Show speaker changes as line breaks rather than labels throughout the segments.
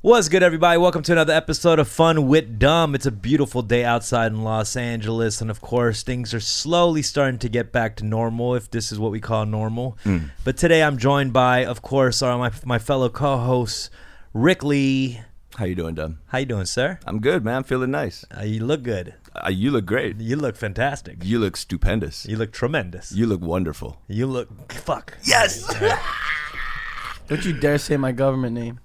What's good, everybody? Welcome to another episode of Fun with Dumb. It's a beautiful day outside in Los Angeles, and of course, things are slowly starting to get back to normal, if this is what we call normal.
Hmm.
But today, I'm joined by, of course, our, my my fellow co-host Rick Lee.
How you doing, Dum?
How you doing, sir?
I'm good, man. I'm feeling nice.
Uh, you look good.
Uh, you look great.
You look fantastic.
You look stupendous.
You look tremendous.
You look wonderful.
You look fuck.
Yes.
Don't you dare say my government name.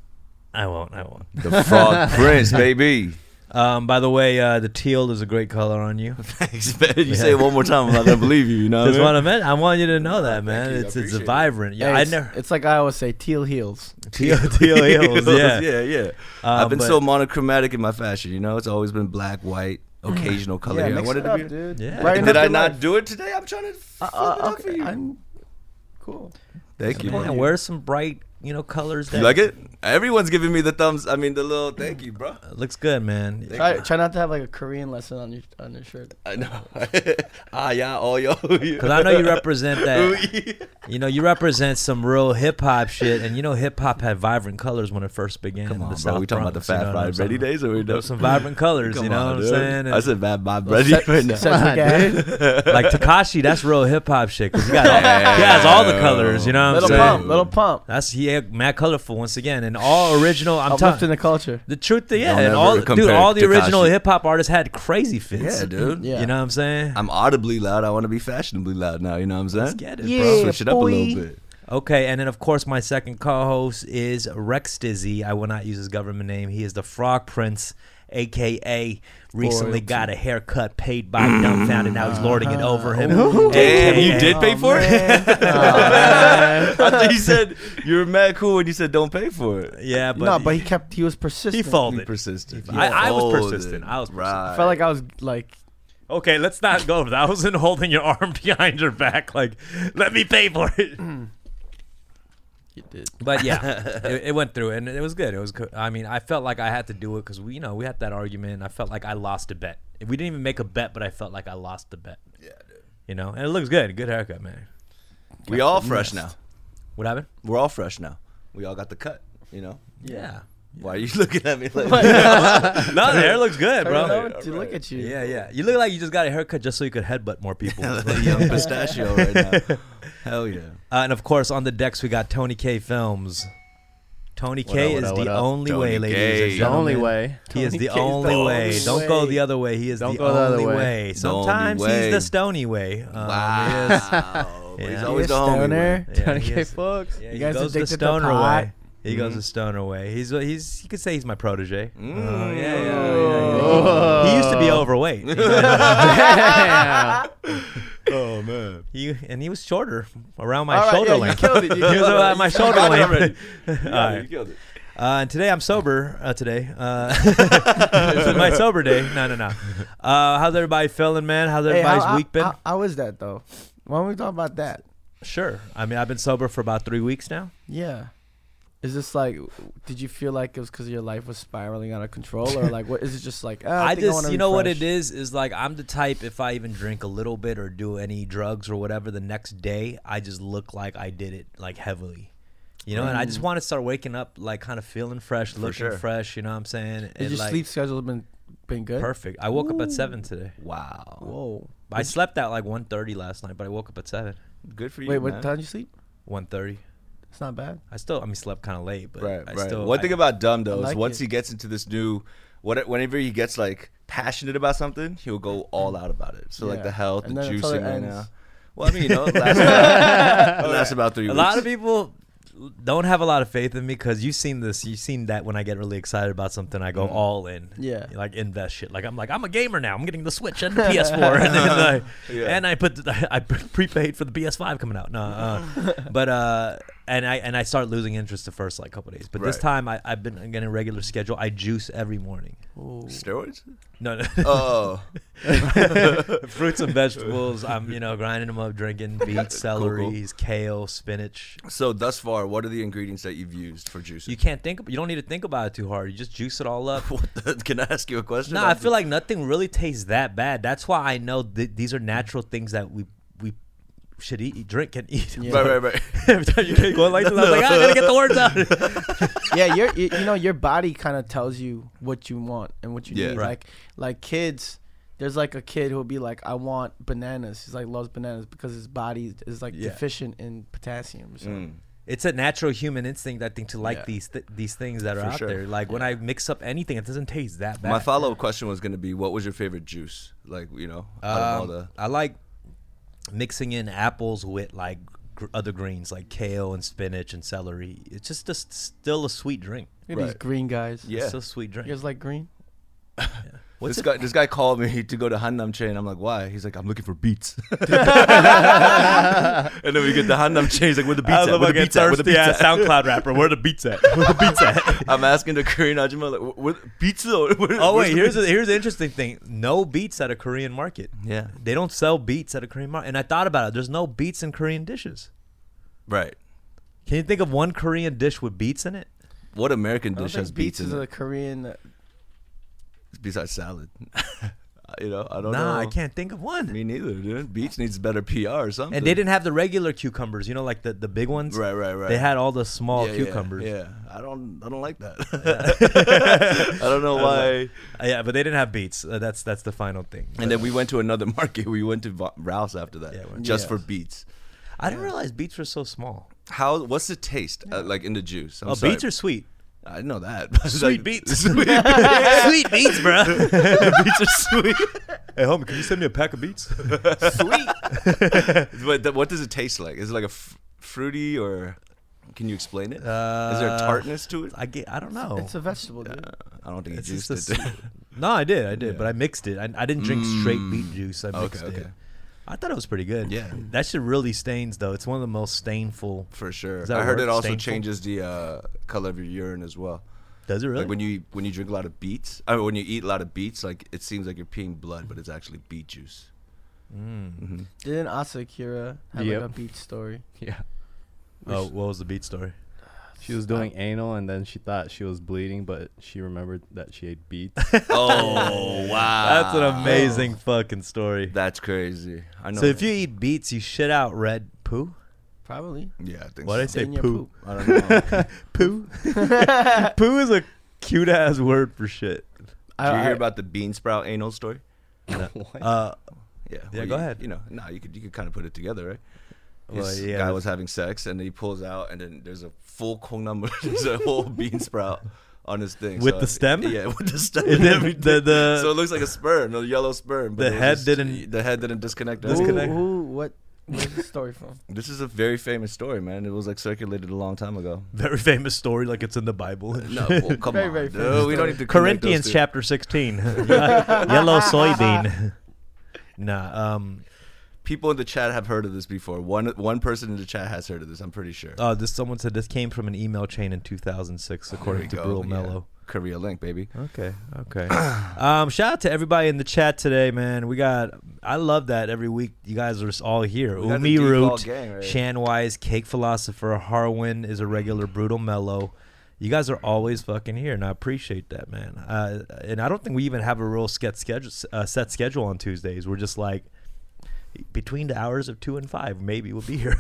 I won't. I won't.
the fraud prince, baby.
Um, by the way, uh, the teal is a great color on you.
Thanks, man. You say it one more time, I'm not gonna believe you. You know what
That's
I
what
mean?
I meant. I want you to know that, man.
you. I
It's it's
appreciate it.
vibrant. Yeah,
Hey,
I
it's,
never
it's like I always say, teal heels.
teal teal heels. Yeah.
yeah, yeah.
Uh,
I've been
but-
so monochromatic in my fashion. You know, it's always been black, white, occasional color. here. I wanted to be.
dude.
Yeah.
Brighten
Did
up
I
your
not
life.
do it today? I'm trying to flip
Uh,
it
uh,
up for
okay,
you.
I'm cool.
Thank you.
Man, wear some bright, you know, colors. That
You like it? Everyone's giving me the thumbs. I mean, the little thank you, bro.
Looks good, man.
Try, try not to have like a Korean lesson on your on your shirt.
I know. ah, yeah, all yo.
Because I know you represent that. You know, you represent some real hip hop shit, and you know, hip hop had vibrant colors when it first began.
Come
in
on,
the
bro.
South
We talking about the
Bronx, you know
Fat
what I'm
Five Ready
saying?
days, or we
There
doing
was some vibrant colors.
Come
you know
on,
what I'm
dude.
saying?
I
And
said Bad Bob Brady right now.
Central gang.
like Takashi, that's real hip hop shit. Because he, got all- he has all the colors. You know what I'm
little
saying?
pump, little pump.
That's yeah, mad colorful once again, and all original. I'm
Uplifting
talking
the culture.
the truth. Yeah,
Don't
and
ever
all dude,
compare
all the original
Tekashi.
hip hop artists had crazy fits.
Yeah, dude.
Yeah.
You know what I'm saying?
I'm audibly loud. I want to be fashionably loud now. You know what I'm saying?
Let's get it,
Yeah.
bro.
Switch it up a little
boy.
bit.
Okay, and then of course my second co-host is Rex Dizzy. I will not use his government name. He is the Frog Prince, aka recently
Boy.
got a haircut paid by Dumbfound, and now he's lording it over him.
Uh-huh.
Damn,
AKA.
you did pay for
Oh,
it? I thought you said you were mad cool when you said don't pay for it.
Yeah, but,
no, but he kept. He was persistent.
he folded.
persistent.
I- I was persistent. I was persistent.
I felt like I was like.
Okay, let's not go over that. I wasn't holding your arm behind your back. Like, let me pay for it.
You did.
But yeah, it, it went through, and it was good. It was. good. I mean, I felt like I had to do it because we, you know, we had that argument. And I felt like I lost a bet. We didn't even make a bet, but I felt like I lost the bet.
Yeah, dude.
You know, and it looks good. Good haircut, man.
We all fresh now.
What happened?
We're all fresh now. We all got the cut. You know?
Yeah.
Why are you looking at me like
no, the hair looks good,
I don't know
bro.
what to look at you.
Yeah, yeah. You look like you just got a haircut just so you could headbutt more people.
a young pistachio right now? Hell yeah.
Uh, and of course, on the decks we got Tony K Films. Tony
up,
K
what
is
up,
the
what up?
only
Tony
way, ladies.
K.
and
The
only
gentlemen.
way.
He is the
Tony K is the
only
only
way. Don't go
way.
the other way. He is
Don't
the
go the other
only way.
way.
The only
Sometimes
way.
he's the stony way. Um, he is-
Wow. But He's
Yeah.
always the homie. man.
stoner.
Yeah,
Tony
he
K.
is-
Fox.
yeah,
You
he
guys
goes the
addicted to
stoner
pot?
way. He goes
Mm-hmm.
the stoner way. He's he's you could say he's my protege. Uh, yeah, yeah, yeah, yeah.
Mm.
He, he used to be overweight. You know?
Damn.
Oh man.
he and he was shorter around my
All right,
shoulder
yeah, you
length.
killed it. You
he
killed
was
it.
about my
You
shoulder
got it
length.
You
All
got it,
right.
you killed it.
Uh, and today I'm sober. Uh, today, uh, this is my sober day. No, no, no. Uh, how's everybody feeling, man? How's
Hey,
everybody's
how,
week been?
How, how is that though? Why don't we talk about that?
sure. I mean, I've been sober for about three weeks now.
Yeah. Is this like? Did you feel like it was because your life was spiraling out of control, or like what? Is it just like? ah, I,
I
think I
just,
wanna
you know what
refresh?
it is, is like I'm the type. If I even drink a little bit or do any drugs or whatever, the next day I just look like I did it like heavily. You know, and I just want to start waking up like kind of feeling fresh, looking
Mm. sure.
fresh. You know what I'm saying?
Has
And,
your
like,
sleep schedule been been good?
perfect. I woke up at seven today.
Wow.
Whoa.
I slept at like 1.30 last night, but I woke up at seven.
Good for you.
Wait, what
man.
time did you sleep?
1.30.
It's not bad.
I still, I mean, slept kind of late, but
Right,
I
right.
still.
One
I-
thing about Dumb though is
like
once
it.
he gets into this new, what whenever he gets like passionate about something, he'll go all out about it. So like
Yeah.
the health,
And
the
then until it
juicing right
ends. Oh,
now. Well, I mean, you know, it lasts about, it lasts about three
a
weeks.
lot of people don't have a lot of faith in me because you've seen this, you've seen that when I get really excited about something, I go
Mm-hmm.
all in.
Yeah.
like invest shit. Like I'm like I'm a gamer now. I'm getting the Switch and the PS4, and, then I,
Yeah.
and I put the, I pre- prepaid for the PS5 coming out. No, uh, but uh, and I and I start losing interest the first like couple days. But this
Right.
time I, I've been getting a regular schedule. I juice every morning.
steroids.
No, no.
Oh,
fruits and vegetables. I'm you know grinding them up, drinking beets, celeries, kale, spinach.
so thus far, what are the ingredients that you've used for juicing?
You can't think. You don't need to think about it too hard. You just juice it all up.
What the- Can I ask you a question?
No, I feel like nothing really tastes that bad. That's why I know th- these are natural things that we we should eat, eat drink, and eat.
Yeah.
Right, right, right.
Every time you keep going like this, I was like, "Ah, I gotta get the words out.
yeah, your you, you know your body kind of tells you what you want and what you
Yeah.
need.
Right.
Like like kids, there's like a kid who'll be like, I want bananas. He's like loves bananas because his body is like
Yeah.
deficient in potassium. So.
Mm.
It's a natural human instinct, I think, to like
Yeah.
these th- these things that are
For
out
sure.
there. Like when I mix up anything, it doesn't taste that bad.
My follow up question was gonna be, what was your favorite juice? Like you know, out of all
Um,
the
I like mixing in apples with like gr- other greens like kale and spinach and celery. It's just a, s- still a sweet drink.
Look at these
Right.
green guys.
Yeah.
It's still a sweet drink.
You guys like green?
What's
this
it?
guy, this guy called me to go to Hannam chain. I'm like, why? He's like, I'm looking for beats. and then we get the Hannam chain. He's like, where the beats
I
at?
love
Where
like
the
a
beats at? Where the
thirsty
beats
ass
at?
SoundCloud rapper. Where the beats at? Where the beats at?
I'm asking the Korean ajumma, like, "Wh- where the beats at? Where- where-
oh
where's
wait,
the
here's
beats
a, here's the interesting thing. No beats at a Korean market.
at?" yeah,
They don't sell beets at a Korean market. And I thought about it. There's no beets in Korean dishes.
right.
Can you think of one Korean dish with beets in it?
What American
I don't
dish has
think beets
beats
is
in
a
it
Korean. uh,
besides salad? you know, I don't know.
Nah, I can't think of one.
Me neither, dude. Beats needs better PR or something.
And they didn't have the regular cucumbers, you know, like the, the big ones.
Right, right, right.
They had all the small
Yeah, yeah,
cucumbers.
Yeah, I don't, I don't like that. I don't know why.
Uh, yeah, but they didn't have beets. Uh, that's that's the final thing.
And then we went to another market. We went to Va- Ralph's after that,
Yeah, we-
just
Yeah.
for beets.
I didn't realize beets were so small.
How? What's the taste uh, like in the juice? I'm
oh,
sorry.
beets are sweet.
I know that. but it's like-
sweet beets, bro.
beets are sweet.
Hey, homie, can you send me a pack of beets?
But th- what does it taste like? Is it like a f- fruity or? Can you explain it? Is there
Uh,
tartness to it?
I get. I don't know.
It's a vegetable, dude.
I don't think you
It's
juiced
just
it.
a s- no, I did, I did,
Yeah.
but I mixed it. I, I didn't drink straight beet
Mm.
juice. I
Okay,
mixed it.
okay.
I thought it was pretty good.
Yeah.
that shit really stains though. It's one of the most stainful.
for sure.
Is that
I heard
word?
it also
Stainful?
changes the uh, color of your urine as well.
Does it really?
Like when you when you drink a lot of beets, I mean, when you eat a lot of beets, like it seems like you're peeing blood, but it's actually beet juice.
Mm.
hmm
Didn't Asakura have
Yep.
like a beet story?
Yeah.
Oh, what was the beet story?
She was doing anal and then she thought she was bleeding, but she remembered that she ate beets.
Oh wow,
That's an amazing fucking story.
That's crazy. I know.
So if
that.
you eat beets, you shit out red poo.
Probably.
yeah, I think
What I
so.
say
In your
poo.
I don't know.
Poo. poo is a cute ass word for shit.
Did you
I,
hear
I,
about the bean sprout anal story?
Uh,
Yeah. Yeah.
go ahead.
You know, no, you could you could kind of put it together, right?
Well,
His
yeah,
guy
that's-
was having sex, and he pulls out, and then there's a full Kong number, there's a whole bean sprout on his thing
With the stem?
Yeah, with the stem.
and
And
then
everything.
the the
so it looks like a sperm, a yellow sperm. But
The
it was
head
just-
didn't-
The head didn't disconnect.
This
who,
Disconnect.
everything.
connect-
who? What? Where's the story from?
This is a very famous story, man. It was like circulated a long time ago.
very famous story, like it's in the Bible.
No, well, come
Very,
on,
very
dude.
famous
we don't
story.
need to. connect
Corinthians
those two.
chapter 16. Yellow soybean. Nah. Um,
People in the chat have heard of this before. One one person in the chat has heard of this. I'm pretty sure.
oh, this someone said this came from an email chain in 2006, according to
There we go,
Brule
yeah.
Mello.
Korea Link, baby.
Okay. Okay. um, shout out to everybody in the chat today, man. We got. I love that every week. You guys are just all here.
We got the
Umi Root,
default gang right here.
Shanwise, Cake Philosopher, Harwin is a regular. Brutal Mellow. You guys are always fucking here, and I appreciate that, man. Uh, and I don't think we even have a real set schedule, uh, set schedule on Tuesdays. We're just like between the hours of two and five, maybe we'll be here.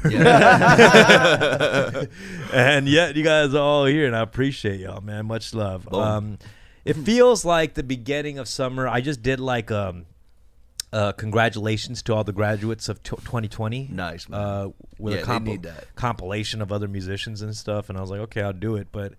Yeah.
and yet, you guys are all here, and I appreciate y'all, man. Much love.
Boom.
Um, it feels like the beginning of summer. I just did like um, uh, congratulations to all the graduates of t- 2020.
Nice, man.
Uh, with
Yeah,
a
they
compo-
need that.
compilation of other musicians and stuff, and I was like, okay, I'll do it. But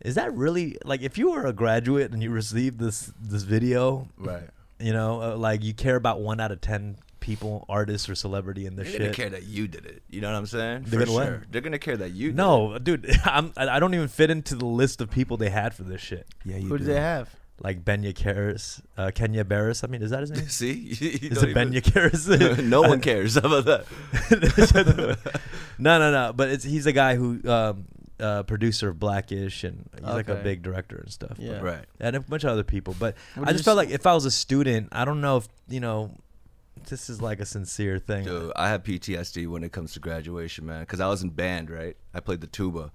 is that really like if you were a graduate and you received this this video,
Right.
you know, uh, like you care about one out of ten people, artists or celebrity in this
They're gonna
shit.
care that you did it. You know what I'm saying?
They're
For
gonna what?
sure. They're gonna care that you. did it.
No, dude, I'm, I I don't even fit into the list of people they had for this shit.
Yeah,
Who did they have?
Like Benya Karis, uh, Kenya Barris. I mean, is that his name?
See, You
Is
don't
it
even-
Benya Karis?
no one cares about that.
no, no, no. But it's he's a guy who um, uh, producer of Blackish, and he's like a
Okay.
big director and stuff.
Yeah.
but-
Right.
and a bunch of other people. But
What
I
did
just
you
felt
s-
like if I was a student, I don't know if you know, this is like a sincere thing.
Dude, I have PTSD when it comes to graduation, man. Because I was in band, right? I played the tuba.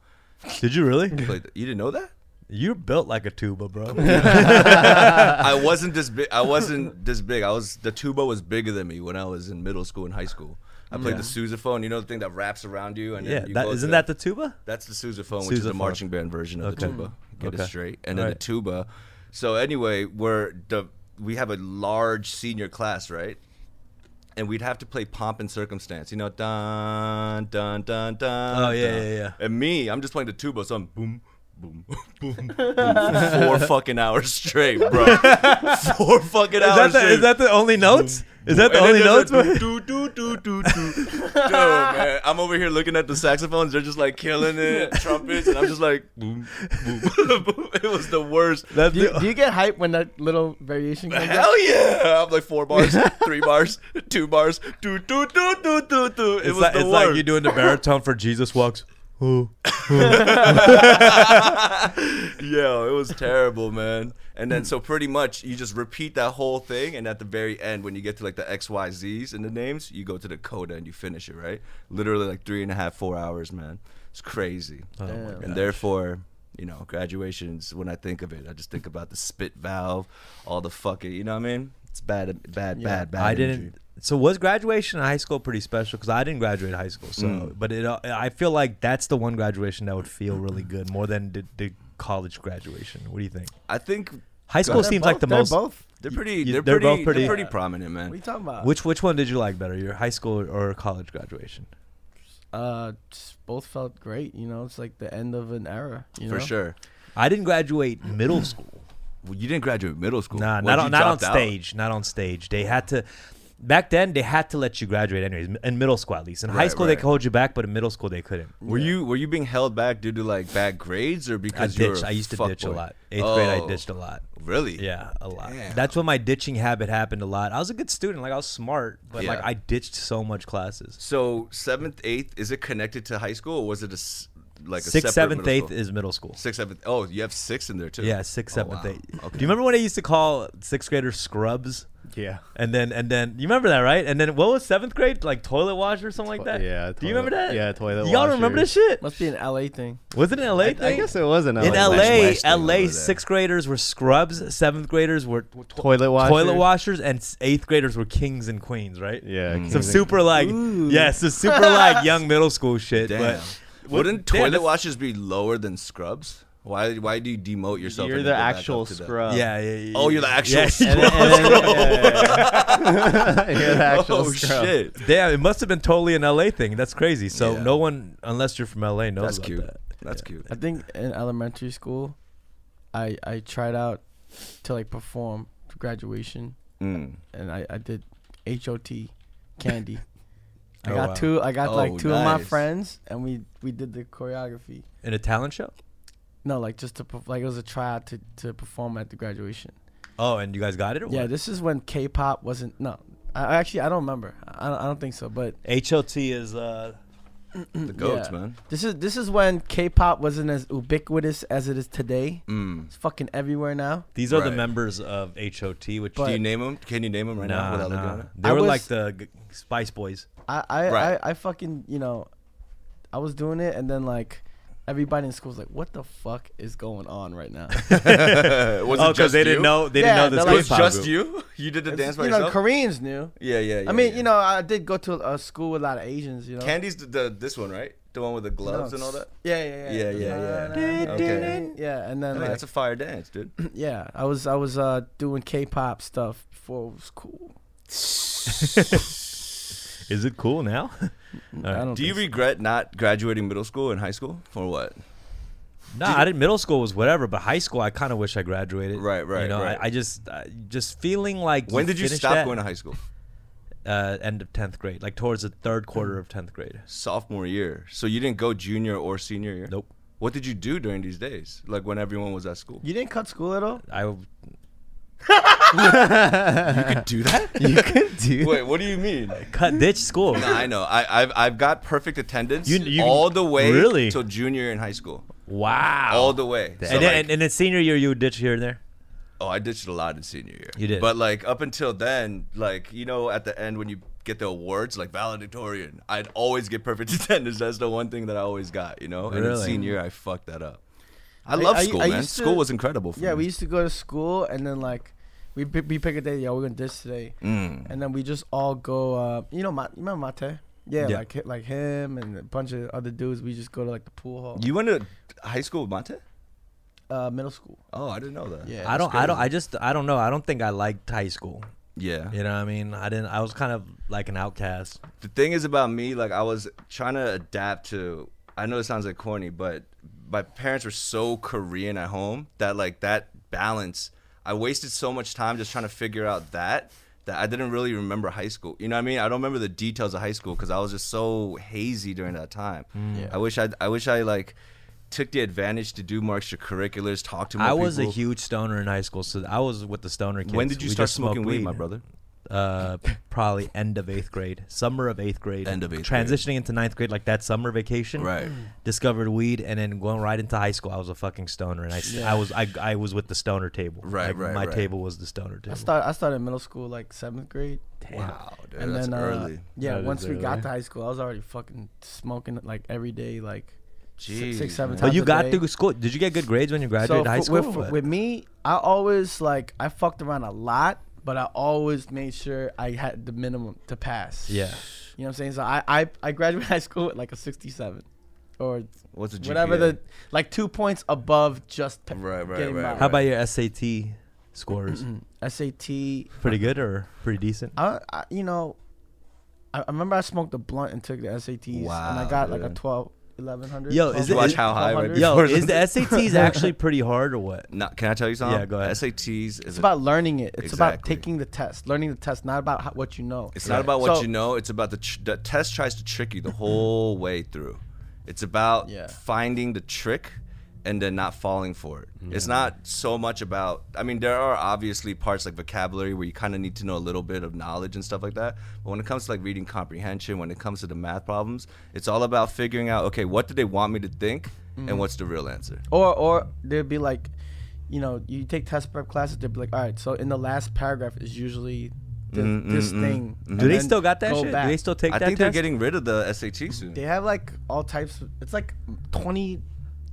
Did you really?
Played the- you didn't know that?
You're built like a tuba, bro.
I wasn't this big. I wasn't this big. I was the tuba was bigger than me when I was in middle school and high school. I played
Yeah.
the sousaphone. You know the thing that wraps around you, and
Yeah,
then you
that
go
isn't
to-
that the tuba?
That's the sousaphone, which is the
Sousaphone.
marching band version of the
Okay.
tuba. Get
Okay.
it straight, and then
Alright.
the tuba. So anyway, we're the we have a large senior class, right? And we'd have to play pomp and circumstance, you know, dun dun dun dun.
Oh, yeah,
dun.
yeah, yeah.
And me, I'm just playing the tuba, so I'm boom. Boom, boom, boom, four fucking hours straight, bro. Four fucking
Is that,
hours
the,
straight.
is that the only notes? Is that the
And then
only notes?
there's a
man?
Do, do, do, do, do. Dude, man, I'm over here looking at the saxophones. They're just like killing it, trumpets, and I'm just like, boom, boom, boom. It was the worst.
That's
Do you,
the-
do you get hype when that little variation comes out?
Hell yeah! I'm like four bars, three bars, two bars, do, do, do, do, do, do. It
it's
was
like,
the
it's
worst.
like you doing the baritone for Jesus Walks. Who?
Yo, it was terrible, man. And then so pretty much you just repeat that whole thing, and at the very end, when you get to like the X Y Z's and the names, you go to the coda and you finish it, right? Literally like three and a half, four hours, man. It's crazy.
Oh
Damn.
and therefore, you know, graduations. When I think of it, I just think about the spit valve, all the fucking. You know what I mean? It's bad, bad,
Yeah.
bad, bad.
I
imagery.
didn't. So was graduation in high school pretty special? Because I didn't graduate high school. So,
Mm.
but it, uh, I feel like that's the one graduation that would feel really good more than the, the college graduation. What do you think?
I think
High school
They're
seems
both-
like the
they're
most.
Both.
they're pretty.
you-
They're,
they're
pretty,
both pretty-
They're pretty
Yeah.
prominent, man.
What are you talking about?
Which which one did you like better, your high school or college graduation?
uh, just both felt great. You know, it's like the end of an era. You
For
know?
sure.
I didn't graduate middle school.
Well, you didn't graduate middle school.
Nah,
What,
not
you
on, not on
dropped out?
stage. Not on stage. They had to. Back then, they had to let you graduate anyways. In middle school, at least. In high
Right,
school, they
right.
could hold you back, but in middle school, they couldn't.
Were you were you being held back due to like bad grades or
I
because you
ditched.
were a
I used to
fuck
ditch a
boy?
lot. Eighth grade, I
Oh,
ditched a lot.
Really?
Yeah, a lot.
Damn.
That's when my ditching habit happened a lot. I was a good student, like I was smart, but like
Yeah.
I ditched so much classes.
So seventh, eighth, is it connected to high school or was it a s- like a
Sixth,
separate
seventh,
middle
eighth
school?
is middle school.
sixth, seventh. Oh, you have six in there too.
Yeah, sixth,
Oh,
seventh,
wow.
eighth.
Okay.
Do you remember when I used to call sixth graders scrubs?
Yeah.
And then and then you remember that right? And then what was seventh grade like toilet washer or something like that?
Yeah.
Do you remember
toilet-
that?
Yeah, toilet.
Do y'all remember this shit?
Must be an LA thing.
Was it in LA?
I,
thing?
I guess it was an
in
like
LA,
West West thing over
LA
there.
sixth graders were scrubs, seventh graders were
Toilet washer.
toilet washers, and s- eighth graders were kings and queens, right?
Yeah.
Mm.
Some
Kings and-
super like,
Ooh.
yeah, some super like young middle school shit.
Damn.
But
Wouldn't
damn,
toilet
that's-
washers be lower than scrubs? Why why do you demote yourself?
You're
and then
the
go back
actual
up to the-
scrub.
Yeah, yeah, yeah.
Oh, you're the
yeah.
actual
Yeah.
scrub.
And then- and then- yeah, yeah, yeah. You're the actual
oh
scrub.
shit!
Damn, it must have been totally an LA thing. That's crazy. So
Yeah.
no one, unless you're from LA, knows
That's
about
cute.
that.
That's cute.
I think in elementary school, I I tried out to like perform for graduation,
Mm.
and I I did HOT candy. I
Oh,
got
wow.
two. I got like
Oh,
two of my
nice.
friends, and we we did the choreography.
In a talent show?
No, like just to perf- like it was a tryout to to perform at the graduation.
Oh, and you guys got it? Or
Yeah,
what?
this is when K-pop wasn't. No, I I actually I don't remember. I don't, I don't think so. But
HOT is uh,
The goats,
Yeah.
man.
this is this is when K-pop wasn't as ubiquitous as it is today.
Mm.
It's fucking everywhere now.
these are the
Right.
members of HOT, which
But-
Do you name them? Can you name them right now
nah,
without
nah.
looking at it?
they
I
were
was-
like the g- Spice Boys.
I I,
Right.
I I fucking you know, I was doing it, and then like everybody in school was like, "What the fuck is going on right now?"
was
oh, because they didn't
you?
know they
Yeah,
didn't know
they're
this was
It was
pop
just
group.
you. You did the dance by
you know,
yourself.
Koreans knew.
yeah, yeah, yeah.
I mean,
yeah.
you know, I did go to a, a school with a lot of Asians. You know,
Candy's the, the this one, right? The one with the
You know,
gloves and all that.
Yeah, yeah, yeah,
Yeah, yeah,
yeah.
Na- na- na-
Okay.
na- Yeah, and then
Hey,
like,
that's a fire dance, dude.
yeah, I was I was uh doing K-pop stuff before it was cool.
Is it cool now?
I don't
Do you
think
regret not graduating middle school and high school for what?
Nah, I didn't. Middle school was whatever, but high school, I kind of wish I graduated.
Right,
You
right,
know,
right.
I, I just, I, just feeling like.
When did you
finish
stop
that,
going to high school?
Uh, end of tenth grade, like towards the third quarter of tenth grade.
Sophomore year. So you didn't go junior or senior year.
Nope.
What did you do during these days? Like when everyone was at school.
you didn't cut school at all.
I
You could do that.
You could do.
Wait, what do you mean?
cut ditch school.
No, I know. I, I've I've got perfect attendance
You- you-
all the way
really?
till junior year in high school.
Wow.
All the way. So,
and, then,
like-
and, and then senior year, you would ditch here and there.
Oh, I ditched a lot in senior year.
You did.
But like up until then, like you know, at the end when you get the awards, like valedictorian, I'd always get perfect attendance. That's the one thing that I always got, you know. And in
Really?
senior year, I fucked that up. I love
I-
school,
I
man.
used to-
school was incredible. For
Yeah, we
me.
used to go to school and then like we we pick a day. Yo, we're gonna ditch today,
Mm.
and then we just all go. Uh, you know, ma- you remember Mate? Yeah,
Yeah.
like hi- like him and a bunch of other dudes. We just go to like the pool hall.
You went to high school with Monte?
uh, middle school.
Oh, I didn't know that.
Yeah,
I
that's
don't. I don't.
crazy.
I just. I don't know. I don't think I liked high school.
Yeah.
You know what I mean? I didn't. I was kind of like an outcast.
The thing is about me, like I was trying to adapt to. I know it sounds like corny, but my parents were so Korean at home that like that balance. I wasted so much time just trying to figure out that that I didn't really remember high school. You know what I mean? I don't remember the details of high school because I was just so hazy during that time.
Yeah.
I wish I. I wish I like took the advantage to do more extracurriculars, talk to more
I was a
people.
huge stoner in high school, so I was with the stoner kids.
When did you
We
start
just smoked
smoking weed, my
weed.
brother?
uh, probably end of eighth grade, summer of eighth grade,
End of eighth grade.
transitioning into ninth grade, like that summer vacation.
Right.
Discovered weed and then going right into high school. I was a fucking stoner, and I, I was I, I was with the stoner table.
Right,
Like,
right,
My
right.
table was the stoner
I
table.
started. I started middle school like seventh grade.
Wow, dude,
and
that's
then uh,
early.
yeah,
That is
once we got
early.
to high school, I was already fucking smoking like every day, like
Jeez,
six, six, seven
man.
times.
but you
a
got
day.
through school. Did you get good grades when you graduated
so
high
for-
school?
With,
What?
with me, I always like I fucked around a lot, but I always made sure I had the minimum to pass.
yeah.
You know what I'm saying? So I I, I graduated high school with like a 67, or
What's the GPA?
whatever the like two points above just pa-
Right, right,
getting
right,
by.
right.
How about your SAT scores?
SAT.
pretty good or pretty decent?
I, I you know, I, I remember I smoked a blunt and took the SATs, and I
Wow,
got like a
dude.
12, 1100.
Yo, is it-
Watch how high, right?
1200.
Yeah.
Yo, is the SATs actually pretty hard or what?
No, can I tell you something?
Yeah, go ahead.
SATs is
It's
a-
about learning it. It's about
Exactly.
taking the test, learning the test, not about how, what you know.
it's not about what
So-
you know. It's about the tr- the test tries to trick you the whole way through. It's about
Yeah.
finding the trick and then not falling for it.
Mm.
It's not so much about. I mean, there are obviously parts like vocabulary where you kind of need to know a little bit of knowledge and stuff like that. But when it comes to like reading comprehension, when it comes to the math problems, it's all about figuring out okay, what do they want me to think,
Mm.
and what's the real answer.
Or or there'd be like, you know, you take test prep classes. They'd be like, all right, so in the last paragraph is usually this,
Mm,
this thing. and
Mm-hmm, Do they
then
still got that
go
shit?
back.
Do they still take
Mm-hmm. I
that
think they're
test?
getting rid of the SAT soon.
They have like all types. Of, it's like twenty.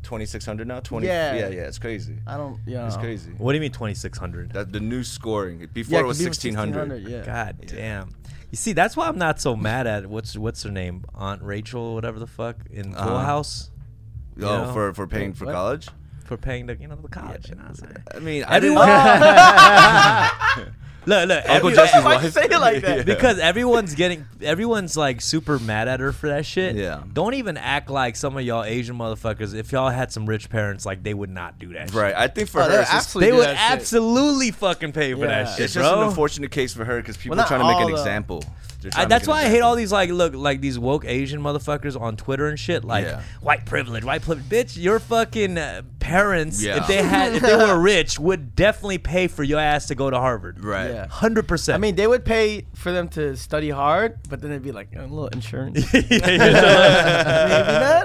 2600 now. 20.
Yeah.
yeah, yeah. It's crazy.
I don't. You know,
It's crazy.
what do you mean twenty six hundred?
That the new scoring
Yeah,
before
it
it
could
was
be with
sixteen hundred.
Yeah.
God damn. You see, that's why I'm not so mad at what's what's her name, Aunt Rachel, whatever the fuck, in Full
Uh-huh.
House
Oh,
Yeah.
for for paying for
What?
college.
for paying the you know the college. you know what I'm saying?
I mean, I didn't.
Everyone, look, look,
Uncle
every-
Why'd
Jesse's
you
wife.
say it like that?
Yeah.
because everyone's getting everyone's like super mad at her for that shit.
Yeah.
Don't even act like some of y'all Asian motherfuckers. If y'all had some rich parents, like they would not do that. shit.
right, I think for
Oh,
her,
they're
it's, just,
absolutely
They
do
would
that shit.
absolutely fucking pay for that
Yeah.
shit,
it's just
bro.
an unfortunate case for her because people
Well,
are trying to
not
make an
all, though.
example. They're
I,
trying to
that's
make an
why I hate
example.
all these like look like these woke Asian motherfuckers on Twitter and shit like
Yeah.
white privilege, white privilege. Bitch, your fucking uh, parents, if
Yeah.
they had, if they were rich, would definitely pay for your ass to go to Harvard.
Right.
Yeah.
hundred percent.
I mean, they would pay for them to study hard, but then it'd be like a little insurance. Maybe not,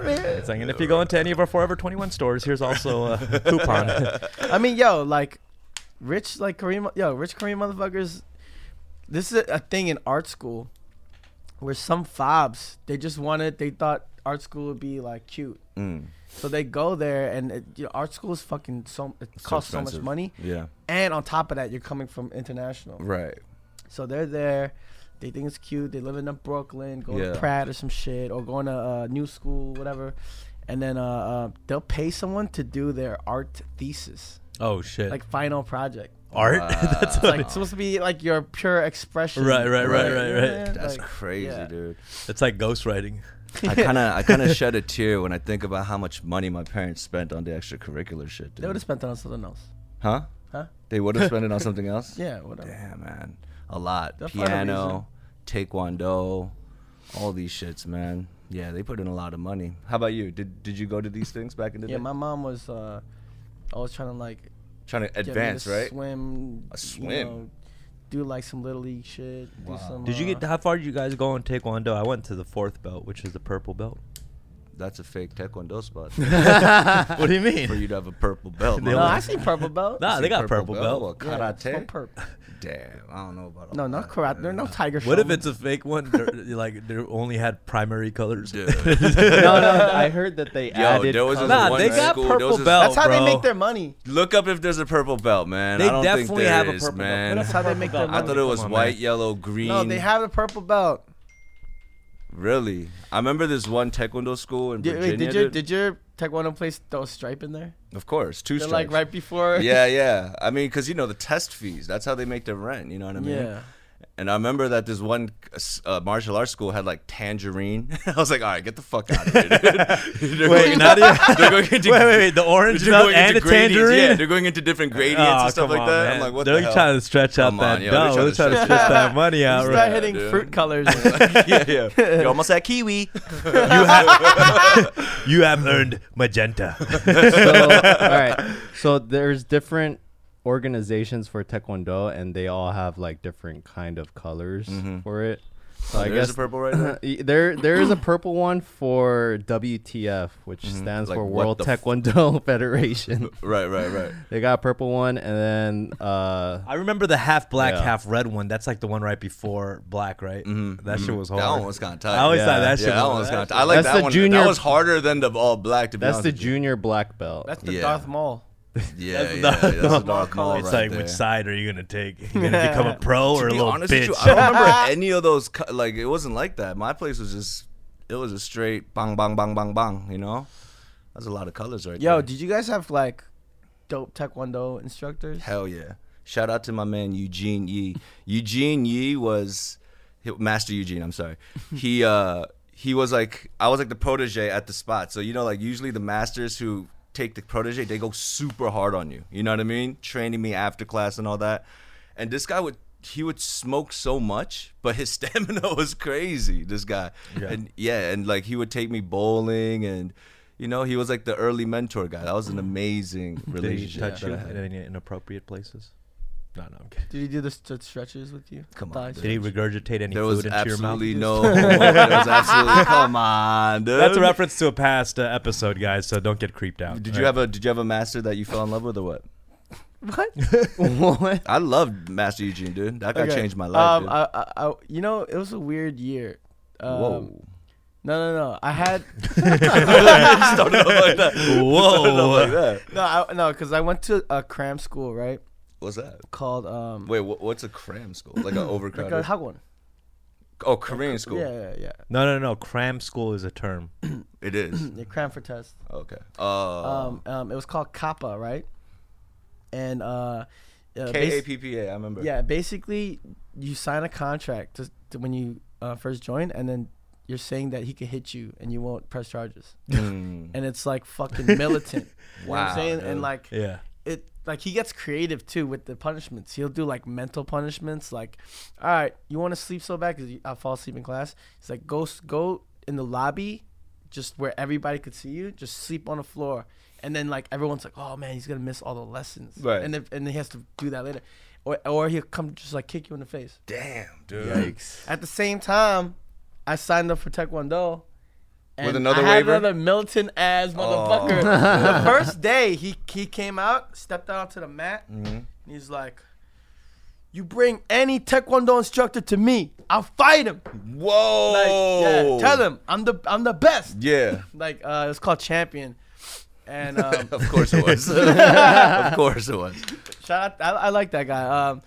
man.
It's like, and if you go into any of our Forever 21 stores, here's also a coupon.
I mean, yo, like, rich, like Korean, mo- yo, rich Korean motherfuckers. This is a, a thing in art school, where some fobs they just wanted, they thought art school would be like cute,
Mm,
so they go there, and it, you know, art school is fucking so it
so
costs so much
expensive.
money,
yeah.
and on top of that, you're coming from international,
Right.
so they're there. They think it's cute. They live in Brooklyn, going
Yeah.
to Pratt or some shit, or going to uh, new school, whatever. And then uh, uh, they'll pay someone to do their art thesis,
oh shit!
like final project.
art?
Wow.
That's
It's like it's supposed to be like your pure expression.
Right, right,
right,
You know
right,
what I'm
right.
saying?
That's
Like,
crazy,
yeah.
dude.
it's like ghostwriting.
I kind of I kind of shed a tear when I think about how much money my parents spent on the extracurricular shit.
They would have
Dude.
spent it on something else.
Huh?
Huh?
They would have spent it on something else.
Yeah, whatever.
Damn, man. A lot.
They'll find a
Piano, taekwondo, all these shits, man. Yeah, they put in a lot of money. How about you? Did did you go to these things back in the
Yeah,
day?
my mom was uh, always trying to like
Trying to
get me to
advance, right?
Swim.
A
you
swim?
know, do like some little league shit.
Wow.
Do some,
Did you get
uh,
how far did you guys go in Taekwondo? I went to the fourth belt, which is the purple belt.
That's a fake taekwondo spot.
what do you
For
mean?
you to have a purple belt.
They
my
No,
only-
man.
I seen purple belt.
Nah,
See
they got purple, belt.
or
Yeah, it's
karate.
for perp.
Damn, I don't know about all
No, not
that,
karate. There are no
man.
tiger.
What if
showmen.
it's a fake one? They're- like they only had primary colors.
Dude.
no, no, I heard that they
Yo,
added.
there was this
Nah,
one
they got
school,
purple
there was this-
belt.
That's how
bro.
they make their money.
Look up if there's a purple belt, man.
They
I don't
definitely
think there
have a
is,
purple
man.
belt.
That's how they make their
I
money.
thought it was
Come on, man.
white, yellow, green.
No, they have a purple belt.
Really? I remember this one taekwondo school in
Did,
Virginia.
wait, did your
dude.
did your taekwondo place throw a stripe in there?
of course, 2
They're like
stripes.
right before.
yeah, yeah. I mean, because you know the test fees. That's how they make their rent. You know what I mean?
Yeah.
And I remember that this one uh, martial arts school had like tangerine. I was like, all right, get the fuck out of here. Dude. They're
Wait,
going-
not even.
they're going into,
Wait, wait, wait. The orange
they're
milk
going
and
into
the
gradients.
tangerine.
Yeah, they're going into different gradients
Aw,
and stuff
come on,
like that. I'm
man.
like, what
they're
the hell?
trying to stretch out
Come
that
on, yo, they're
dough.
trying
They're
to
trying to
stretch-
stretch that money out.
Start
Right.
hitting
dude.
fruit colors.
yeah, yeah. You're almost at kiwi.
You have earned magenta.
so, all right. So there's different organizations for taekwondo, and they all have like different kind of colors
Mm-hmm.
for it. So I
Oh, There's
guess
a purple right there.
Y- there there is a purple one for WTF, which
Mm-hmm.
stands
Like,
for
what
World
the f-
Taekwondo Federation.
Right, right, right.
They got a purple one, and then uh,
I remember the half black,
Yeah.
half red one. That's like the one right before black, right? That shit was hard.
Mm-hmm. Mm. That one was kind of tight.
I always thought
Yeah.
that shit
yeah, that
was,
one was kind of.
that
I like
That's
that
the
one.
junior-
That was harder than the all black. To be
that's the
honest with
junior black belt.
That's the
Yeah.
Darth Maul.
you. Yeah, yeah,
That's
that's
the-
the Darth Maul
It's
right
like,
there.
which side are you gonna take? You gonna become a pro or a
be
little
honest with
bitch?
you, I don't remember any of those. cu- Like it wasn't like that. My place was just. It was a straight bang, bang, bang, bang, bang. You know, that's a lot of colors right
Yo,
there.
did you guys have like dope taekwondo instructors?
Hell yeah! Shout out to my man Eugene Yee. Eugene Yee was he- Master Eugene. I'm sorry. He uh he was like I was like the protege at the spot. So you know like usually the masters who take the protege they go super hard on you. You know what I mean? Training me after class and all that. And this guy would he would smoke so much, but his stamina was crazy. This guy, and yeah, and like he would take me bowling and. You know, he was like the early mentor guy. That was an amazing
Did he
relationship.
touch
that
you
I had.
in any inappropriate places? No, no, I'm kidding.
Did he do the st- stretches with you?
Come on,
Thighs?
dude.
Did he regurgitate any
There
food
was
into your mouth?
absolutely no. there was absolutely come on, dude.
That's a reference to a past uh, episode, guys. So don't get creeped out.
Did you have a Did you have a master that you fell in love with or what?
What?
what?
I loved Master Eugene, dude. That guy
Okay.
changed my life.
Um,
dude.
I, I, I, you know, it was a weird year. Um,
Whoa.
No, no, no. I had
Started off like that. Started off like
Whoa!
that.
no, I, no, because I went to a cram school, right?
What's that?
Called um,
Wait, what, what's a cram school? Like an
like
overcrowded?
a hagwon.
oh, Korean school.
Yeah, yeah, yeah.
No, no, no. Cram school is a term.
It is.
They cram for test.
Okay. Uh,
Um, um, it was called Kappa, right? And uh, uh,
K A
basi-
P P A. I remember.
yeah, basically, you sign a contract to, to when you uh, first join, and then you're saying that he could hit you and you won't press charges,
Mm.
and it's like fucking militant. You know what
Wow,
I'm saying?
dude.
And like,
Yeah.
it like he gets creative too with the punishments. He'll do like mental punishments, like, all right, you want to sleep so bad because I fall asleep in class. He's like, go s- go in the lobby, just where everybody could see you. Just sleep on the floor, and then like everyone's like, oh man, he's gonna miss all the lessons,
Right.
And if, and he has to do that later, or or he'll come just like kick you in the face.
Damn, dude.
Yikes!
At the same time, I signed up for Taekwondo. And
another
I had
waiver?
another militant ass
Oh.
motherfucker. the first day he he came out, stepped out to the mat,
Mm-hmm.
and he's like, "You bring any Taekwondo instructor to me, I'll fight him.
Whoa.
Like, yeah, tell him I'm the I'm the best.
Yeah.
Like uh, it's called champion." And um,
Of course it was. of course it was.
Shout out, I, I like that guy. Um,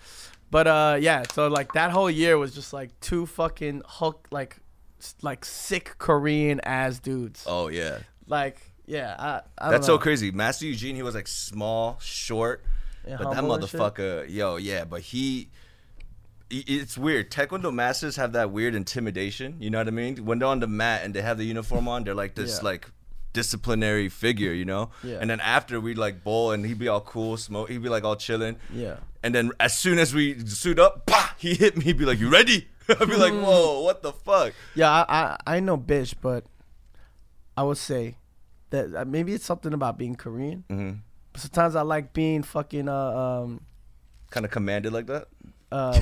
but uh, yeah, so like that whole year was just like two fucking Hulk, like, s- like sick Korean ass dudes.
Oh yeah.
Like, yeah, I, I don't
That's
know.
so crazy. Master Eugene, he was like small, short,
Yeah,
but that
humble and shit.
motherfucker, yo, yeah, but he. i- It's weird. Taekwondo masters have that weird intimidation. You know what I mean? When they're on the mat and they have the uniform on, they're like this
Yeah.
like disciplinary figure, you know.
Yeah.
And then after we'd like bowl and he'd be all cool, smoke. He'd be like all chilling.
Yeah.
And then as soon as we suit up, bah, he hit me. He'd be like, "You ready?" I'd be
Hmm.
like, "Whoa, Oh, what the fuck?"
Yeah, I, I, I know bitch, but I would say that uh, maybe it's something about being Korean. Mm-hmm. But sometimes I like being fucking uh um
Kind of commanded like that.
uh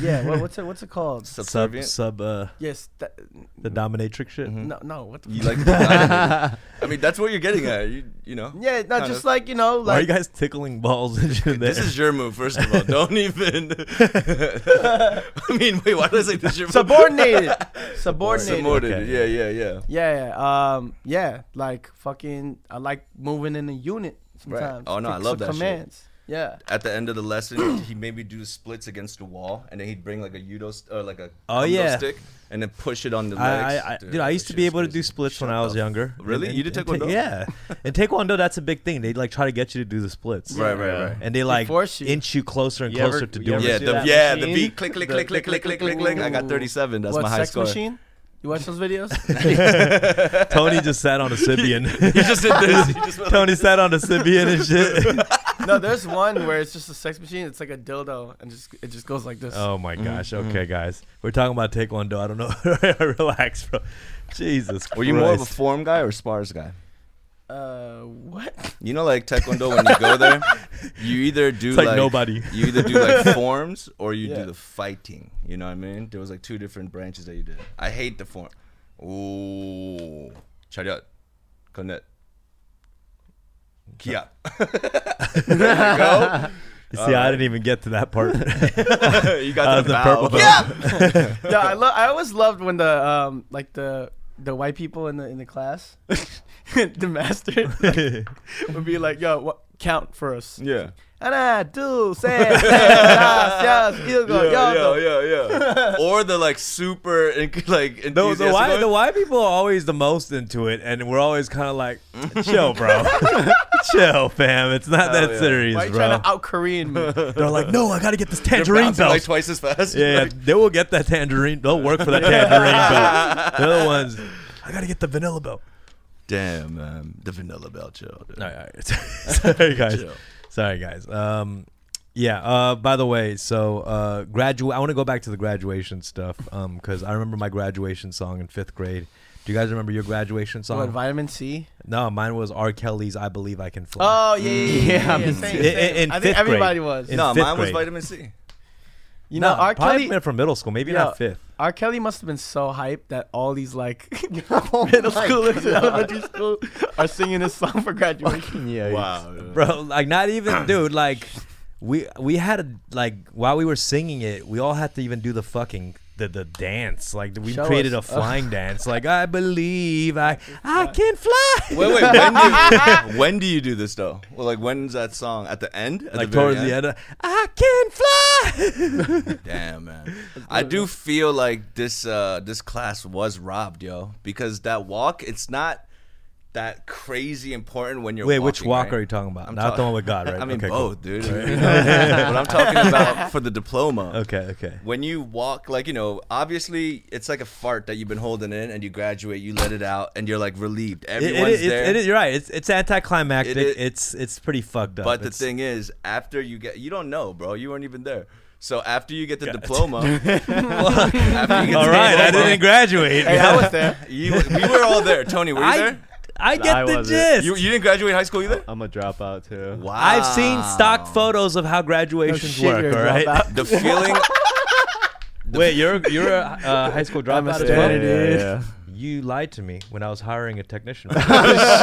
yeah what, what's it what's it called?
Sub
Subservient.
sub uh,
Yes, that,
the dominatrix shit.
no no what the
Mm-hmm. you like? to be dominated. I mean, that's what you're getting at. You, you know.
yeah no
kind
just
of.
like you know
Why are you
like
guys tickling balls and shit there?
This is your move, first of all. Don't even. I mean, wait, why did I say this is your move?
subordinated subordinated.
Subordinated.
Okay.
Yeah, yeah, yeah.
Yeah, yeah, um, yeah, like fucking, I like moving in a unit
Right.
sometimes.
Oh, no, I
Pick
love
some
that shit.
commands. Yeah.
At the end of the lesson, he made me do splits against the wall, and then he'd bring like a judo st- or like a
Oh,
kendo
yeah.
stick, and then push it on the
I,
legs.
I, I, dude, I used to be able to do splits when I was younger.
Really?
And-
You did
and
taekwondo?
ta- Yeah. and taekwondo, that's a big thing. They like try to get you to do the splits.
Right, right,
Yeah.
right.
And they like
force you.
inch you closer and
You ever-
closer to
you
doing
ever
it.
Yeah,
see
the
that
yeah the
machine?
beat click click click click click click click click. I got
Ooh.
37. That's
what
my high
sex
score.
machine? You watch those videos?
Tony just sat on a Sibian.
He just did this. He just went like-
Tony sat on a Sibian and shit.
no, there's one where it's just a sex machine. It's like a dildo, and just it just goes like this.
oh my
Mm-hmm.
gosh. Okay, guys. We're talking about Taekwondo. I don't know. Relax, bro. Jesus
Were you more of a
Christ.
form guy or spars guy?
Uh, what?
You know, like taekwondo, when you go there, you either do
It's like nobody.
You either do like forms or you
Yeah.
do the fighting. You know what I mean? There was like two different branches that you did. I hate the form. Ooh, chariot, connect, kia. there you go.
You see, I didn't even get to that part.
you
I
got
was
the,
the
bow.
purple belt.
Yeah.
Yeah, I love. I always loved when the um like the the white people in the in the class, the master would be like, "Yo, what count for us?"
Yeah.
Ana, two, seis, dos, field goal,
Yeah,
yo, yo.
yeah, yeah, yeah. or the like super
The,
inc- like
the, white,
enthusiastic-
the white people are always the most into it, and we're always kind of like, chill, bro. chill, fam. It's not that
yeah.
serious,
Why you
bro.
trying to out Korean me?
They're like, no, I got to get this
They're
tangerine
bouncing,
belt.
like twice as fast.
yeah, yeah, they will get that tangerine. They'll work for that tangerine belt. They're the ones. I got to get the vanilla belt.
Damn, man. The vanilla belt, chill. dude.
All right, all right. Sorry, guys.
Chill.
Sorry, guys. Um, yeah. Uh, by the way, so uh, graduate. I want to go back to the graduation stuff because I remember my graduation song in fifth grade. Do you guys remember your graduation song?
What vitamin C?
No, mine was R. Kelly's "I Believe I Can Fly."
Oh yeah, yeah, yeah. yeah,
Yeah,
yeah,
vitamin
same,
C.
same.
In- in
I
fifth
think
grade.
everybody was.
In
no,
fifth
mine was
grade.
vitamin C.
you know, R.
probably
Kelly.
meant from middle school, maybe
Yeah.
not fifth.
R. Kelly must have been so hyped that all these like
Oh
middle
my
schoolers and
God.
elementary school are singing this song for graduation.
yeah.
Wow.
bro. Like not even, dude. Like we we had a, like while we were singing it, we all had to even do the fucking the the dance. Like we
Show
created
us.
a flying dance. Like I believe I I can fly.
Wait, wait. When do, you, when do you do this though? Well, like when's that song at the end? At
like
very
towards the end, of, I can fly.
Damn, man. I do feel like this uh this class was robbed, yo, because that walk, it's not that crazy important when you're
wait, which
walking,
walk
right?
are you talking about?
I'm
not the
talking-
one with God, right?
I mean
Okay, cool.
both, dude. You know, but I'm talking about for the diploma.
Okay, okay.
when you walk like you know obviously it's like a fart that you've been holding in and you graduate you let it out and you're like relieved
It,
everyone's
it, it,
there
it, is- you're right. It's it's anticlimactic.
It is-
it's it's pretty fucked up.
but the
It's-
thing is after you get you don't know bro you weren't even there so after you get the diploma after you get
all
the
right, I
diploma,
didn't graduate.
hey, I was there.
you, we were all there tony were you
I,
there
I get
I
the
wasn't.
gist.
you, you didn't graduate high school either
I'm a dropout too.
wow
I've seen stock photos of how
Ah. No
graduations
shit,
work.
you're
All
a
right.
dropout.
the feeling
Wait, you're you're a uh, high school
I'm a
dropout as
Yeah,
well.
student.
yeah,
Dude.
yeah.
You lied to me when I was hiring a technician.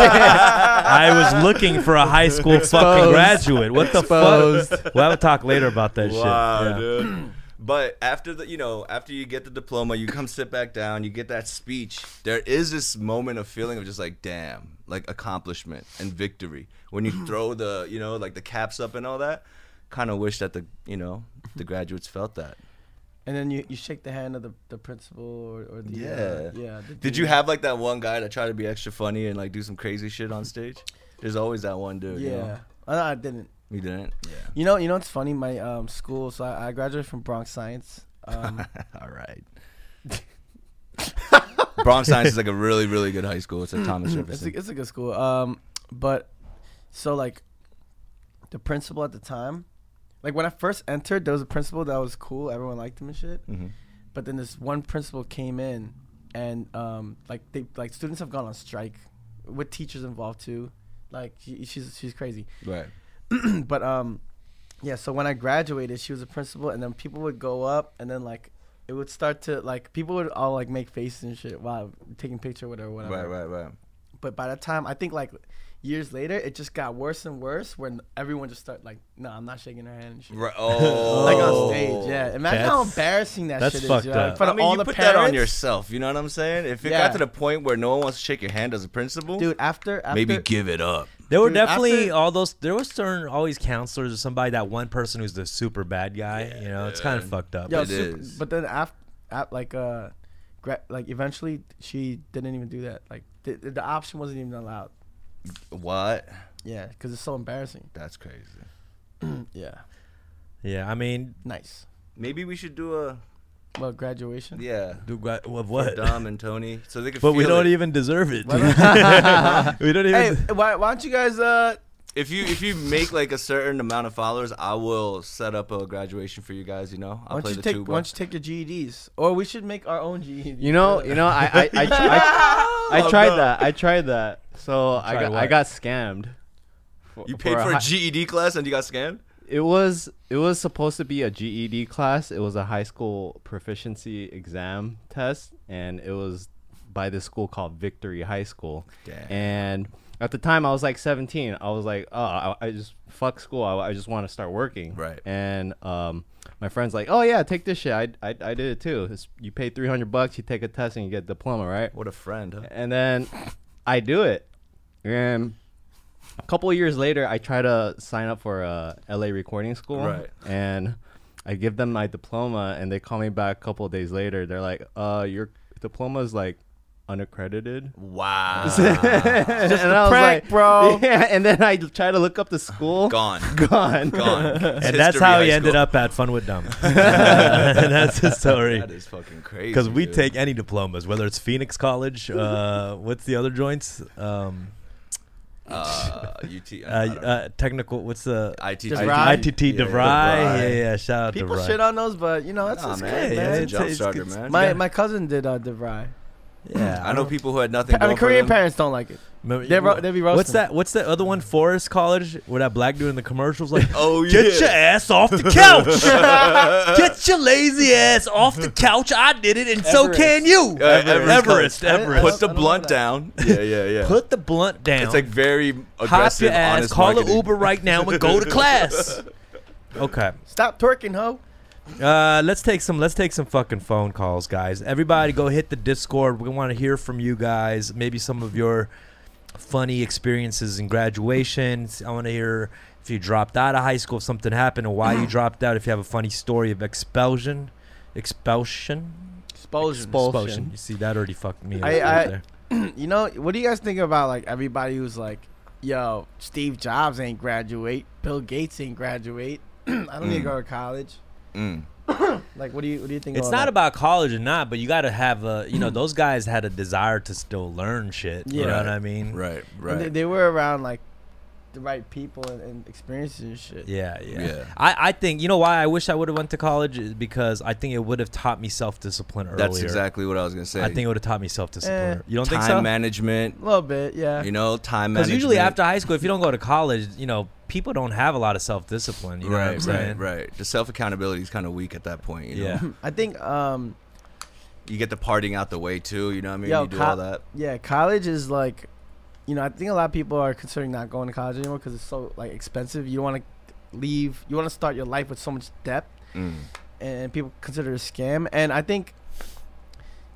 I was looking for a high school fucking
Exposed.
graduate. What the fuck?
Exposed.
We'll have a talk later about that shit.
Wow,
Yeah.
dude. But after the, you know, after you get the diploma, you come sit back down, you get that speech. There is this moment of feeling of just like, damn, like accomplishment and victory. When you throw the, you know, like the caps up and all that, kind of wish that the, you know, the graduates felt that.
And then you, you shake the hand of the, the principal or, or the uh,
Yeah.
yeah. The
Did you
dude.
have like that one guy that tried to be extra funny and like do some crazy shit on stage? There's always that one dude.
Yeah,
You, know?
Uh, I didn't.
You didn't. Yeah.
You know, you know it's funny. My um school. So I, I graduated from Bronx Science. Um,
all right. Bronx Science is like a really, really good high school. It's like Thomas
Mm-hmm. it's
Jefferson.
a, it's a good school. Um, but so like the principal at the time, like when I first entered, there was a principal that was cool. Everyone liked him and shit.
Mhm.
But then this one principal came in, and um, like they like students have gone on strike, with teachers involved too. Like she, she's she's crazy.
Right.
but um yeah so when i graduated she was a principal and then people would go up and then like it would start to like people would all like make faces and shit while taking picture with her or whatever
Right, right, right.
but by that time i think like years later it just got worse and worse when everyone just started like no i'm not shaking her hand and shit
Right. Oh,
like on stage yeah imagine how
That's-
embarrassing that
that's
shit
fucked
is yo. in
up.
front
I
of
mean,
all
you
the
put
parents
that on yourself. You know what I'm saying? If it
Yeah.
got to the point where no one wants to shake your hand as a principal,
dude after, after
maybe give it up.
There were
Dude,
definitely
after-
all those. There was certain always counselors or somebody. That one person who's the super bad guy. you know, it's kind of fucked up.
Yo,
It
super-
is.
But then after, at like uh, gra- like eventually she didn't even do that. Like the, the option wasn't even allowed.
What?
Yeah, because it's so embarrassing.
That's crazy.
Yeah,
Yeah, I mean,
nice.
Maybe we should do a
Well, graduation.
yeah.
do gra- of
for
what?
Dom and Tony, so they could.
But we
feel
don't
it.
even deserve it. dude. we don't even.
Hey, why, why don't you guys uh?
If you if you make like a certain amount of followers, I will set up a graduation for you guys. You know, I'll
Why
play
don't you
the
take
tuba.
why don't you take your GEDs? Or we should make our own E GEDs.
You know, you know, I I, I, I, I
Oh,
tried
no.
that. I tried that. So I
tried
got, I
what?
got scammed. For,
You paid for a
hi-
GED class and you got scammed.
It was it was supposed to be a GED class. It was a high school proficiency exam test, and it was by this school called Victory High School.
Damn.
And at the time, I was like 17. I was like, oh, I, I just fuck school. I, I just want to start working.
Right.
And um, my friend's like, oh yeah, take this shit. I I, I did it too. It's, you pay 300 bucks, you take a test, and you get a diploma, right?
What a friend, huh?
And then I do it. And a couple of years later, I try to sign up for a LA recording school.
Right.
And I give them my diploma, and they call me back a couple of days later. They're like, uh, your diploma is like unaccredited.
Wow.
and I was
prank,
like,
bro.
Yeah. And then I try to look up the school.
Gone.
Gone.
Gone. It's
and that's
history
how
high
he ended
school.
up at Fun with Dumb. and that's the story.
That is fucking crazy.
Because we
dude.
take any diplomas, whether it's Phoenix College, uh, what's the other joints? Um,
uh, UT I-
uh,
I don't know.
uh, technical, what's the
IT
DeVry?
ITT DeVry?
Yeah,
Yeah,
DeVry.
yeah, shout out
People
DeVry.
shit on those, but you know that's
Nah,
just
man.
good,
Yeah,
man.
It's a
it's-
jump
it's-
starter,
it's-
man.
My
Yeah.
my cousin did uh, DeVry.
yeah,
I know people who had nothing.
I mean,
going for
Korean
them.
parents don't like it.
Remember-
They ro- they be roasting
What's
them.
that? What's that other one? Forest College, where that black dude in the commercials like,
Oh yeah.
"Get your ass off the couch! Get your lazy ass off the couch! I did it, and so
Everest.
can you."
Uh, Everest
Everest,
College.
Everest.
Put the
I don't know
blunt
that.
down. Yeah, yeah, yeah.
Put the blunt down.
it's like very
Hop
aggressive.
your ass,
honest
call
marketing.
an Uber right now, and go to class. Okay,
Stop twerking, ho.
uh, let's take some. Let's take some fucking phone calls, guys. Everybody, go hit the Discord. We want to hear from you guys. Maybe some of your funny experiences in graduations. I want to hear if you dropped out of high school, if something happened, and why you dropped out. If you have a funny story of expulsion, expulsion,
Expulsion.
expulsion. You see, that already fucked me up
I-
right
I-
there.
You know, what do you guys think about like everybody who's like, yo, Steve Jobs ain't graduate, Bill Gates ain't graduate. I don't need to go to college.
Mm.
Like, what do you what do you think?
It's
about
not
that?
about college or not, but you got to have a, you know, those guys had a desire to still learn shit. You know
Yeah.
what I mean?
Right,
And They,
right.
they were around like the right people and, and experiences and shit.
Yeah, yeah.
Yeah.
I, I think, you know why I wish I would have went to college is because I think it would have taught me self-discipline earlier.
That's exactly what I was gonna say.
I think it would have taught me self-discipline.
Eh,
you don't
time
think so?
management.
A little bit, yeah.
You know, time management.
Because usually after high school, if you don't go to college, you know, people don't have a lot of self-discipline. You know what I'm
right,
saying?
right, right. The self accountability is kind of weak at that point. You know?
Yeah.
I think um
You get the partying out the way too. You know what I mean?
Yo,
you do
co-
all that.
yeah, college is like you know, I think a lot of people are considering not going to college anymore cuz it's so like expensive. You want to leave, you want to start your life with so much debt
Mm.
and people consider it a scam and I think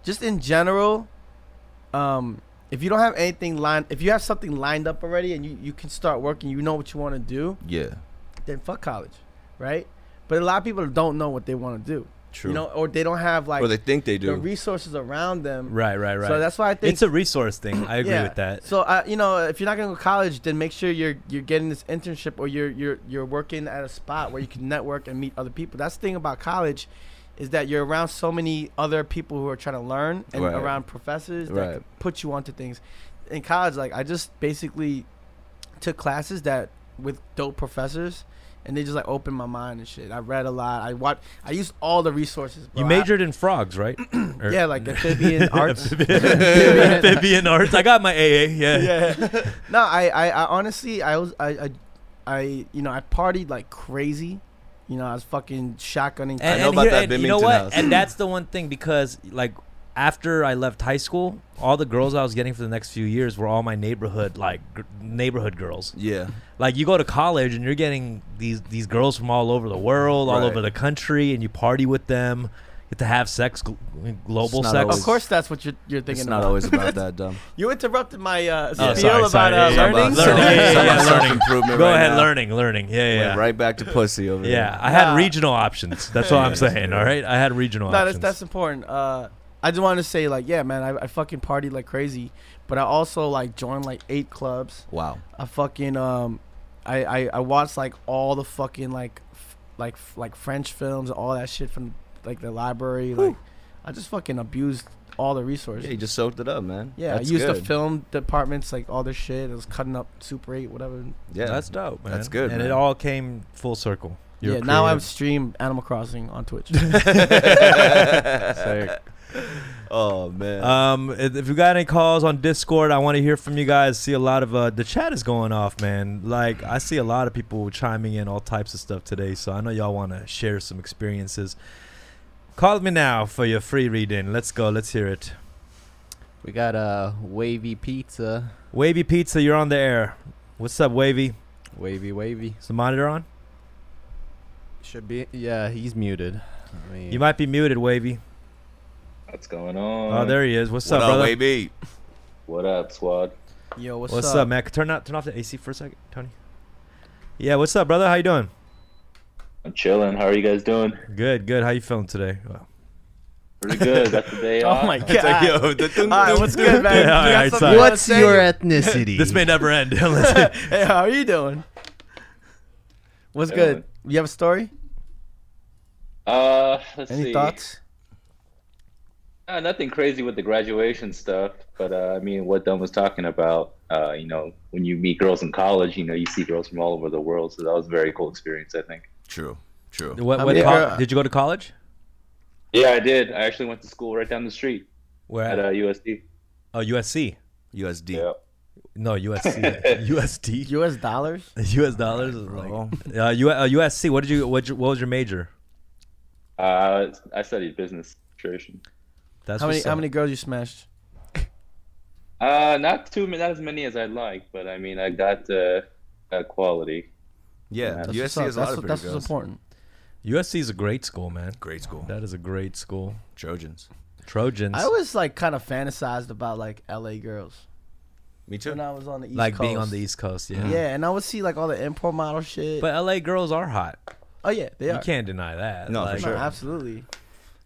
just in general um if you don't have anything lined if you have something lined up already and you, you can start working, you know what you want to do,
Yeah.
then fuck college, right? But a lot of people don't know what they want to do.
True.
You know, or they don't have like
or they think they
the
do.
resources around them.
Right, right, right.
So that's why I think
it's a resource thing. I agree
yeah.
with that.
So uh, you know, if you're not gonna go to college, then make sure you're you're getting this internship or you're you're you're working at a spot where you can network and meet other people. That's the thing about college, is that you're around so many other people who are trying to learn and
Right.
around professors that
Right.
could put you onto things. In college, like I just basically took classes that with dope professors. And they just like opened my mind and shit. I read a lot. I watched. I used all the resources. Bro.
You
I-
majored in frogs, right? Or-
yeah, like amphibian arts.
amphibian arts. I got my AA. Yeah.
yeah. No, I, I, I honestly, I was, I, I, I, you know, I partied like crazy. You know, I was fucking shotgunning.
I know about that
and you know
Bimington
what?
house.
And that's the one thing because like after I left high school, all the girls I was getting for the next few years were all my neighborhood like gr- neighborhood girls.
yeah.
Like you go to college and you're getting these these girls from all over the world, all
Right.
over the country, and you party with them. to have sex, gl- global
not
sex.
always-
Of course, that's what you're, you're thinking
It's not
about.
always about that, dumb.
You interrupted my uh, spiel
Oh, sorry,
about
sorry, yeah,
uh,
yeah, about
learning.
learning.
so-
yeah, yeah, yeah, learning.
Improvement
Go
right
ahead,
now.
learning, learning. Yeah, yeah.
Went right back to pussy over
Yeah,
there.
I had
Nah.
regional options. That's all I'm saying. All right, I had regional
No, that's
options.
that's important. Uh, I just want to say like, yeah, man, I, I fucking party like crazy, but I also like joined like eight clubs.
Wow.
I fucking um, I I, I watched like all the fucking like f- like f- like French films, all that shit from like the library. Like, I just fucking abused all the resources.
Yeah, you just soaked it up, man.
Yeah,
That's
I used the
good.
film departments, like all this shit. It was cutting up Super 8, whatever.
Yeah,
that's dope, man.
That's good,
And it
man.
all came full circle. You're
yeah, now I'm
creative.
stream Animal Crossing on Twitch.
Sick.
oh man.
Um, if if you got any calls on Discord, I want to hear from you guys. See a lot of uh, the chat is going off, man. Like I see a lot of people chiming in all types of stuff today. So I know y'all want to share some experiences. Call me now for your free reading. Let's go. Let's hear it.
We got a wavy pizza.
Wavy Pizza, you're on the air. What's up, Wavy?
Wavy, wavy.
Is the monitor on?
Should be. Yeah, he's muted. I mean,
You might be muted, Wavy.
What's going on?
Oh, there he is. What's
what
up,
up,
brother?
baby?
What up, squad?
Yo, what's,
What's, up? man? Turn out, turn off the AC for a second, Tony. Yeah, what's up, brother? How you doing?
I'm chilling. How are you guys doing?
Good, good. How you feeling today? Well,
Pretty good. Got the day
Oh
off.
my
It's like,
god.
yo, the dun-
All right,
dun-
what's good, man?
Yeah,
You got
all right,
something
sorry.
you wanna
What's
say?
your ethnicity?
this may never end. Unless-
Hey, how are you doing? What's good? You have a story?
Uh, let's
Any
see.
thoughts?
Uh, nothing crazy with the graduation stuff, but uh, I mean, what Don was talking about, uh, you know, when you meet girls in college, you know, you see girls from all over the world. So that was a very cool experience, I think.
True. True.
what,
I
what
mean,
col-
yeah.
did you go to college?
Yeah, I did. I actually went to school right down the street
Where
at
at?
uh, USD.
oh, USC.
USD.
Yeah.
No, USC. USD.
US dollars?
US dollars. is like- uh, U- uh, USC. What did you? What, what was your major?
Uh, I studied business administration.
That's
How many
what's
how
up.
many girls you smashed?
Uh, not too ma- not as many as I'd like, but I mean, I got uh, got quality.
Yeah,
That's what's
That's
USC
up.
is a
that's
lot
what-
of
that's
pretty
what's
girls.
important.
USC is a great school, man.
Great school.
That is a great school.
Trojans.
Trojans.
I always like kind of fantasized about like LA girls
Me too.
when I was on the East
like being on
Coast.
the East Coast. Yeah.
Yeah, and I would see like all the import model shit.
But LA girls are hot.
oh yeah, they
You
are.
can't deny that.
No, for
Like,
No,
sure.
absolutely.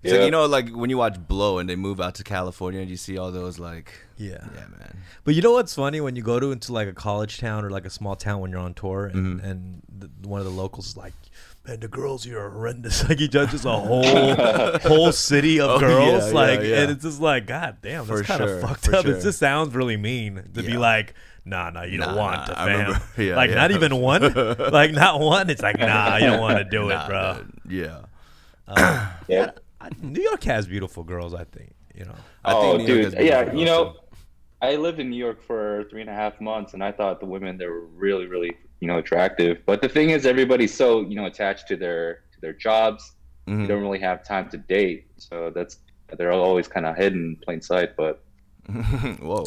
It's like you know, like when you watch Blow and they move out to California and you see all those like,
Yeah.
yeah, man.
But you know what's funny when you go to into like a college town or like a small town when you're on tour and
Mm-hmm.
and the, one of the locals is like, man, the girls here are horrendous. Like he judges a whole whole city of
Oh,
girls.
yeah,
like
yeah, yeah.
and it's just like, god damn, that's
For
kind of
sure,
fucked
for
up. It
sure.
just sounds really mean to be
Yeah.
like. Nah, nah, you don't
Nah,
want
nah,
to,
I
fam.
remember- yeah,
like,
yeah.
not even one. like, not one. It's like, nah, you don't want to do it,
Nah,
bro. Um,
dude. Yeah.
Yeah.
I, New York has beautiful girls, I think. You know,
I
oh,
think New York
dude,
has
yeah,
beautiful
you
girls,
know, I lived in New York for three and a half months, and I thought the women there were really, really, you know, attractive. But the thing is, everybody's so you know attached to their to their jobs,
Mhm.
you don't really have time to date. So that's they're always kind of hidden in plain sight. But
Whoa.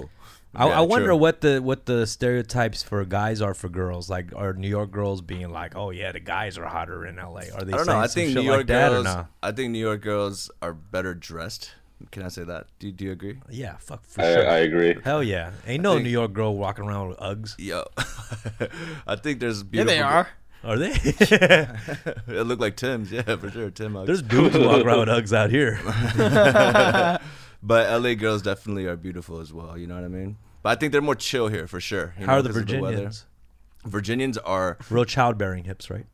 I,
Yeah,
I wonder
true.
what the what the stereotypes for guys are for girls. Like, are New York girls being like, "Oh yeah, the guys are hotter in L.A." Are they?
I don't know.
saying
I
some
think
shit
New
like
York
that or
girls.
nah?
I think New York girls are better dressed. Can I say that? Do, do you agree?
Yeah, fuck for
I,
sure.
I agree.
Hell yeah, ain't no
think-
New York girl walking around with Uggs,
Yo, I think there's
Yeah,
beautiful.
they are.
are they?
it looked like Tim's, yeah, for sure. Tim Uggs.
There's dudes who walk around with Uggs out here.
But LA girls definitely are beautiful as well. You know what I mean? But I think they're more chill here for sure. you
How
know,
are the
'cause of weather.
Virginians?
Virginians are.
Real childbearing hips, right?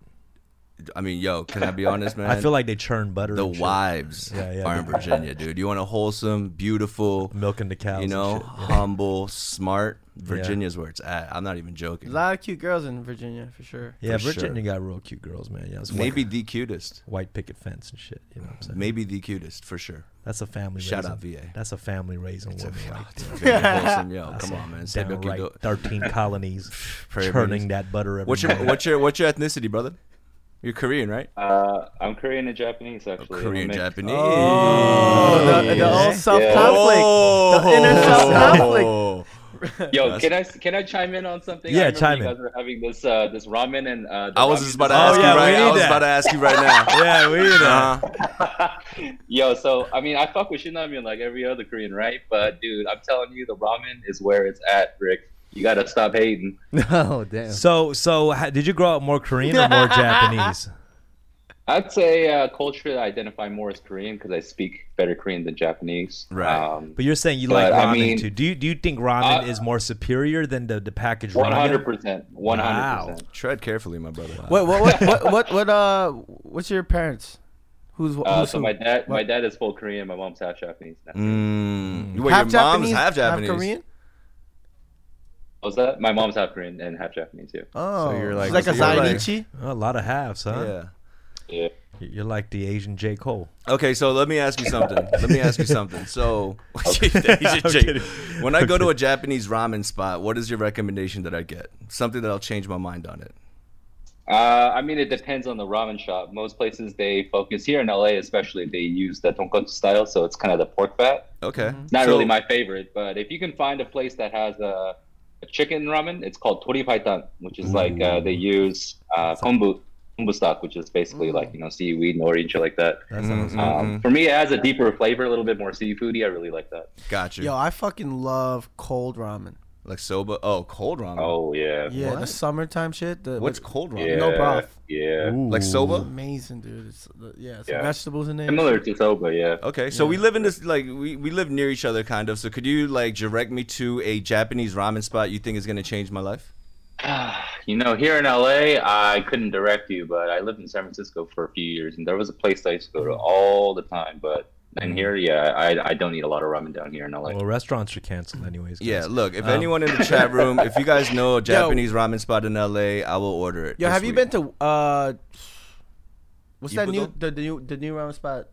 I mean, yo, can I be honest, man?
I feel like they churn butter.
the
and shit.
wives
Yeah, yeah,
are in
they-
Virginia, dude. You want a wholesome, beautiful,
milking the cows.
you know,
and shit.
humble, smart. Virginia's where it's at. I'm not even joking.
A lot of cute girls in Virginia for sure.
yeah,
for
Virginia got real cute girls, man. Yeah, it's
Maybe
maybe
the cutest.
white picket fence and shit. You know what I'm saying?
Maybe the cutest for sure.
That's a family.
Shout
raising,
out VA.
That's a family raising woman. right there.
Wholesome, yo, come on, man. Say
downright
Doki Do-
13 colonies
Prairie
churning
Babies.
that butter every
What's your
day.
what's your what's your ethnicity, brother? You're Korean, right? Oh,
Uh, I'm Korean and Japanese actually. I'm
Korean,
mixed.
Japanese.
Oh, the, the old self conflict.
Oh.
The inner self-conflict.
Yo,
That's-
can I can I chime in on something? I
Yeah,
remember
chime
you
in.
guys were having this uh, this ramen and uh, the
I was
ramen
just about to
Oh,
ask
yeah,
you
we
right.
need
I was
that.
about to ask you right now.
yeah, we know.
Uh-huh.
Yo, so I mean, I fuck with Shinramen like every other Korean, right? But dude, I'm telling you, the ramen is where it's at, Rick. You gotta stop hating.
No, damn.
So, so ha- did you grow up more Korean or more Japanese?
I'd say uh, culture I identify more as Korean because I speak better Korean than Japanese.
Right.
Um,
But you're saying you
But,
like ramen
I mean,
too. Do you do you think ramen
uh,
is more superior than the the packaged
One
ramen?
hundred percent. One hundred percent.
Tread carefully, my brother.
Wait, what, what, what, what, what, uh, what's your parents? Who's, who's
Uh, so
who?
my dad, my dad is full Korean. My mom's half Japanese. Now.
Mm. Wait,
half
your mom's
Japanese,
half Japanese.
half Korean.
Was that? My mom's half Korean and half Japanese. Yeah.
Oh,
you're
she's
like-
like a
so you're like-
Zainichi.
A lot of halves, huh?
Yeah.
Yeah.
You're like the Asian J Cole.
Okay, so let me ask you something. let me ask you something. So,
I'm kidding.
when I go to a Japanese ramen spot, what is your recommendation that I get? Something that I'll change my mind on it.
Uh, I mean, it depends on the ramen shop. Most places they focus here in LA, especially they use the tonkatsu style, so it's kind of the pork fat.
Okay.
It's Mm-hmm. not
So-
really my favorite, but if you can find a place that has a, a chicken ramen, it's called tori paitan, which is like uh, they use uh, kombu, kombu stock, which is basically like you know seaweed and orange like that.
That sounds
Um, For me, it has a deeper flavor, a little bit more seafoody. I really like that.
Got you.
Yo, I fucking love cold ramen.
like soba. Oh, cold ramen.
Oh yeah,
Yeah, the summertime shit. The,
What's cold ramen?
yeah,
no broth.
yeah.
Like soba?
amazing, dude. It's
uh,
yeah, it's
Yeah.
vegetables in there.
Similar to soba, yeah.
Okay, so we live in this like we, we live near each other kind of. So could you like direct me to a Japanese ramen spot you think is gonna change my life?
You know, here in LA, I couldn't direct you, but I lived in San Francisco for a few years, and there was a place I used to go to all the time. But
Mm.
and here, yeah, I, I don't eat a lot of ramen down here in LA.
Well, restaurants are canceled anyways. guys.
Yeah, look,
Um,
if anyone in the chat room, if you guys know a Japanese ramen spot in LA, I will order it.
Yo,
this
have you been
week.
to uh, what's that new
Ibudo?
the, the new the new ramen spot?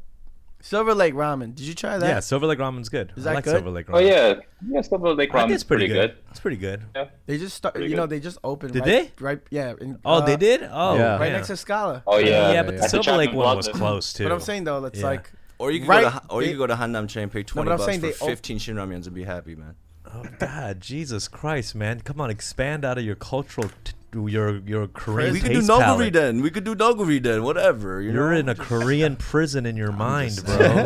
Silver Lake Ramen. Did you try that?
yeah. Silver Lake ramen's good.
Is
I
that
like
good?
Silver Lake ramen.
oh yeah, yeah, stuff like
I
ramen
think
is
it's pretty, good. It's pretty good.
They just start.
Pretty
You know,
good.
they just opened.
Did
right, Right. Yeah. in,
Oh,
uh,
they did. Oh,
Yeah.
man.
Right next to Scala.
Oh yeah,
yeah, but the
yeah.
Silver Lake one was
close.
close too.
But I'm saying though, it's
Yeah.
like
Or you could
Right,
go to or you
they-
could go to Hanam Chain, pay twenty
but I'm
bucks
saying
for
they op-
fifteen shinramyuns and be happy, man.
Oh God, Jesus Christ, man! Come on, expand out of your cultural, t- your your Korean
we could do
taste
noguri
palette.
then. We could do noguri then. Whatever. You
You're
know?
in a Korean prison in your mind, bro. God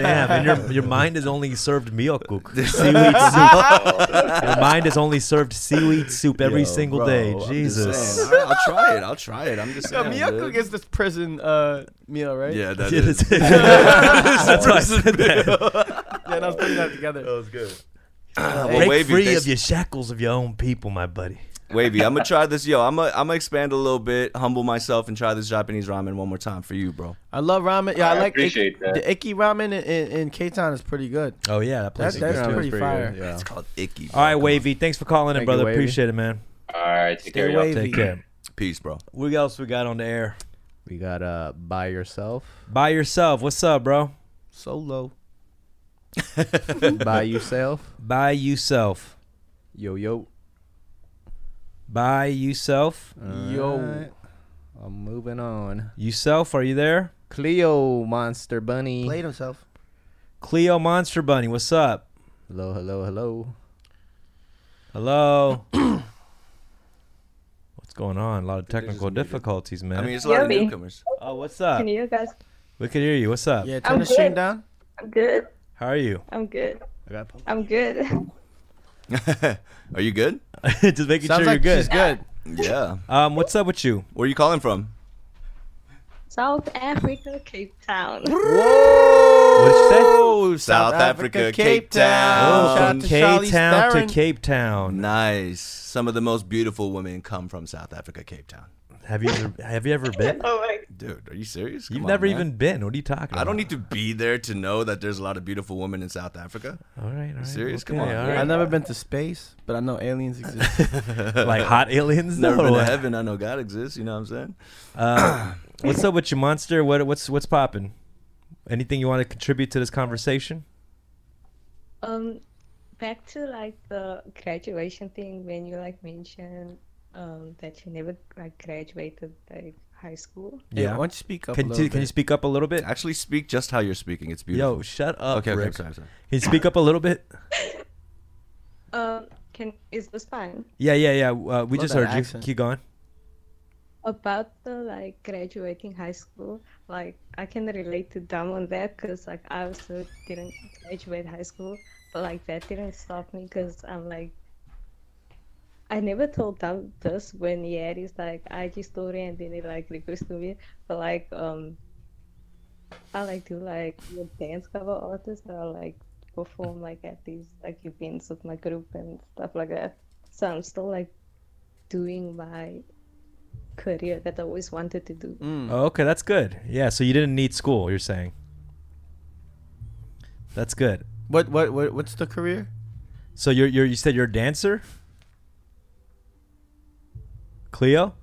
damn, and your your mind is only served miokguk, seaweed soup. your mind is only served seaweed soup every
Yo,
single
bro,
day.
I'm just
Jesus.
saying. I- I'll try it. I'll try it. I'm just
Yo,
saying.
Miyako
dude.
gets this prison uh meal, right?
yeah, that
Yeah,
is.
that's it. That's why I said that.
Yeah, and I was putting that together. Uh,
was good. well,
Break
wavy,
free
thanks-
of your shackles of your own people, my buddy.
Wavy, I'm gonna try this. Yo, I'm gonna I'm gonna expand a little bit, humble myself, and try this Japanese ramen one more time for you, bro.
I love ramen. Yeah, I,
I
like ik-
appreciate that.
the Icky ramen in, in, in K-Town is pretty good.
Oh yeah, that
That,
place.
that's
Ramen's
pretty,
pretty
fire.
good, yeah.
It's called Icky. Bro.
All right, Wavy. Thanks for calling in,
Thank you,
brother.
Wavy.
Appreciate it, man.
All right, take care,
Stay
y'all.
wavy.
Take care.
Peace, bro.
What else we got on the air?
We got uh by yourself,
By yourself. What's up, bro?
Solo.
by yourself,
By yourself.
yo yo.
By yourself.
Yo.
Alright, I'm moving on.
Yourself, are you there?
Cleo Monster Bunny.
Played himself.
Cleo Monster Bunny, what's up?
Hello, hello, hello.
Hello. what's going on? A lot of technical difficulties, man.
I mean, it's a lot of
Yummy.
newcomers.
oh, what's up?
Can you guys?
We can hear you. What's up?
Yeah, turn
I'm
the stream
good.
down.
I'm good.
How are you?
I'm good.
I got po-
I'm good.
Are you good?
Just making
Sounds
sure
like
you're
she's
good.
good.
Yeah.
Um, what's up with you?
Where are you calling from?
South Africa, Cape Town.
What did you say?
Oh,
South Africa, Cape Town.
Oh,
Shout out
from
to
Cape
Charlize
Town to
Theron.
Cape Town.
Nice. Some of the most beautiful women come from South Africa, Cape Town.
Have you ever, have you ever been?
oh my.
Dude, are you serious?
You've
Come on,
never
man.
even been. What are you talking about?
I don't need to be there to know that there's a lot of beautiful women in South Africa.
All right, all right.
serious?
okay,
Come on,
all
man.
right.
I've never been to space, but I know aliens exist.
like hot aliens.
Never
though,
been
or
to
what?
heaven. I know God exists. You know what I'm saying?
Uh, what's up with you, monster? What what's what's popping? Anything you want to contribute to this conversation?
Um, back to like the graduation thing when you like mentioned um that you never like graduated like high school.
yeah. Why don't you speak up a
Can
little
you, can you
bit?
speak up a little bit?
Actually, speak just how you're speaking. It's beautiful.
Yo, shut up,
okay, okay,
Rick.
I'm sorry, I'm sorry.
Can you speak up a little bit?
Um, Can is this fine?
Yeah, yeah, yeah. Uh, we
Love
just
that
heard
accent.
you. Keep going.
About the like graduating high school, like I can relate to Dom on that because like I also didn't graduate high school, but like that didn't stop me because I'm like, I never told Dom this when he had his like IG story and then he like requested me, but like um, I like do like the dance cover artists that I like perform like at these like events with my group and stuff like that. So I'm still like doing my career that I always wanted to do.
Mm.
Oh, okay, that's good. Yeah, so you didn't need school. You're saying. That's good.
What what what what's the career?
So you're, you're you said you're a dancer. Cleo.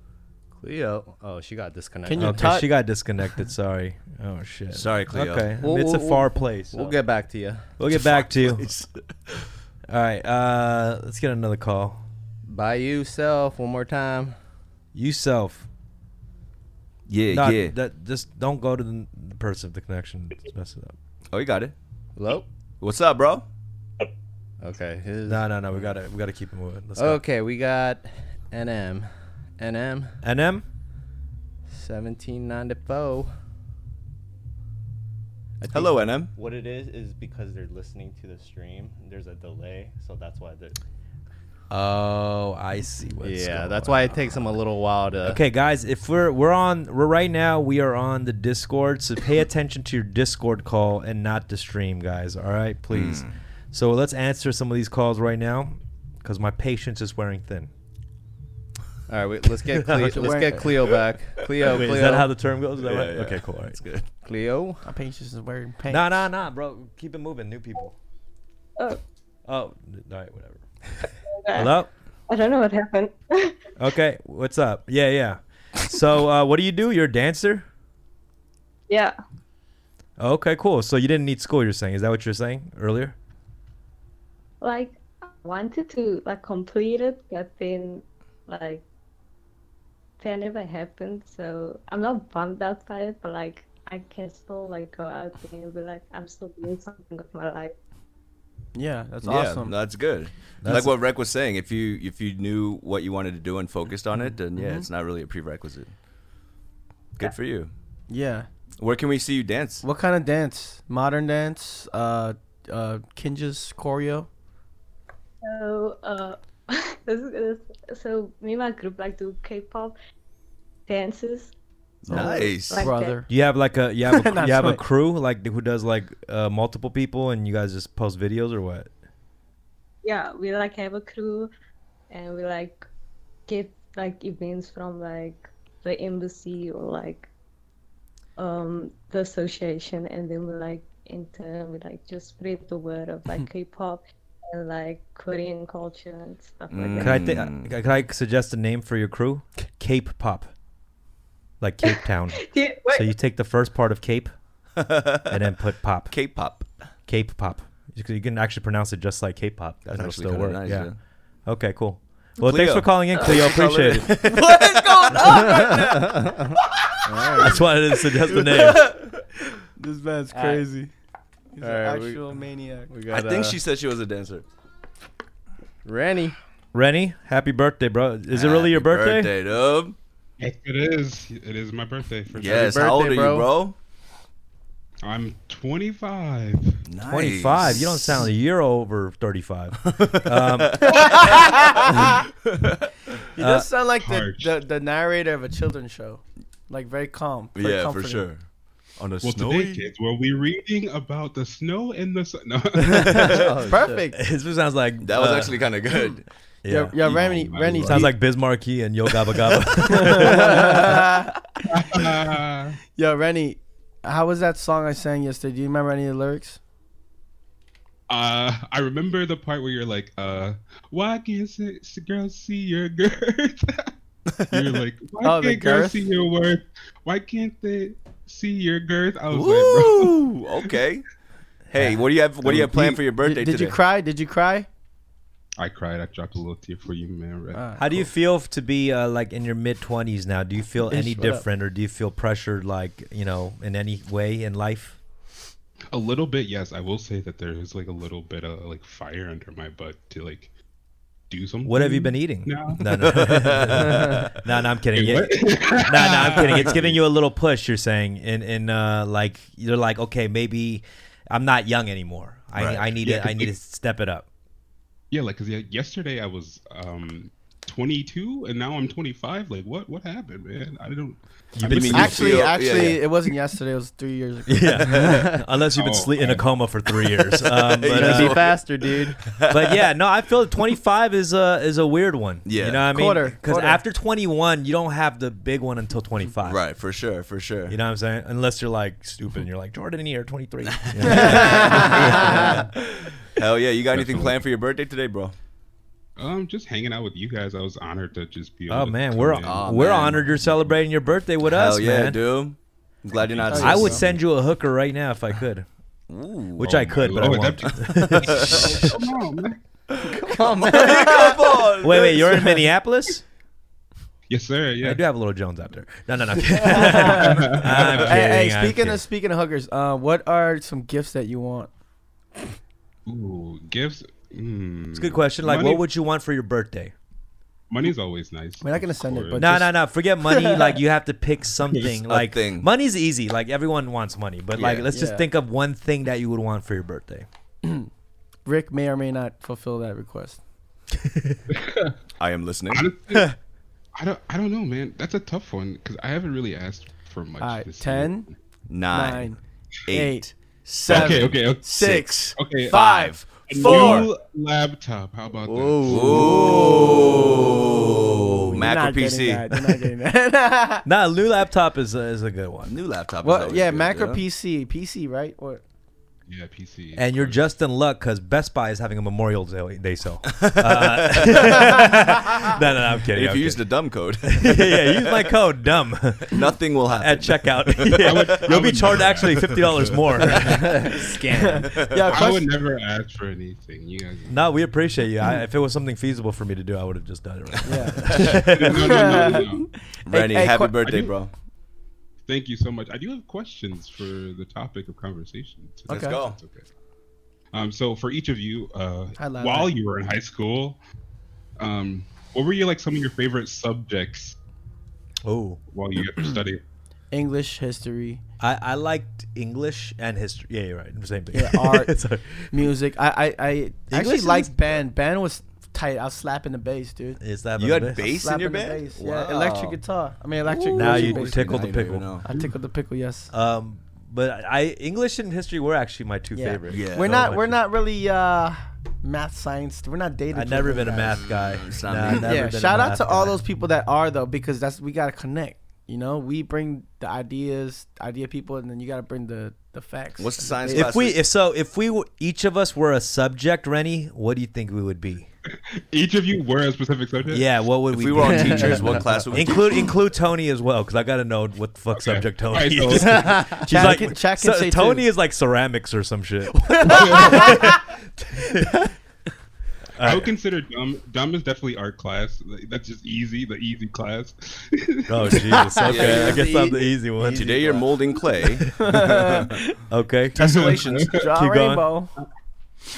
Cleo. Oh, she got disconnected.
Can you-
Okay,
Cut.
she got disconnected. Sorry. Oh shit.
Sorry, Cleo.
Okay, I mean,
We'll-
it's a
we'll-
far place.
We'll
so-
get back to you.
we'll get back to you.
It's-
All right. Uh, let's get another call.
By yourself one more time.
You self.
yeah,
Not-
yeah.
That just don't go to the the person if the connection messes up.
oh, you got it.
Hello.
What's up, bro?
Okay. his-
No, no, no. We gotta we gotta keep it moving. Let's go.
Okay, we got NM. NM
NM.
seventeen ninety four.
Hello, NM.
What it is is because they're listening to the stream. There's a delay, so that's why. The,
Oh, I see. What's
yeah,
going
that's
on.
why it takes them a little while to.
Okay, guys, if we're we're on we're right now we are on the Discord, so pay attention to your Discord call and not the stream, guys. All right, please. So let's answer some of these calls right now, because my patience is wearing thin.
All right, wait, let's get Cleo, let's get Cleo back. Cleo,
Wait,
Cleo,
is that how the term goes? Is that
Yeah,
right?
yeah.
Okay, cool. All right.
That's good.
Cleo.
My patience is wearing pants.
Nah, nah, nah, bro. Keep it moving. New people.
Oh,
Oh, all right, whatever. Hello.
I don't know what happened.
Okay, what's up? Yeah, yeah. So, uh, what do you do? You're a dancer.
yeah,
Okay, cool. So you didn't need school. You're saying is that what you're saying earlier?
like I wanted to like complete it, but then like that never happened. So I'm not bummed out by it, but like I can still like go out there and be like I'm still doing something with my life.
Yeah, that's awesome.
Yeah, that's good. like what Rec was saying, if you if you knew what you wanted to do and focused on it, then yeah,
Mm-hmm.
it's not really a prerequisite. Good for you.
yeah.
Where can we see you dance?
What kind of dance? Modern dance? Uh uh Kinja's choreo?
So uh, this is, this, so me and my group like do K-pop dances. Oh.
Nice.
Like that.
Brother.
Do you have like a you have a,
Not
you have a
funny.
crew like who does like uh, multiple people and you guys just post videos or what?
yeah we like have a crew and we like get like events from like the embassy or like um the association and then we like in turn we like just spread the word of like k-pop and like korean culture and stuff like
Can
that
Mm. I thi- uh, can I suggest a name for your crew? Cape Pop, like Cape Town.
yeah, wait,
so you take the first part of Cape and then put Pop.
K-pop.
Cape Pop. You can- you can actually pronounce it just like Cape Pop.
That's
and it'll
actually
still
kinda
work.
nice,
yeah.
yeah.
Okay. Cool. Well,
Cleo.
thanks for calling in, Cleo. Appreciate it.
what is going on?
I just wanted to suggest the name.
This man's crazy. He's
All
an
right, we-
actual maniac.
We
I
got.
think
uh,
she said she was a dancer.
Rennie.
Rennie, happy birthday, bro. Is it really your
Happy
birthday?
Birthday, dub.
Yes, it is. It is my birthday. For
Yes.
birthday,
How old are you,
bro.
bro?
I'm 25.
25. You don't sound a year over Um, 35.
He
Uh,
does sound like the,
Harsh.
the the narrator of a children's show. Like very calm. very
Yeah, for
comforting.
sure. On a
Well, today,
snowy.
kids, we'll be reading about the snow and the sun. No.
Perfect.
Oh, this sounds like
That was
uh,
actually kind of good.
Yeah, yeah, Rennie,
my
Rennie.
lord.
Sounds like Bismarcky and Yo Gabba Gabba.
Uh,
Yo, Rennie, how was that song I sang yesterday? Do you remember any of the lyrics?
uh, I remember the part where you're like, uh, why can't si- si- girls see your girth? you're like, why
Oh, the
can't girls
girth?
see your worth? Why can't they see your girth? I was like, bro.
Ooh. Okay. Hey, what do you have? What do you have planned for your
Did-
birthday
Did,
today?
you cry? Did you cry?
I cried. I dropped a little tear for you, man. Right?
Ah.
How do you feel to be uh, like in your mid 20s now? Do you feel any
shut up.
different or do you feel pressured like, you know, in any way in life?
A little bit, yes. I will say that there is like a little bit of like fire under my butt to like do something.
What have you been eating?
Mm-hmm. No.
no, no, no, no, I'm kidding. Yeah. no, no, I'm kidding. It's giving you a little push. You're saying, and and uh, like you're like, okay, maybe I'm not young anymore. I
Right.
I need
Yeah,
to I
'cause
need to
it-
step it up.
Yeah, like because yesterday I was um 22 and now I'm 25. Like what? What happened, man? I don't.
You've
been
You
Actually,
feel- yeah,
actually,
yeah.
it wasn't yesterday. It was three years ago.
Yeah, unless you've been
Oh,
sleep in a
okay.
coma for three years. Um, but,
Yeah.
uh,
Be faster, dude.
but yeah, no, I feel 25 is a is a weird one.
Yeah.
you know what I mean?
Quarter,
Because
quarter.
after 21, you don't have the big one until 25.
Right, for sure, for sure.
You know what I'm saying? Unless you're like stupid and you're like Jordan in here, 23.
Hell yeah! You got anything planned for your birthday today, bro?
Um, just hanging out with you guys. I was honored to just be. Able
Oh
to
man,
come
we're
in.
Aw,
we're
man.
honored you're celebrating your birthday with
Hell
us,
yeah,
man.
dude. I'm glad you're not.
Oh,
I would
So-
send you a hooker right now if I could,
Ooh.
which
Oh,
I could,
my
but I
Lord,
won't.
that'd be- Come on, man.
Come on.
Wait, wait, you're in Minneapolis?
Yes, sir. Yeah.
I do have a little Jones out there. No, no, no. I'm kidding. I'm kidding.
Hey, hey,
I'm
speaking
kidding.
of speaking of hookers, uh, what are some gifts that you want?
Ooh, gifts. Mm.
it's a good question. Like,
money,
what would you want for your birthday?
money's always nice.
We're not gonna
of
send it,
course.
but-
No,
just-
no, no. Forget money. Like you have to pick something.
a
Like
thing.
money's easy. Like everyone wants money, but like
Yeah.
let's just
Yeah.
think of one thing that you would want for your birthday.
Rick may or may not fulfill that request.
I am listening.
Honestly, I don't. I don't know, man. That's a tough one because I haven't really asked for much.
All right,
this year.
ten,
Nine,
nine,
eight,
eight,
seven,
Okay, okay, okay.
six,
Okay,
five,
A
four.
New laptop. How about
Ooh, Mac
Not
or PC?
getting that. You're not getting that.
Nah, new laptop is a, is a good one.
New laptop. is
Well,
always
yeah,
good,
Mac or
yeah.
PC? PC, right? Or
that? Yeah, PC.
And you're just in luck because Best Buy is having a Memorial Day Day sale. Uh, no, no, no, I'm kidding.
If
I'm
you use the dumb code,
kidding. yeah, use my code dumb
nothing will happen.
at checkout. Yeah. You'll be
would
charged
never
actually
ask.
fifty dollars more. Scam.
yeah,
I would
question,
never ask for anything. You guys.
No, we appreciate you. I, if it was something feasible for me to do, I would have just done it. Right now.
yeah.
No, no, no, no, no.
Rennie,
hey,
happy
que-
birthday,
I do-
bro.
Thank you so much. I do have questions for the topic of conversation. today.
Let's
Okay.
go.
That's okay. Um, so for each of you, uh,
Hi, Lala.
while you were in high school, um, what were your like some of your favorite subjects
Oh,
while you were studying?
English, history,
I, I liked English and history. Yeah, you're right. Same thing.
Yeah, art.
Sorry.
music. I I, I actually
English
liked band. Band was tight. I was slapping the bass, dude.
Is that
You
the
had
best?
bass in
Slapping
your
the
band?
bass. Yeah, electric guitar. I mean, electric.
Now
electric
you
bass.
tick- tickled the
Now you don't
pickle.
even know.
I tickled the pickle. Yes.
Um, but I English and history were actually my two
Yeah.
favorite.
Yeah.
we're
so
not.
much.
We're not really uh, math science. We're not dated.
I've never been a
driven
math
guys.
guy.
it's not
Nah,
me.
I've never
yeah.
been a
Shout out
math
to all
guy.
those people that are though, because that's we gotta connect. You know, we bring the ideas, idea people, and then you gotta bring the the facts.
What's the science
If
class?
we if so if we were, each of us were a subject, Rennie, what do you think we would be?
Each of you were a specific subject.
Yeah, what would
if
we?
we
be?
were all teachers, what class would we
include include Tony as well, because I gotta know what the fuck
Okay.
subject
All
Tony
right, so-
is. She's
Chad
like,
can- Chad can
so-
say
Tony
too.
is like ceramics or some shit.
I would consider dumb. Dumb is definitely art class. Like, That's just easy, the easy class.
oh Jesus! Okay,
Yeah.
I guess I'm the easy one.
teach? Today you're molding clay.
Okay,
Tessellations.
Draw
Keep going.
rainbow.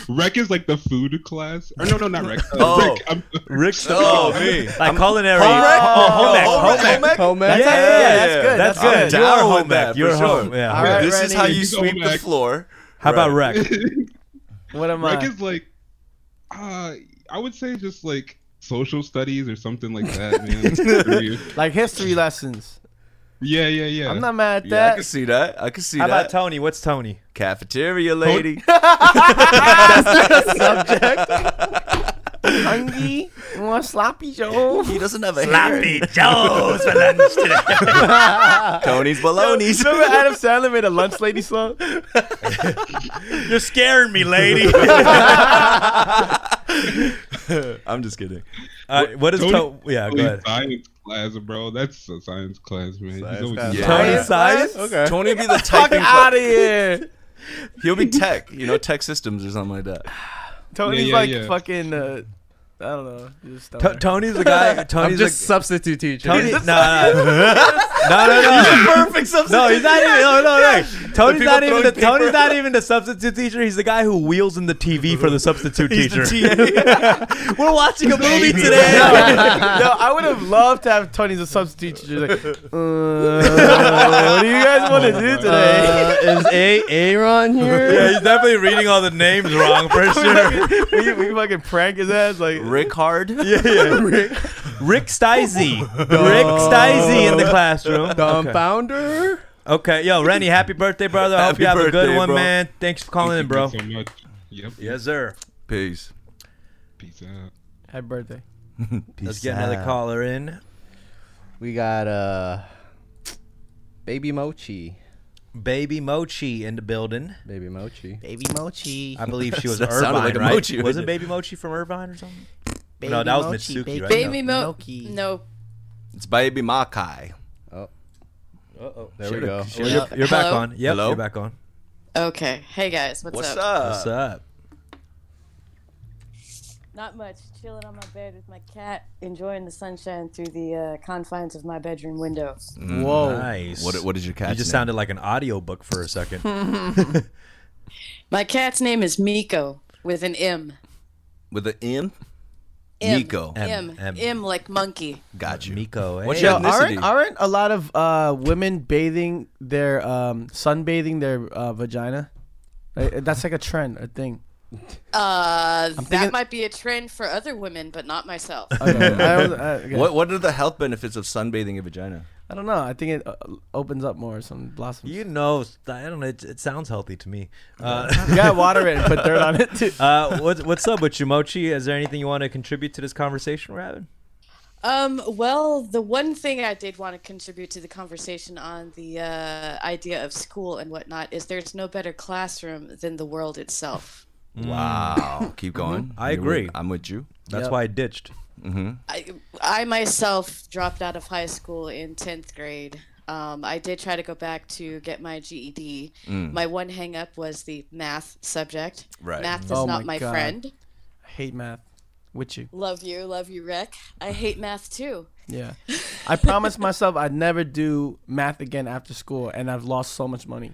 Rec is like the food class. Or no, no, not rec. Uh,
Oh.
Rick, I'm-
Rick's
Oh, me.
like culinary.
Oh,
Oh, home ec,
home
home
ec,
ec.
home ec?
Home
Yeah,
ec?
yeah,
yeah,
yeah,
yeah.
that's
I'm
good.
down
You're
with
home
that,
ec.
for
You're
sure.
home. Yeah.
All right,
this is how
Rennie.
you
You go
sweep the
back.
floor.
How about
Right.
rec?
What am
Rec
I?
is like, uh, I would say just like social studies or something like that, man.
Like history lessons.
yeah, yeah, yeah.
I'm not mad at
Yeah, I
that.
can see that. I can see
How about
that.
Tony? What's Tony?
Cafeteria lady.
Hungry? You want sloppy Joe?
he doesn't have a hair.
Sloppy Joe's for lunch today.
Tony's baloney's.
Remember Adam Sandler made a lunch lady song?
You're scaring me, lady.
I'm just kidding.
Uh, what is
Tony-
Tony? Yeah, go
Totally
ahead.
science class, bro. That's a science class, man. He's
Science
always-
class.
Yeah.
Tony
Science
science?
Okay.
Tony will be the
Fuck
typing.
out of here.
He'll be tech, you know, tech systems or something like that.
Tony's
yeah,
like
yeah.
fucking uh, I don't know. He's a stoner.
To- Tony's the guy. Tony's
I'm just
the,
substitute teacher.
Tony. No, no, no, no, no, no.
Perfect substitute.
No, he's not even. No, no, no. Tony's
people
not even the
throwing paper.
Tony's not even the substitute teacher. He's the guy who wheels in the TV for the substitute
He's
teacher.
the TA.
We're watching a movie
baby.
today.
no, I would have loved to have Tony as a substitute. teacher. Just like, uh, what do you guys want to do today?
Uh, is a Aaron
Yeah,
here?
he's definitely reading all the names wrong for sure.
we, we fucking prank his ass. Like,
Rick Hard.
Yeah, yeah. Rick, Rick Stizy. Rick Stizy in the classroom.
Dumb
Okay.
founder.
okay, yo, Rennie, happy birthday, brother. I hope
Happy
you have a good
birthday,
one,
bro.
man. Thanks for calling in,
Thank you
bro.
so much. Yep.
Yes, sir.
Peace.
Peace out.
happy birthday.
Let's get another caller in.
We got uh, baby Mochi.
Baby Mochi in the building.
Baby Mochi.
Baby Mochi.
I believe she was
That
Irvine,
sounded like a
right?
mochi,
Wasn't
wasn't
Baby Mochi from Irvine or something? no, that was Mitsuki, right?
Baby Mo.
Milky.
No.
It's Baby Makai.
Uh-oh.
There we go.
You're, you're back
Hello?
on. Yep,
Hello?
you're back on.
Okay. Hey guys, what's, up?
What's up?
What's up?
Not much. Chilling on my bed with my cat, enjoying the sunshine through the uh, confines of my bedroom window.
Mm. Whoa.
Nice.
What, what is your cat's
you just
name?
sounded like an audiobook for a second.
My cat's name is Miko with an M.
With an M?
M.
Miko.
M.
M.
M. like monkey.
Got you.
Miko.
What's
hey.
your
Yo, aren't
ethnicity?
aren't a lot of uh, women bathing their um, sunbathing their uh, vagina? Like, that's like a trend, a thing.
Uh,
thinking-
that might be a trend for other women, but not myself.
Okay, I, don't, I- okay.
What What are the health benefits of sunbathing your vagina?
I don't know. I think it uh, opens up more, some blossoms.
You know, I don't know. It, it sounds healthy to me. Uh,
You gotta water it and put dirt on it too.
uh, what, what's up with Jumochi? Is there anything you want to contribute to this conversation we're having?
Um, well, the one thing I did want to contribute to the conversation on the uh, idea of school and whatnot is there's no better classroom than the world itself.
Wow. Keep going.
Mm. Mm-hmm. I
You're
agree.
with- I'm with you. Mm-hmm.
That's
Yep.
why I ditched.
I, I myself dropped out of high school in 10th grade. Um, I did try to go back to get my GED.
Mm.
My one hang up was the math subject.
Right.
Math is
Oh
not
my
my
God.
friend.
hate math with you.
Love you, love you, Rick. I hate math too.
Yeah. I promised myself I'd never do math again after school, and I've lost so much money.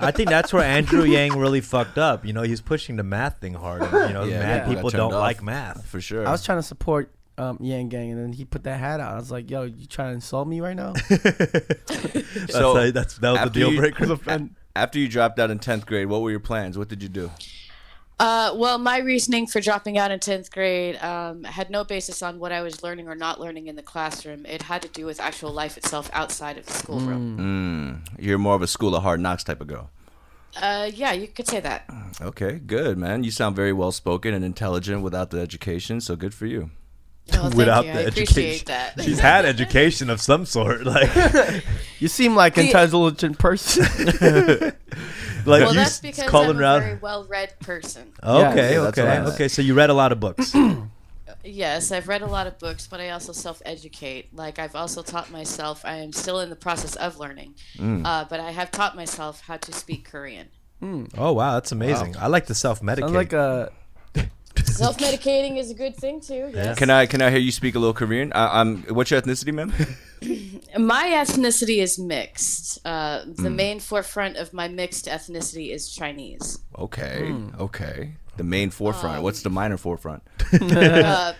I think that's where Andrew Yang really fucked up. You know, he's pushing the math thing hard. You know,
Yeah,
mad
people got
people
turned
don't
off.
like math.
For sure.
I was trying to support um, Yang Gang, and then he put that hat out. I was like, yo, you trying to insult me right now?
That's,
So,
how- that's that was the
after
deal
you-
breaker.
offended.
After you dropped out in 10th grade, what were your plans? What did you do?
Uh, well, my reasoning for dropping out in 10th grade um, had no basis on what I was learning or not learning in the classroom. It had to do with actual life itself outside of the
Mm.
schoolroom.
Mm. You're more of a school of hard knocks type of girl.
Uh, yeah, you could say that.
Okay, good, man. You sound very well spoken and intelligent without the education, so good for you.
Well, thank
Without
you.
the
I appreciate
education.
that.
She's had education of some sort. Like,
You seem like an intelligent person.
like
Well,
you
that's
s-
because
calling
I'm a
around.
very well-read person.
Yeah,
Okay,
yeah, that's what
okay,
I meant.
okay. So you read a lot of books.
Hmm.
Yes, I've read a lot of books, but I also self-educate. Like I've also taught myself. I am still in the process of learning, uh, but I have taught myself how to speak Korean.
oh wow, that's amazing. I like to self-medicate.
I'm like uh, a.
Self-medicating is a good thing too. Yes.
Can I can I hear you speak a little Korean? I, I'm. What's your ethnicity, ma'am?
My ethnicity is mixed. Uh, the main forefront of my mixed ethnicity is Chinese.
Okay,
Hmm.
okay. The main
Um,
forefront. What's the minor forefront?
Uh,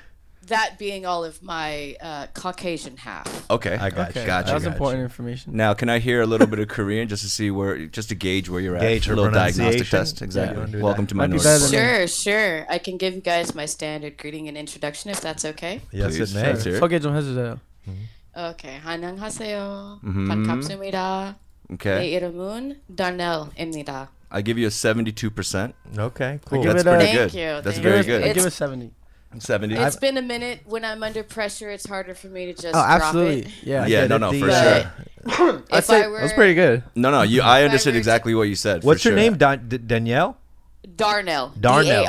That being all of my uh, Caucasian half.
Okay, I
got you.
Gotcha.
That was
gotcha.
important information.
Now, can I hear a little bit of Korean just to see where, just to gauge where you're at?
Gauge
a
her
little diagnostic
pronunciation?
test.
Yeah, you
Exactly.
wanna do
Welcome
that.
to
Might
my
be better than-
Sure, sure. I can give you guys my standard greeting and introduction if that's okay.
yes, it
please.
may.
Sure. here.
Okay, 좀 해주세요.
Okay. 환영하세요. 반갑습니다. 내
Mm-hmm. Okay,
이름은 Darnell입니다.
I give you a 72 percent.
Okay, cool.
give
That's
it a-
pretty good.
Thank you,
That's
thank
very
you.
good.
I
It's-
give it 70.
70.
It's been a minute. When I'm under pressure, it's harder for me to just
Oh,
drop
absolutely.
it.
Yeah.
yeah,
did
no,
it
no,
the- uh,
for
But
sure.
if
I'd say
I were
that's pretty good.
No, no, you. I understood
were to-
exactly what you said. for
What's your
sure.
name, Dan- D- Danielle?
Darnell,
Darnell.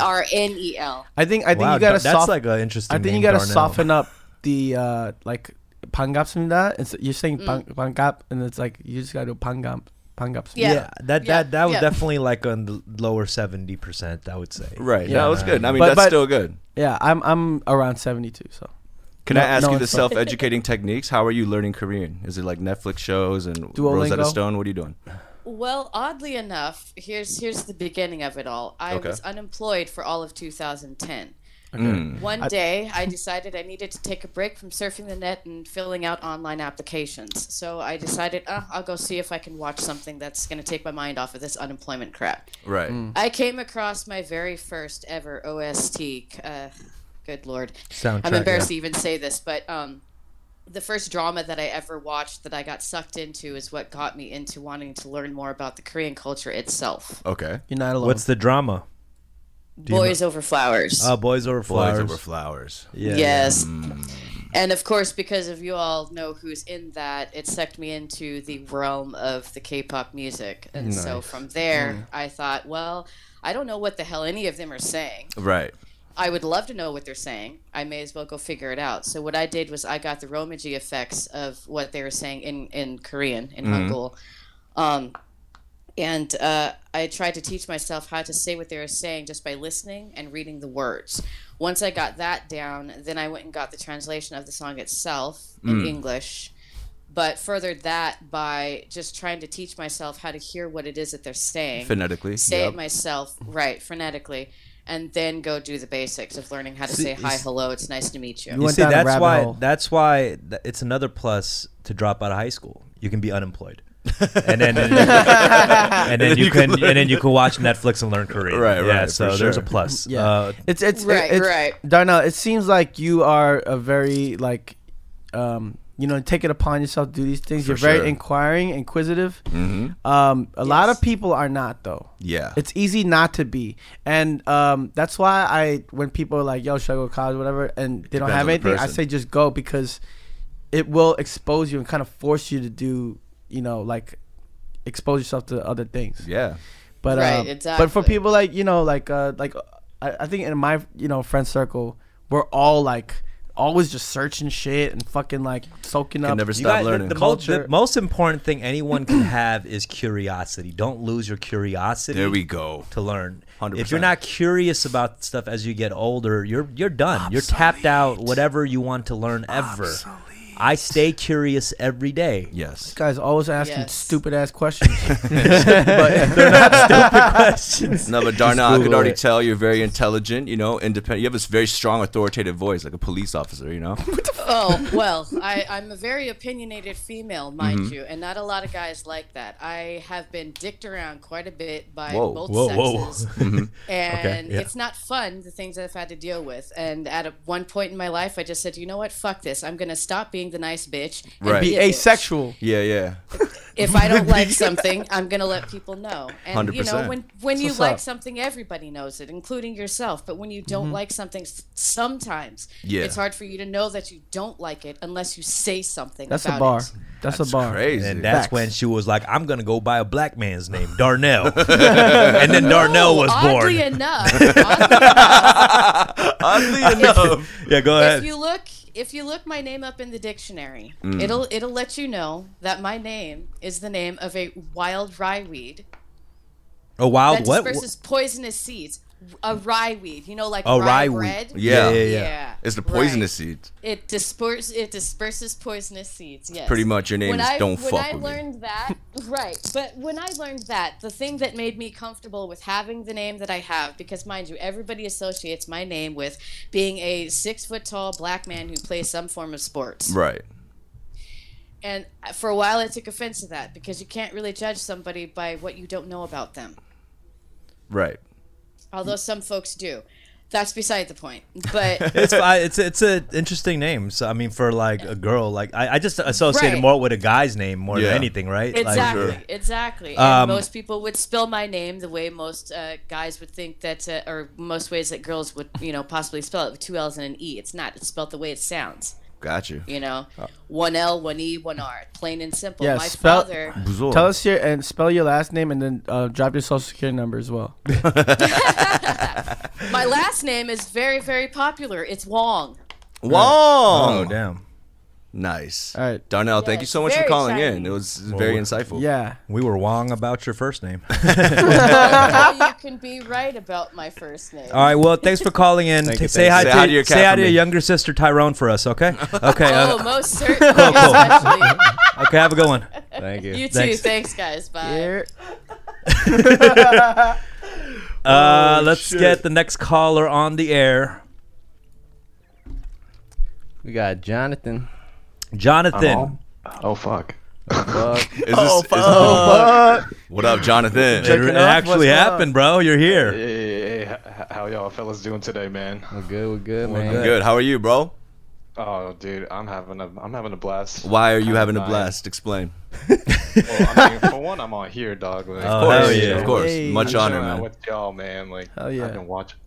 D A R N E L.
I think I think
wow,
you gotta
that's
soft.
like an interesting.
I think you
name,
gotta
Darnell.
soften up the
Mm.
uh, like pangap something that it's, you're saying pang, pangap and it's like you just gotta do pangap pang ups.
Yeah,
Yeah.
that
Yeah.
that that was
Yeah.
definitely like on the lower seventy percent, I would say.
Right.
Yeah.
that was good. I mean,
But-
that's
but-
still good.
Yeah, I'm I'm around 72, so
Can
No-
I ask
no,
you the
it's fine.
self-educating techniques? How are you learning Korean? Is it like Netflix shows and Rosetta
Duolingo?
Stone? What are you doing?
Well, oddly enough, here's here's the beginning of it all. I
Okay.
was unemployed for all of 2010.
Mm.
One day, I decided I needed to take a break from surfing the net and filling out online applications. So I decided, uh, I'll go see if I can watch something that's going to take my mind off of this unemployment crap.
Right.
Mm.
I came across my very first ever OST. Uh, good lord,
Soundtrack,
I'm embarrassed
yeah.
to even say this, but um, the first drama that I ever watched that I got sucked into is what got me into wanting to learn more about the Korean culture itself.
Okay.
you're not alone.
What's the drama?
Boys over flowers.
Uh, boys over flowers.
Flowers over flowers.
yeah,
yes. And of course, because of you all know who's in that, it sucked me into the realm of the K-pop music, and so from there, I thought, well, I don't know what the hell any of them are saying.
Right.
I would love to know what they're saying. I may as well go figure it out. So what I did was I got the Romaji effects of what they were saying in in Korean
Mm-hmm.
in Hangul, um, and uh, I tried to teach myself how to say what they were saying just by listening and reading the words. Once I got that down, then I went and got the translation of the song itself
Mm.
in English. But furthered that by just trying to teach myself how to hear what it is that they're saying
Phonetically.
say
yep.
it myself, right, phonetically, and then go do the basics of learning how to
See,
say hi,
it's-
hello, it's nice to meet you.
You
You
went
see,
down a
that's
rabbit
why
hole.
that's why th- it's another plus to drop out of high school. You can be unemployed, and then and then, you, can, and then you can watch Netflix and learn Korean.
Right, right,
Yeah,
for
so there's a
sure.
plus.
Yeah.
Uh,
It's it's
Right,
it's,
right.
Darnell, it seems like you are a very like, um, you know, take it upon yourself to do these things. You're
sure. Mm-hmm.
very inquiring, inquisitive. Um, a lot of people are not though.
Yeah.
It's easy not to be, and um, that's why I when people are like, "Yo, should I go to college, whatever," and they don't
Depends on
have
the
anything, I
person.
say just go because it will expose you and kind of force you to do, you know, like expose yourself to other things.
yeah.
But
Right,
um, But for
exactly.
people like you know, like uh, like uh, I, I think in my you know friend circle, we're all like always just searching shit and fucking like soaking
Can
up.
never
you
stop
got-
learning.
The, the, mo-
Culture.
the most important thing anyone can have is curiosity. Don't lose your curiosity.
there we go.
to learn.
100%.
If you're not curious about stuff as you get older, you're you're done. You're tapped out. Whatever you want to learn ever. I stay curious every day.
Yes.
Guys always asking
Yes.
stupid ass questions.
No, but Darnell, I could
Google
already
it.
tell you're very intelligent, you know, independent. You have this very strong, authoritative voice, like a police officer, you know?
oh, well, I, I'm a very opinionated female, mind
Mm-hmm.
you, and not a lot of guys like that. I have been dicked around quite a bit by
Whoa,
both
whoa, whoa.
sexes. and it's not fun, the things I've had to deal with. And at a, one point in my life, I just said, you know what, fuck this. I'm going to stop being the nice bitch and
Right.
a
Be
bitch.
asexual.
Yeah, yeah.
if I don't like something, I'm gonna let people know. And you know,
100%.
when when you
what's
like
up.
something, everybody knows it, including yourself. But when you don't
Mm-hmm.
like something, s- sometimes
Yeah.
it's hard for you to know that you don't like it unless you say something.
That's
about
a bar.
It.
That's,
That's
a bar.
crazy.
And that's
Facts.
when she was like, "I'm gonna go by a black man's name, Darnell," and then Darnell
Oh,
was born.
oddly enough, oddly enough,
Oddly enough.
yeah, go
if
ahead.
you look if you look my name up in the dictionary,
Mm.
it'll it'll let you know that my name is the name of a wild rye weed
a
that
wild what?
disperses poisonous seeds. A rye weed, you know, like
Oh,
rye,
rye weed.
bread.
Yeah.
Yeah, yeah,
It's the
right.
poisonous seed.
It disperses it disperses poisonous seeds. Yes.
Pretty much your name
When
is
I
Don't
when
Fuck
I
With Me.
learned that, right? But when I learned that, the thing that made me comfortable with having the name that I have, because mind you, everybody associates my name with being a six foot tall black man who plays some form of sports.
Right.
And for a while, I took offense to that because you can't really judge somebody by what you don't know about them.
Right.
Although some folks do. That's beside the point. But
it's I, it's it's an interesting name. So I mean, for like a girl, like I, I just associated
Right.
more with a guy's name more
Yeah.
than anything, right? Like,
Exactly,
Sure.
exactly.
Um,
and most people would spell my name the way most uh, guys would think that, uh, or most ways that girls would, you know, possibly spell it with two L's and an E. It's not. It's spelled the way it sounds.
Got you.
You know,
Uh,
one L, one E, one R. Plain and simple.
Yeah,
my
spell-
father.
Buzor.
Tell us your and spell your last name and then uh, drop your social security number as well.
My last name is very, very popular. It's Wong.
Wong.
oh damn.
Nice.
All right.
Darnell, thank you
Yes,
so much for
very
calling
exciting.
in. It was very
we're-
insightful.
Yeah.
We were wrong about your first name.
Now you can be right about my first name.
All right. Well, thanks for calling in.
Thank you,
say,
thank
hi to,
you. Say hi to your cat
say hi
for
to
me.
your younger sister Tyrone for us. Okay. Okay.
Oh,
uh,
most certainly.
Cool, cool.
especially.
okay. Have a good one.
Thank you.
You too.
Thanks.
Thanks, guys. Bye.
Here.
Uh, let's
Oh, shit.
get the next caller on the air.
We got Jonathan.
Jonathan.
Oh fuck.
Oh, Fuck.
Is this,
Oh,
is this- what up,
Oh, It, it
Jonathan?
Checking up,
actually
what's up?
happened, bro. You're here.
Hey, hey, hey, h- how y'all fellas doing today, man?
We're good. We're good,
We're
man.
good.
Good. How are you, bro?
Oh, dude, I'm having a I'm having a blast.
Why are you having a
Fine.
blast? Explain.
Well, I mean, for one, I'm on here, dog. Like,
Oh,
Of course,
hell yeah.
of course.
Hey.
I'm
Much
chilling
honor,
out
man.
With y'all, man, like
Hell yeah.
I've been watching.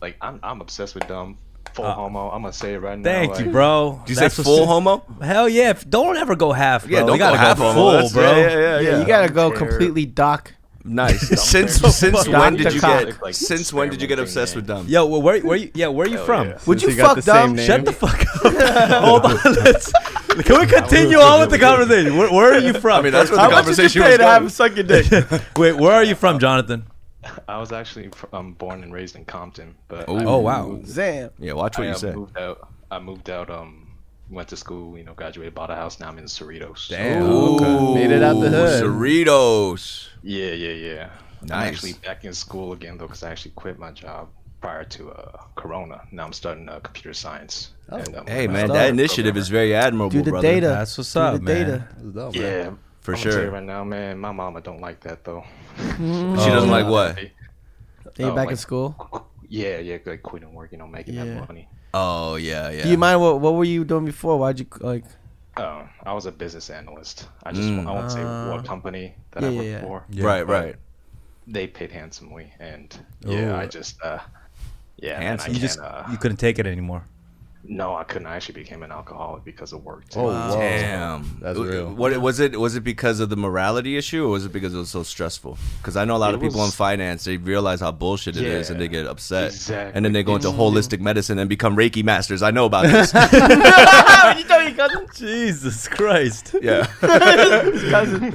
Like I'm I'm obsessed with dumb full homo. I'm gonna say it right now.
Thank
like,
you, bro.
Do Uh, you
That's
say
what's-
full homo?
Hell yeah! If, don't ever go half, bro.
Yeah, don't
we gotta
go half homo.
full,
That's-
bro.
Yeah, yeah, yeah.
Yeah,
yeah.
you gotta go
Here.
completely doc.
Nice. since since
fuck?
when did
Dr.
you
Cock.
get
Like,
since when did you get
experimenting,
obsessed with dumb?
Yo, well, where, where you? Yeah, where are you from?
yeah.
Would
Since
you
got
fuck
the same
dumb?
name.
Shut the fuck up. Hold on. Let's, can we continue on with the conversation? Where, where are you from?
I mean, that's what
How
the
much did
conversation
you pay
was
to have
going.
him suck your dick?
Wait, where are you from, Jonathan?
I was actually fr- um, born and raised in Compton, but
Ooh.
I,
Oh wow.
Zam.
Yeah, watch what
I,
you
uh,
say.
moved out. I moved out. Um, went to school. You know, graduated, bought a house. Now I'm in Cerritos.
Damn. Okay. Made it out the hood.
Cerritos.
Yeah, yeah, yeah.
Nice.
I'm actually back in school again though, because I actually quit my job prior to uh, Corona. Now I'm studying uh, computer science. and, um,
Hey
I'm a
man, that
programmer.
initiative is very admirable,
Oh. Do the
brother.
data.
That's what's
Do
up,
the
man.
data.
That was dope, man.
Yeah, I'm
For
gonna tell
sure.
you right now, man, my mama don't like that though.
Mm.
She doesn't like
Oh.
what?
Are you
Oh,
back
my-
in school?
Yeah, yeah, like quitting work, you know, making
Yeah.
that money.
Oh yeah, yeah.
Do you mind what what were you doing before? Why'd you like?
Oh, I was a business analyst. I just
Mm.
I won't say what company that I
Uh, yeah,
worked
yeah, yeah.
for.
Right, right.
They paid handsomely, and yeah, I just uh, yeah, man, I
Handsome.
You just
can't, uh,
you couldn't take it anymore.
no, I couldn't. I actually became an alcoholic because of work. too.
Oh, wow.
Damn.
That's
W-
real.
What was it? Was it because of the morality issue, or was it because it was so stressful? Because I know a lot
It
of people
was-
in finance they realize how bullshit it is,
Yeah.
and they get upset, and
Exactly.
then they go into
It's-
holistic medicine and become Reiki masters. I know about this.
Jesus Christ.
yeah.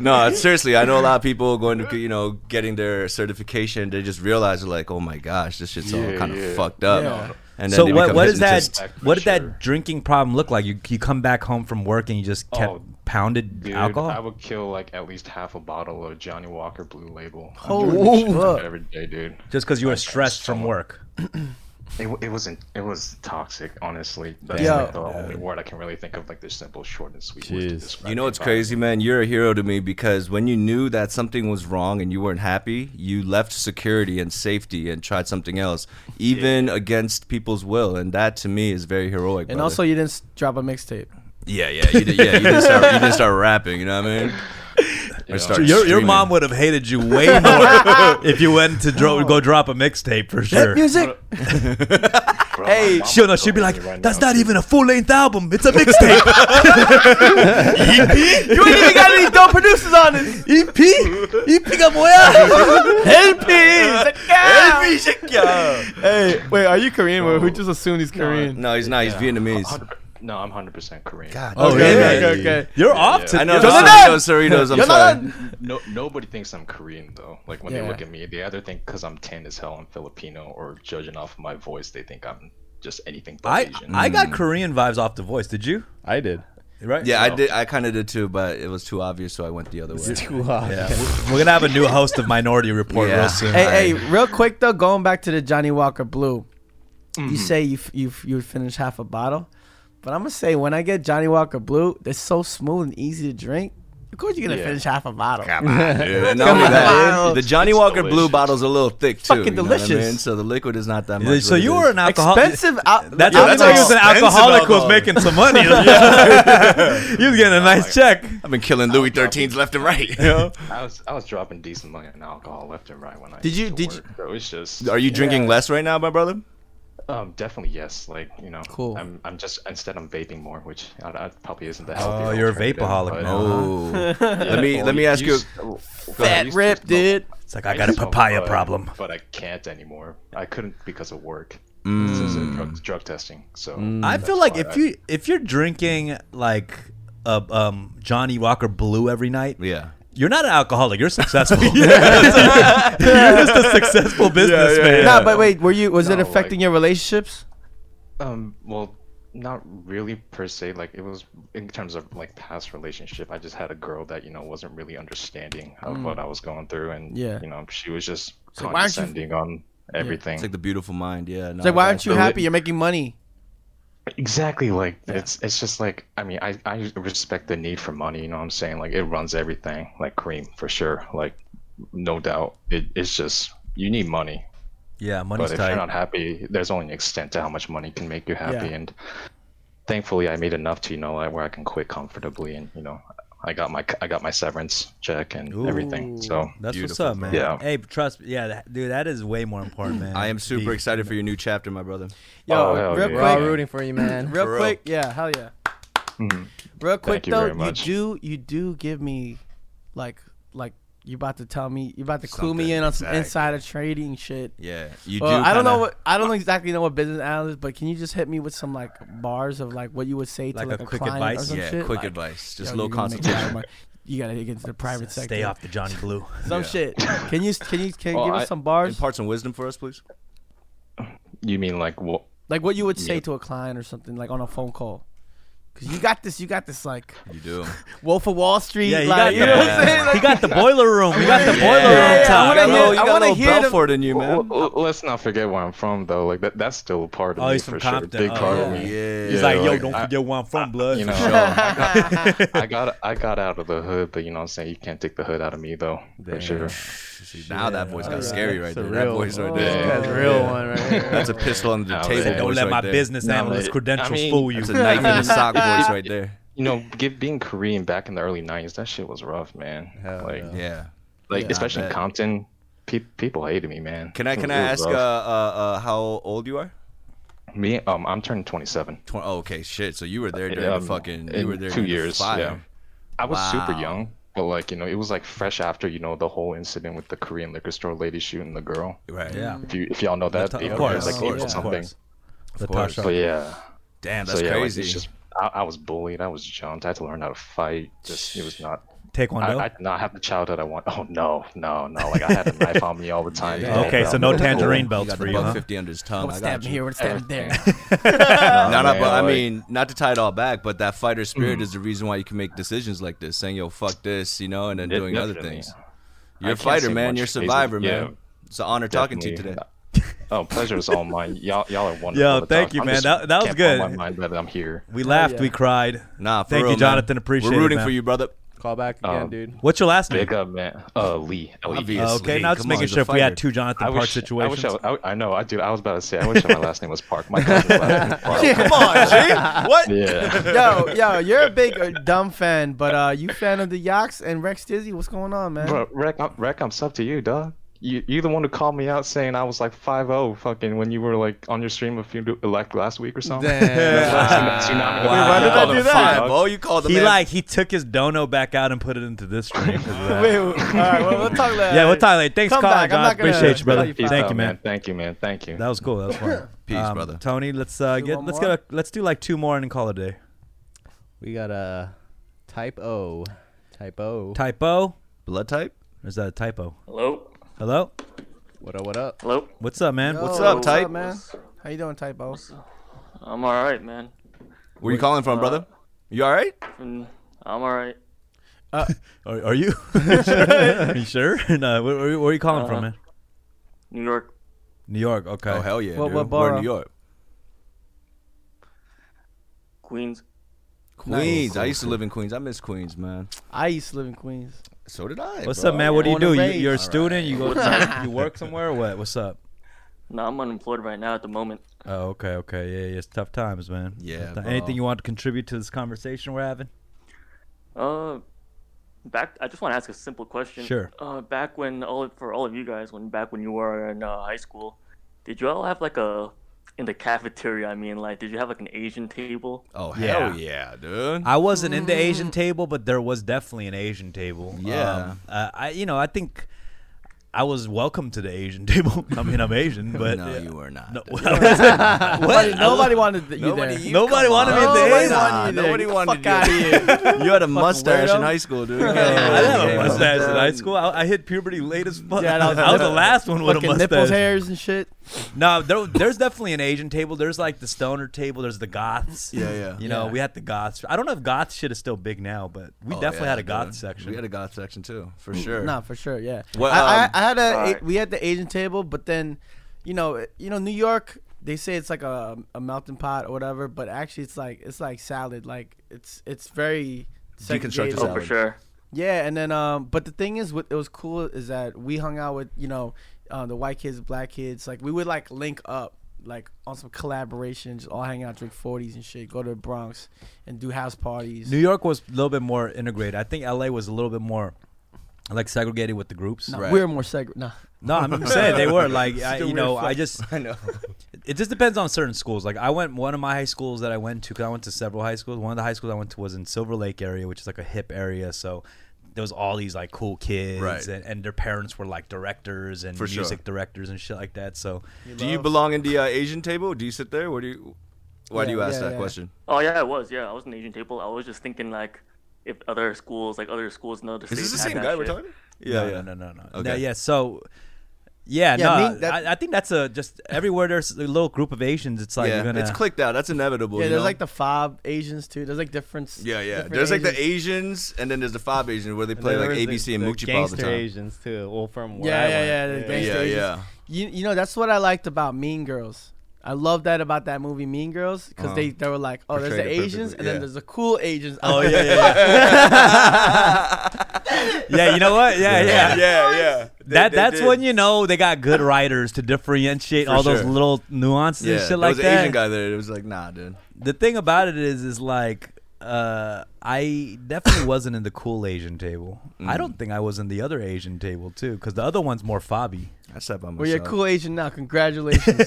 no, seriously, I know a lot of people going to you know getting their certification. They just realize like, oh my gosh, this shit's all
Yeah,
kind of
yeah.
fucked up.
Yeah.
And
So
they
what
become
what is
hypnotists.
that
Back for
what did
sure.
that drinking problem look like? You you come back home from work and you just kept
Oh,
pounded
Dude, I
alcohol?
would kill like at least half a bottle of Johnny Walker Blue Label. I'm
Holy
drinking that
fuck!
Every day, dude.
Just because you were
Like,
stressed from
someone-
work.
It, w- it wasn't. It was toxic, honestly. That's
Yeah.
like the only word I can really think of. Like this simple, short, and sweet. words to
Jeez.
describe
You know
the
what's
environment.
crazy, man? You're a hero to me because when you knew that something was wrong and you weren't happy, you left security and safety and tried something else, even against people's will. And that to me is very heroic.
And
brother.
also, you didn't s- drop a mixtape.
yeah, yeah, you did, yeah, you didn't, start, you didn't start rapping. You know what I mean? Or start
Your, your
streaming.
mom would have hated you way more if you went to dro- go drop a mixtape for sure.
Music.
Bro, my
Hey,
mama's
she'll know. She'll be
killing
like,
me right
"That's
now,
not
dude.
even a full length album. It's a mixtape."
you ain't even got any dope producers on this. E
EP, EP got boy.
LP. Hey, wait, are you Korean? Well, we just assumed he's Korean.
No, he's not. He's Vietnamese.
100 No, I'm 100% Korean.
Oh,
Okay,
yeah,
okay,
yeah,
okay, okay.
You're off to
I know.
Jonathan!
Cerritos, Cerritos. I'm sorry.
No, nobody thinks I'm Korean though. Like when
Yeah.
they look at me, they either think because I'm tan as hell, I'm Filipino, or judging off of my voice, they think I'm just anything but
I
Asian.
I got Korean vibes off the voice. Did you?
I did.
Right?
Mm. Yeah, I did. I kind of did too, but it was too obvious, so I went the other way.
Too hot.
Yeah, we're, we're gonna have a new host of Minority Report
Yeah.
real soon.
Hey,
I-
hey, real quick though, going back to the Johnny Walker Blue, you say you f- you f- you finish half a bottle, but I'm gonna say when I get Johnny Walker Blue, it's so smooth and easy to drink. Of course, you're gonna
Yeah.
finish half a bottle.
Yeah, and not only
on,
that,
Miles.
the Johnny
It's
Walker Blue
delicious.
bottle's a little thick too.
Fucking
you know what I
delicious.
mean? So the liquid is not that much.
so
what it
you were
is.
an alcoholic.
Expensive out.
That's,
I
that's
don't
how you
know.
was an
Expensive
alcoholic who was
alcohol.
making some money. you was getting a nice check.
I've been killing Louis Thirteens left and right. you know?
I was I was dropping decent money on alcohol left and right when I
Did you-
used to
did you-
work, So it's just
Are you drinking less right now, my brother?
um definitely yes like you know
Cool.
I'm I'm just instead I'm vaping more which I, I probably isn't the healthier.
Oh, you're a
alternative,
vapaholic
but-
now.
Oh, let me let me ask you.
s- go ahead, you
Fat
s-
rip,
no,
dude.
It's like I got a
used to,
papaya
but-
problem.
But I can't anymore. I couldn't because of work. This is a
Mm.
drug, drug testing. So
I
Mm, that's
feel like
why
if
I-
you if you're drinking like a um, Johnny Walker Blue every night,
Yeah.
you're not an alcoholic. You're successful. you're just a successful businessman.
yeah.
Nah, but wait, were you? Was
No,
it
like-
affecting your relationships?
um well not really per se like it was in terms of like past relationship i just had a girl that you know wasn't really understanding
Mm.
of what i was going through and
Yeah.
you know she was just
So why aren't you-
condescending on everything
It's like the beautiful mind. Yeah.
It's like, why aren't you happy? You're making money.
exactly like it's it's just like i mean i i respect the need for money you know what i'm saying like it runs everything like cream for sure like no doubt it, it's just you need money
Yeah, money's
but if you're
tight.
not happy, there's only an extent to how much money can make you happy.
Yeah.
And thankfully, I made enough to you know like, where I can quit comfortably, and you know, I got my I got my severance check and everything. So
That's what's
Beautiful,
up, man.
Yeah.
Hey, trust me. Yeah, that, dude, that is way more important, man.
I am super excited for your new chapter, my brother.
Yo,
Oh, hell
real
yeah.
We're all
quick,
rooting for you, man.
real
For real.
quick, yeah, hell yeah.
Mhm.
Real quick
you
though,
very
you,
much.
do you do give me, like like you about to tell me you about to clue me
Something,
in on some
exactly.
insider trading shit.
Yeah. You
Well,
do.
I don't know
kinda-
what I don't exactly know what business analyst, but can you just hit me with some like bars of like what you would say to
Like
like,
a
a,
quick
client or
advice?
some
Yeah.
shit?
Quick
Like,
advice. Just
yo,
low
you wanna make a lot of
concentration.
money. You gotta get into the private sector.
Stay off the Johnny Blue.
Some
Yeah.
shit. Can you can you can you
Well,
give
I-
us some bars?
Impart some wisdom for us, please.
you mean like what?
Like what you would say
Yeah.
to a client or something like on a phone call. Cause you got this, you got this like
You do.
Wolf of Wall Street.
Yeah, he
like,
got,
you know what I'm
yeah.
saying? Like,
he got the boiler room. He got the
Yeah.
boiler
Yeah,
room
yeah,
talk.
I wanna
bro.
hear-
you
I
got
wanna
a little
hear the-
Belfort in you,
Well,
man.
well, let's not forget where I'm from though. Like that that's still a part of
Oh,
me
he's
for
from
sure.
Compton.
Big
Oh,
part of
yeah.
me.
Yeah.
He's like, yo,
like,
don't
I-
forget where I'm from, blood.
You know, I got I got out of the hood, but you know what I'm saying. You can't take the hood out of me though, for sure.
Now that voice got scary right
That's a
there. That
real-
voice right
That's
there.
a real one right here.
That's a pistol under the
Oh,
table.
yeah.
voice
Don't let
right
my
there.
business
No,
analyst
but-
credentials
I mean-
fool you.
That's a knife in the sock voice right there.
You know, give, being Korean back in the early '90s, that shit was rough, man.
Hell
like,
yeah.
Yeah.
like
Yeah, I
especially in
bet.
Compton, pe- people hated me, man.
Can I
It
can I
was- it was
ask uh, uh,
rough.
uh, how old you are?
me? Um, I'm turning 27.
Twen- oh, okay, shit. So you were there during
Um,
the fucking. You
in
were there
two
during the
years.
Fire.
Yeah, I was super
Wow.
young, but like you know, it was like fresh after you know the whole incident with the Korean liquor store lady shooting the girl.
Right.
Yeah.
If you if y'all know that,
Nata-
you
of
know,
course,
it was like
of
eight
course,
or
of
something.
course.
course.
But yeah,
Damn, that's
so yeah, like,
crazy.
it's just I, I was bullied, I was jumped, I had to learn how to fight. Just it was not. I, I
Taekwondo.
did not have the childhood I want. Oh no, no, no! Like I had a knife on me all the time. you know,
Okay,
but
so
I'm
no
like, um,
tangerine
cool.
You
belts
got
for
the
you,
buck
huh?
fifty under his tongue.
I'm
I
gonna stab
got
him
you.
here, I'm gonna stab him there.
No, no,
man,
but I
like-
mean, not to tie it all back, but that fighter spirit is the reason why you can make decisions like this, saying "Yo, fuck this," you know, and then
Yeah,
doing other
definitely.
things.
I
You're a
can't
fighter,
say
man.
much
You're a
crazy.
survivor,
Yeah,
man. It's an honor talking to you today.
Definitely. Oh, pleasure is all mine. Y'all, y'all are wonderful.
Yo,
to
thank
talk.
you,
I'm
man.
just-
That- that was
can't blow
good.
My mind that I'm here.
We laughed,
yeah.
we cried.
Nah, for
Thank you,
real, man.
Jonathan. Appreciate it,
We're rooting
man.
for you, brother.
Call back again,
Um,
dude.
What's your last name?
Big up, man. Uh, Lee. L-E-E.
Obvious.
Okay,
Lee,
now just
come on,
making
he's a
sure if we had
fighter.
two Jonathan
I
Park
wish, I
situations.
wish I, was- I, I know, I dude. I was about to say. I wish my last name was Park. My cousin's last name Park.
Come on, G. What?
Yeah.
yo, yo, you're a big uh, dumb fan, but uh, you fan of the Yaks and Rex Dizzy? What's going on, man?
Bro, Rec, I'm, Rec, I'm sub to you, dog. You, you the one who called me out saying I was like 5-0 fucking when you were like on your stream a few like last week or something.
Damn.
Tsunami.
Wow.
why did
You
I
called
do
him
that?
five. Oh, you called him.
he
man.
like he took his dono back out and put it into this stream.
Wait, all right, well, we'll talk later.
yeah, we'll talk later. Thanks,
Come
Colin.
back, I'm
John.
not gonna-
Appreciate you, brother.
Peace
Thank
out,
you, man.
Thank you, man. Thank you.
That was cool. That was fun.
Peace,
Um,
brother.
Tony, let's uh,
Do
get
one
let's
more?
get a, let's do like two more and call it a day.
We got a type O. Type O.
Typo,
Blood type.
or is that a typo?
Hello,
Hello,
What up? What up?
hello.
what's up, man?
Yo,
What's
up, Type?
man? How you doing, Typo?
I'm all right, man.
Where you calling from, brother? You all right?
Mm, I'm all right.
Uh,
Are, are you? are you sure? No. Where, where, where are you calling from,
Uh,
man?
New York.
New York. Okay.
Oh hell yeah,
What-
dude.
what
We're
borough?
in New York.
Queens.
Queens.
Cool,
I used to live in Queens. I miss Queens, man.
I used to live in Queens.
So did I.
What's
bro.
up, man? What do you
Born and
do? You,
raised.
you're a
All
student. You go. To, you work somewhere. Or what? What's up?
No, I'm unemployed right now at the moment.
Oh, okay, okay. Yeah, yeah. It's tough times, man.
Yeah,
Tough ti-
bro.
Anything you want to contribute to this conversation we're having?
Uh, back. I just want to ask a simple question.
Sure.
Uh, back when all for all of you guys, when back when you were in uh, high school, did you all have like a in the cafeteria? I mean, like, did you have like an Asian table?
Oh
Yeah.
hell yeah, dude.
I wasn't in the
Mm-hmm.
Asian table, but there was definitely an Asian table.
Yeah.
Um, uh, I you know I think. I- I was welcome to the Asian table. I mean, I'm Asian, but
no, you were not.
No, what?
Nobody, nobody wanted th- you
Nobody,
there.
you-
Nobody
come
wanted me
on.
to
Nobody
Asian.
wanted
Nah,
you there.
nobody
Get the
wanted
fuck
you
outta here. you had a mustache in
weirdo.
high school, dude.
I didn't have
Yeah.
a mustache in high
Done.
school. I, I hit puberty late as fuck.
Yeah, that was-
I was the last one with a
Fucking nipples,
mustache.
hairs, and shit.
No, there, there's definitely an Asian table. There's like the stoner table. There's the goths.
Yeah, yeah.
You know, we had the goths. I don't know if goth shit is still big now, but we
Oh,
definitely
yeah,
had a goth
dude.
section.
We had a goth section too, for sure.
Mm, Nah, for sure, yeah.
Well,
I,
um,
I, I had a
alright.
we had the Asian table, but then, you know, you know, New York. They say it's like a, a melting pot or whatever, but actually it's like it's like salad. Like it's it's very
Deconstructed
segregated.
salad.
Oh, for sure.
Yeah, and then um, but the thing is, what it was cool is that we hung out with you know, uh, the white kids, black kids. Like we would like link up, like on some collaboration, just all hang out, drink forties and shit, go to the Bronx, and do house parties.
New York was a little bit more integrated. I think LA was a little bit more like segregated with the groups.
No,
Right.
We're more segregated. Nah.
No, I'm saying they were like I,
Still
you know
weird
I
fuck.
just
I know.
it just depends on certain schools. Like I went one of my high schools that I went to because I went to several high schools. One of the high schools I went to was in Silver Lake area, which is like a hip area. So there was all these like cool kids,
Right.
and, and their parents were like directors and
For sure.
music directors and shit like that. So
Do you belong in the uh, Asian table? Do you sit there? What do you? Why do
Yeah,
you ask
yeah,
that
yeah.
question?
Oh yeah, it was. Yeah, I was in the Asian table. I was just thinking like, if other schools, like other schools in other
Is
states,
this the
had
same
that
guy we're
shit.
talking? about? Yeah,
no,
yeah.
no, no, no, no.
Okay.
No, yeah, so yeah,
Yeah, I
no,
mean, that-
I, I think that's a just everywhere there's a little group of Asians. It's like
yeah,
you're gonna
it's clicked out. That's inevitable.
Yeah,
you
there's
know?
like the five Asians too. There's like different.
Yeah, yeah.
different
There's like the
Asians.
Asians, and then there's the five Asians where they play
there
like
was the-
ABC and
the
Moochie all the
gangster
time.
Asians too. Well, from where
Yeah,
I
yeah, yeah,
went.
the
Yeah,
gangster
yeah,
Asians. You, you know that's what I liked about Mean Girls. I love that about that movie Mean Girls because they, they were like, oh, there's the
Uh-huh. Portrayed it
Asians
perfectly,
and
yeah.
then there's the cool Asians.
Oh yeah, yeah, yeah. yeah, you know what? Yeah, yeah.
yeah, yeah. They-
that
they
that's
did.
when you know they got good writers to differentiate all those
sure.
little nuances
yeah,
and shit
there
like
was an
that.
Asian guy there. It was like, nah, dude.
The thing about it is, is like uh, I definitely wasn't in the cool Asian table. I
Mm.
don't think I was in the other Asian table too, because the other one's more Fabi.
I sat by myself.
Well, you're a cool Asian now. Congratulations.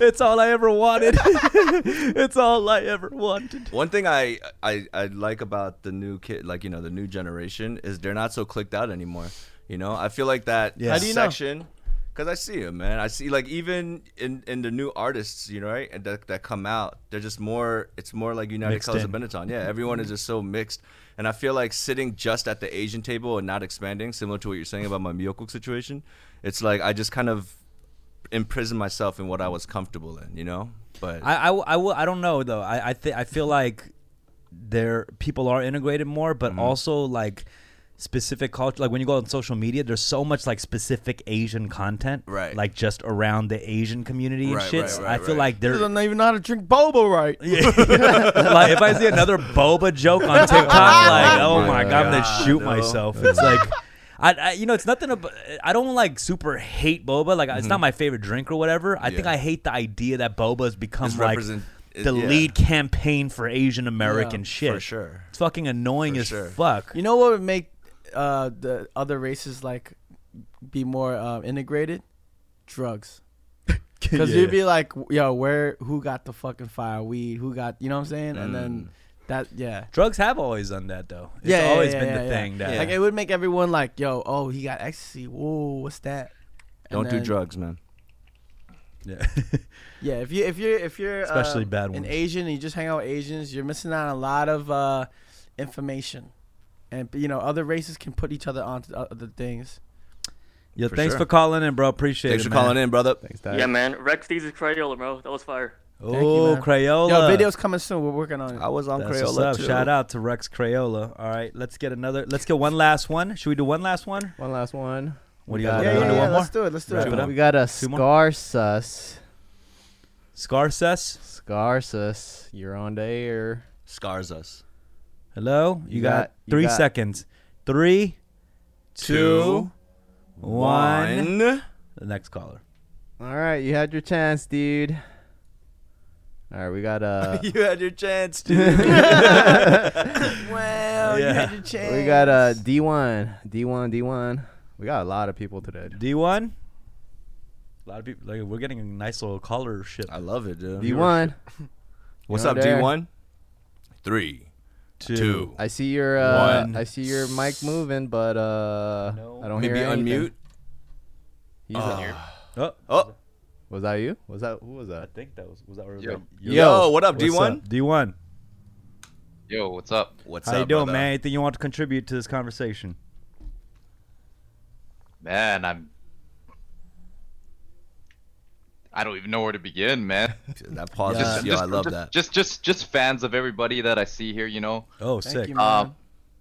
it's all I ever wanted. it's all I ever wanted.
One thing I, I I like about the new kid, like you know, the new generation, is they're not so clicked out anymore. You know, I feel like that
Yeah. How do
you know?
section, because I see it, man. I see like even in in the new artists, you know, right, and that, that come out, they're just more. It's more like United
Mixed
Colors
in.
of Benetton. Yeah, everyone is just so mixed, and I feel like sitting just at the Asian table and not expanding, similar to what you're saying about my Miyokuk situation. It's like I just kind of imprison myself in what I was comfortable in, you know. But
I, I, w- I, w- I don't know though. I I, th- I feel like there people are integrated more, but also like specific culture. Like when you go on social media, there's so much like specific Asian content,
Right.
Like just around the Asian community and
Right,
shit.
right,
So
right,
I feel
right.
like
I
they're
don't even know how to drink boba right.
Yeah. like if I see another boba joke on TikTok, like oh my god, I'm gonna shoot
no.
myself. It's like. I, I, you know, it's nothing. About, I don't like super hate boba. Like, it's not my favorite drink or whatever. I think
Mm-hmm. Yeah.
I hate the idea that boba has become
It's
like
represent- it-
the
yeah.
lead campaign for Asian American
Yeah,
shit.
for sure.
it's fucking annoying
For
as
sure.
fuck.
You know what would make uh, the other races like be more uh, integrated? Drugs. Because you'd be like, yo, where? Who got the fucking fire weed? Who got? You know what I'm saying? And then that, yeah.
Drugs have always done that though. Mm. It's
yeah, yeah,
always
yeah,
been
yeah,
the
yeah.
thing that
like it would make everyone like, yo, oh, he got ecstasy. Whoa, what's that? And
don't do
then-
drugs, man.
Yeah.
Yeah, if you if you're if you're
Especially
uh,
bad
an
ones.
Asian and you just hang out with Asians, you're missing out on a lot of uh, information, and you know other races can put each other onto other things.
Yo,
For
thanks
sure.
for calling in, bro. Appreciate
Thanks
it.
for calling in, brother.
Thanks,
Yeah, man. Rex Deezus Crayola, bro. That was fire.
Thank you,
Oh,
man.
Crayola.
Yo, videos coming soon. We're working on it.
I was on
That's
Crayola
what's up.
too.
Shout out to Rex Crayola. All right, let's get another. Let's get one last one. Should we do one last one?
One last one.
What do
We
you
got,
guys
yeah,
wanna
yeah,
do?
yeah.
One more.
Let's do it. Let's do
Wrap
it.
it up.
We got a
Two more?
scar sus.
Scar Sess.
Scar sus. You're on the air.
Scars us.
Hello. You,
You
got,
got- you
three
got-
seconds. Three, two, one.
One.
The next caller.
All right, you had your chance, dude. All right, we got a
You had your chance, dude.
Well,
Yeah.
you had your chance.
we got a D one, D one, D one. We got a lot of people today.
D one. A lot of people. Like, we're getting a nice little colorship.
I love it, dude.
D one,
What's
You're
up,
there.
D1? Three, two.
I see your uh,
One.
I see your mic moving, but uh, I don't
Maybe
hear anything.
unmute.
He's
Oh.
Oh,
Oh,
was that you? Was that who was
I
that?
think that was was that where it was
Yo.
like,
yo, what up,
what's
D1?
D one.
Yo, what's up?
What's
How
up,
you doing,
brother?
man? Anything you want to contribute to this conversation?
Man, I'm. I don't even know where to begin, man.
That pause,
Yeah.
is, yo, I love
just,
that.
Just, just, just fans of everybody that I see here. You know,
Oh,
Thank
sick.
you, man.
Um,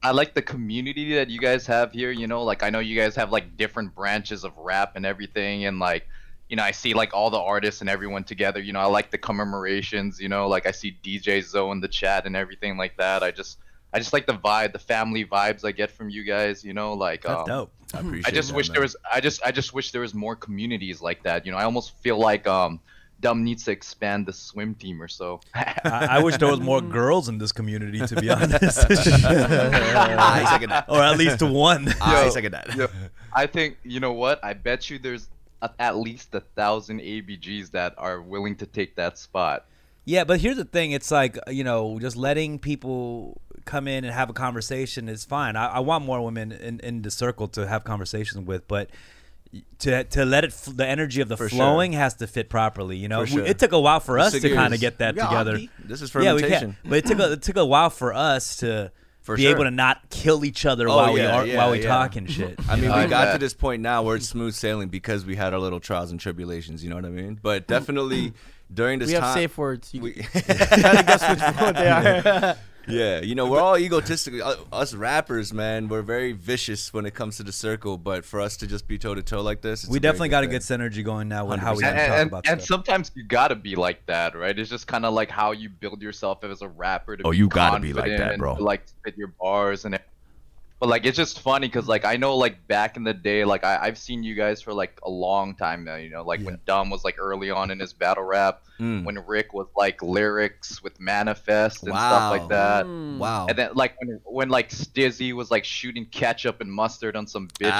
I like the community that you guys have here. You know, like I know you guys have like different branches of rap and everything, and like, you know, I see like all the artists and everyone together. You know, I like the commemorations. You know, like I see DJ Zoe in the chat and everything like that. I just, I just like the vibe, the family vibes I get from you guys. You know, like
That's
um,
dope.
I appreciate
I just
that,
wish
man.
there was. I just. I just wish there was more communities like that. You know, I almost feel like um, Dumb needs to expand the swim team or so.
I, I wish there was more girls in this community, to be honest,
Ah,
I second that.
or at least one.
I
Yo,
second that.
yo, I think you know what. I bet you there's a, at least a thousand ABGs that are willing to take that spot.
Yeah, but here's the thing: it's like uh, you know, just letting people come in and have a conversation is fine. I, I want more women in, in the circle to have conversations with, but to to let it f- the energy of the
For sure.
flowing has to fit properly. You know,
For sure.
it took a while for us
Six
to kind of
years.
get that
We got
together.
hockey.
This is
Yeah, we
fermentation.
can't. But it took a, it took a while for us to
For
be
sure.
able to not kill each other
Oh,
while we
yeah,
are
yeah,
while we
yeah.
talk and shit.
I
you
mean,
know?
we
I
got to
bet.
this point now where it's smooth sailing because we had our little trials and tribulations. You know what I mean? But definitely during this
we have
time,
safe words. You
we-
gotta guess which one they are.
yeah, you know, we're all egotistic. Uh, Us rappers, man, we're very vicious when it comes to the circle. But for us to just be toe to toe like this, it's
we
a very
definitely got to
thing.
get synergy going now with how we
100%.
talk
and, and-
about
and
stuff.
sometimes you gotta be like that, right? It's just kind of like how you build yourself as a rapper. To
Oh,
be
you gotta be like
confident
that,
and
bro.
to, like spit your bars and. But like it's just funny because like I know like back in the day like I I've seen you guys for like a long time now you know like when Dumb was like early on in his battle rap
Mm.
when Rick was like lyrics with Manifest and stuff
Wow.
like that
Mm.
Wow.
and then like when when like Stizzy was like shooting ketchup and mustard on some bitches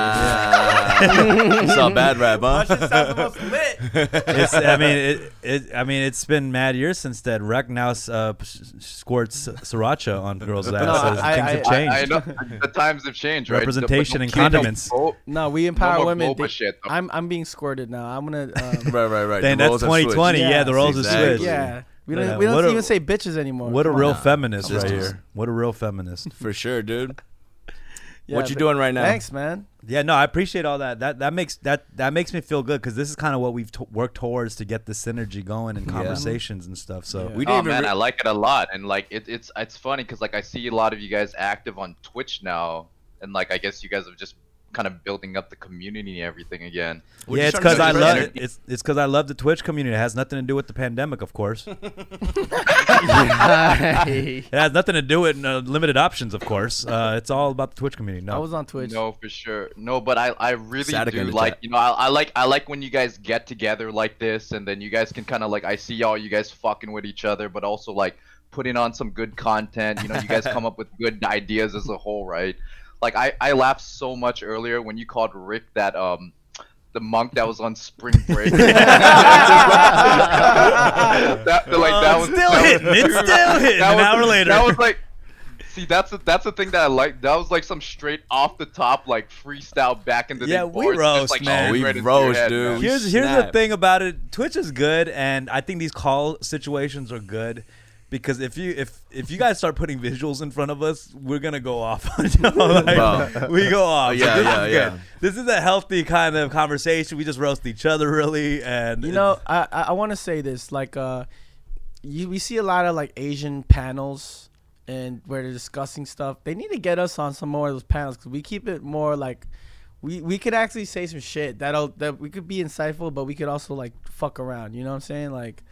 Ah. You saw bad rap, huh?
That shit sounds the most lit.
it's, I mean, it, it. I mean, it's been mad years since that. Rec now uh, s- squirts sriracha on girls' asses.
I-
Things
I-
have
I-
you
changed.
know what I mean I know the times have changed right
Representation
But
and
no-
condiments.
no-
No, we empower
more
women.
boba shit, though.
I'm I'm being squirted now. I'm gonna. Um,
right, right, right.
Dang,
The
that's
roles have switched.
2020. Yeah,
Yeah.
the roles
Exactly.
have switched.
yeah, we don't
Yeah.
we don't
What a-
even say bitches anymore.
What a
Come on.
real feminist
Sisters.
right here. What a real feminist.
For sure, dude.
Yeah,
what you
but-
doing right now?
Thanks, man.
Yeah, no, I appreciate all that. That that makes that that makes me feel good because this is kind of what we've t- worked towards to get the synergy going in conversations and stuff. So
Yeah.
We
Oh
didn't even.
man,
re-
I like it a lot, and like it, it's it's funny because like I see a lot of you guys active on Twitch now, and like I guess you guys are just kind of building up the community and everything again.
We're
yeah,
just
it's
trying
because
to
I
generate
love
energy.
it's it's because I love the Twitch community. It has nothing to do with the pandemic, of course. it has nothing to do with uh, limited options, of course. Uh, it's all about the Twitch community. No,
I was on Twitch.
No, for sure. No, but I, I really
Static in
do
the
like
chat.
you know I, I like I like when you guys get together like this, and then you guys can kind of like I see all you guys fucking with each other, but also like putting on some good content. You know, you guys come up with good ideas as a whole, right? Like I I laughed so much earlier when you called Rick that um. The monk that was on spring break. that, like, that was,
still
that was-
hitting. It's still hitting.
that
An
was-
hour later.
That was like, see, that's the that's the thing that I like. That was like some straight off the top, like freestyle back into the
Yeah,
bars,
we
just,
roast,
like,
man.
straight
Oh,
we
into your
roast,
head,
dude.
man.
We
here's here's the
snap.
thing about it. Twitch is good, and I think these call situations are good because if you if if you guys start putting visuals in front of us, we're gonna go off. You know, like,
Bro.
We go off.
Yeah,
this
yeah,
is
yeah.
good. This is a healthy kind of conversation. We just roast each other, really, and
You
it's-
know, I I, I want to say this. Like, uh, you we see a lot of like Asian panels and where they're discussing stuff. They need to get us on some more of those panels because we keep it more like. We, we could actually say some shit that'll that we could be insightful, but we could also like fuck around. You know what I'm saying? Like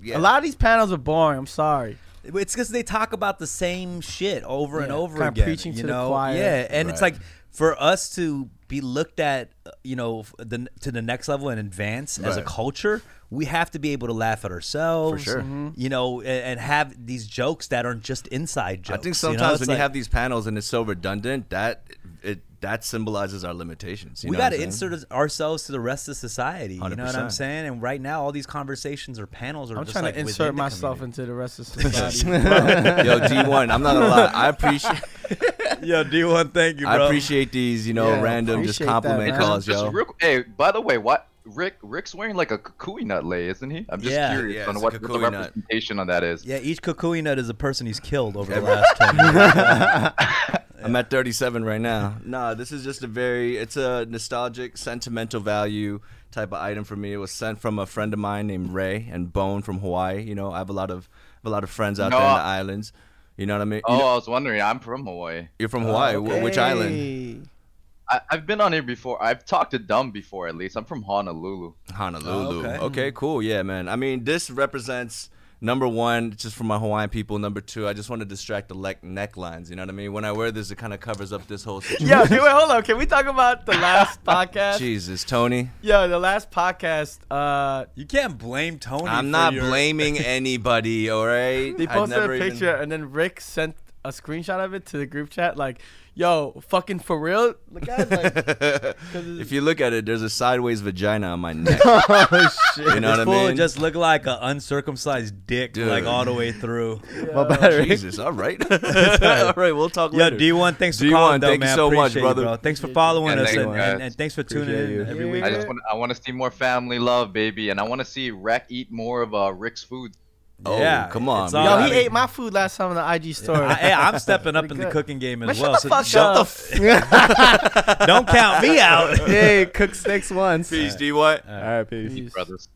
Yeah.
a lot of these panels are boring. I'm sorry.
It's because they talk about the same shit over and
Yeah,
over
kinda
again.
preaching
you
to the
know?
choir.
Yeah, and it's
Right.
like for us to be looked at, uh, you know, f- the, to the next level and advance as a
Right.
culture, we have to be able to laugh at ourselves.
sure.
You know, and, and have these jokes that aren't just inside jokes.
I think
you know?
sometimes
It's
when
like,
you have these panels and it's so redundant that it that symbolizes our limitations. you
we
know what
got to
I'm saying?
insert ourselves to the rest of society. You know what I'm
100%.
saying? And right now, all these conversations or panels are
I'm
just
trying
like
to
within
insert
the
myself
community.
into the rest of society.
Yo, D1, I'm not a lie. I appreciate.
Yo, D1, thank you,
I
bro.
appreciate these, you know, Yeah, random just appreciate that, compliment man. calls,
just
yo.
real- hey, by the way, what Rick? Rick's wearing like a kukui nut lay, isn't he? I'm just
Yeah.
curious
Yeah,
on
it's a
what, what the
kukui nut.
representation on that is.
Yeah, each Kukui nut is a person he's killed over the
Every-
last 10 years.
I'm at 37 right now. Nah, this is just a very, it's a nostalgic, sentimental value type of item for me. It was sent from a friend of mine named Ray and Bone from Hawaii. You know, I have a lot of, I have a lot of friends out there in
No.
the islands. You know what I mean? You
Oh,
know-
I was wondering. I'm from Hawaii.
You're from Hawaii. Wh- Which island?
I, I've been on here before. I've talked to Dumb before, at least. I'm from Honolulu.
Oh,
Honolulu. okay. cool. Yeah, man. I mean, this represents number one, just for my Hawaiian people. Number two, I just want to distract the le- necklines. You know what I mean? When I wear this, it kind of covers up this whole situation.
Yo, dude, wait, hold on. Can we talk about the last podcast?
Jesus, Tony.
Yo, the last podcast. Uh,
you can't blame Tony.
I'm not blaming anybody, all right?
They
I've
posted a
never even-
picture, and then Rick sent a screenshot of it to the group chat. Like, yo, fucking for real? Look at it, like, 'cause it's-
if you look at it, there's a sideways vagina on my neck.
oh shit!
You know what I
This fool
mean?
Just look like an uncircumcised dick,
Dude.
like all the way through.
My bad, Rick. Jesus, all right. All right, we'll talk later.
Yo, D1, thanks for
D1,
calling, though,
thank you
man.
so much,
Appreciate you,
brother.
bro. Thanks for following
And
us
thank
and,
you,
and,
guys.
and thanks for tuning in every week.
I just want I want to see more family love, baby, and I want to see Rack eat more of uh, Rick's food.
Oh, Yeah, come on, it's all
Yo, he ate my food last time on the IG story.
I, hey, I'm stepping up
Pretty
in the
good.
cooking game as
Man,
well.
Shut the fuck
don't-
up.
don't count me out.
hey, cook snakes once.
Peace, D. What?
All right, peace.
brothers.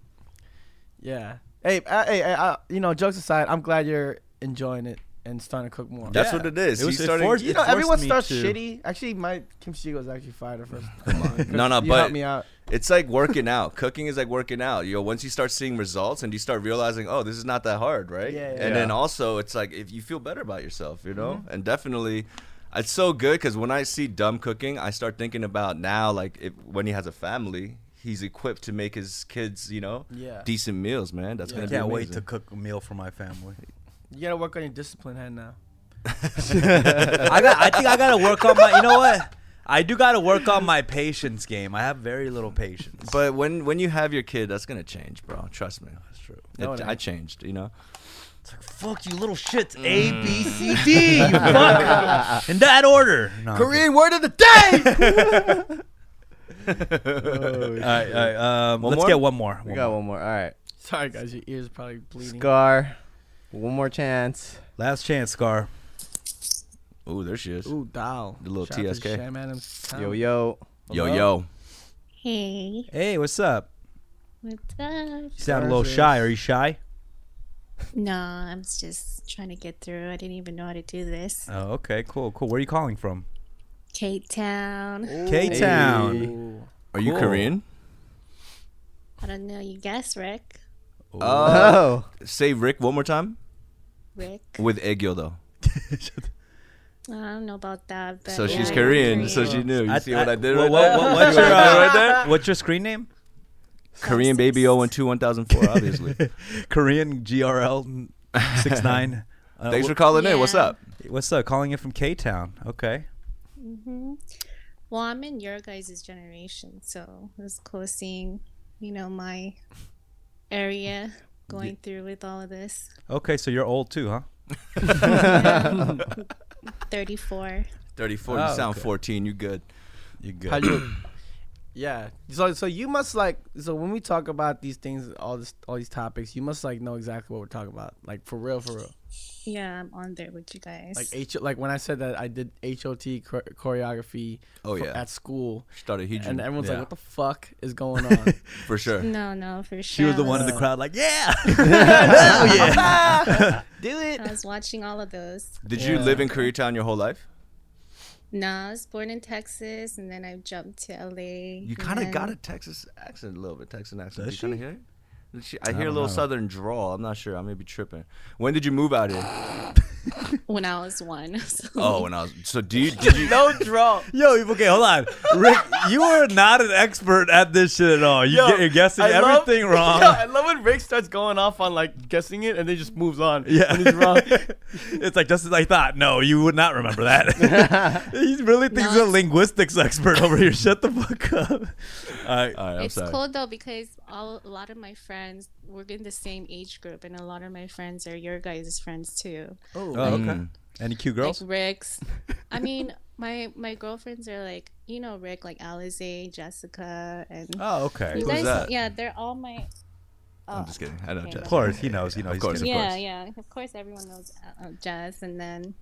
Yeah. Hey, I, hey, I, I, you know, jokes aside, I'm glad you're enjoying it and starting to cook more.
That's Yeah. what it is. It was- He's it starting- forced-
you
it
know,
forced
everyone
me
starts
to-
shitty. Actually, my Kim Chigo's actually fired her first.
no, no,
you
but
helped me out.
it's like working out. Cooking is like working out. You know, once you start seeing results and you start realizing, oh, this is not that hard, right?
Yeah, Mm-hmm. yeah,
and
yeah.
then also, it's like if you feel better about yourself, you know, and definitely. It's so good because when I see dumb cooking, I start thinking about now, like if, when he has a family, he's equipped to make his kids, you know,
Yeah.
decent meals, man. That's
I
gonna
can't
be
wait to
amazing.
cook a meal for my family.
You gotta work on your discipline head now.
I got. I think I gotta work on my. You know what? I do gotta work on my patience game. I have very little patience.
But when when you have your kid, that's gonna change, bro. Trust me. That's true.
No, it
I
ain't.
changed, you know.
Fuck you, little shits. A B C D. You
Mm.
fuck. Mm. In that order. No, I'm
Korean word of the day.
all right, all right. Um,
Oh, One
let's
more?
get one more.
We got one more. All right.
Sorry guys, your ears probably bleeding.
Scar, one more chance.
Last chance, Scar.
Ooh, there she is.
Ooh, doll.
The little
Shout out to
TSK.
Sham Adams.
Yo, yo.
Yo,
Hello?
yo.
Hey,
Hey, what's up?
what's up?
You sound a little shy. Are you shy?
No, I'm just trying to get through. I didn't even know how to do this.
Oh, okay, cool, cool. Where are you calling from?
Cape Town.
K Town.
Are you Korean?
I don't know. You guess, Rick.
Oh. Say Rick one more time.
Rick.
With egg yo though.
I don't know about that, but
So
yeah,
she's
I'm
Korean, so she knew. You see what I did
what-
right
what- what-
there? You
what's
see what
your,
I did
uh,
right there?
What's your screen name?
Korean baby 012 1004, obviously.
Korean GRL 69.
Thanks for calling in. What's Yeah. up?
What's up? Calling in from K Town. Okay.
hmm Well, I'm in your guys' generation, so it was cool seeing, you know, my area going through with all of this.
Okay, so you're old too, huh?
Yeah. 34.
34,
Oh,
you sound
okay.
14, you good.
You
How you- yeah. So so you must like so when we talk about these things, all this all these topics, you must like know exactly what we're talking about. Like for real, for real.
Yeah, I'm on there with you guys.
Like H like when I said that I did HOT chor- choreography
Oh,
for-
yeah.
at school.
Started hijab.
And everyone's
Yeah.
like, What the fuck is going on?
For sure.
no, no, for sure.
She was the one in the
Uh,
crowd, like, yeah.
Hell
yeah.
Do it. I was watching all of those.
Did you live in Koreatown your whole life?
Nah, I was born in Texas, and then I jumped to LA.
You
and
kind of
then-
got a Texas accent a little bit, Texan accent.
Does
you kind
she?
of hear it? Does she- I,
I
hear a
don't
little
know.
southern drawl. I'm not sure. I may be tripping. When did you move out here?
when I was one. So.
oh, when I was. So do you? Did you
no draw.
Yo, okay, hold on. Rick, you are not an expert at this shit at all. You
Yo,
get, you're guessing
I love-
everything wrong.
Yo, I love when Rick starts going off on like guessing it and then just moves on.
Yeah.
When he's wrong.
it's like just as I thought. No, you would not remember that. he really thinks he's a linguistics expert over here. Shut the fuck up. All right, all right.
it's cool though because all, a lot of my friends we're in the same age group, and a lot of my friends are your guys' friends too.
Oh, okay. Any cute girls?
Like Rick's. I mean, my my girlfriends are like, you know, Rick, like Alize, Jessica, and
Oh, okay.
You
Who's
guys,
that?
yeah, they're all my. Oh,
I'm just kidding. I know
okay,
Jess.
Of course, he knows. You know,
Of
he's
course,
good.
yeah, yeah. Of course, everyone knows uh, uh, Jess, and then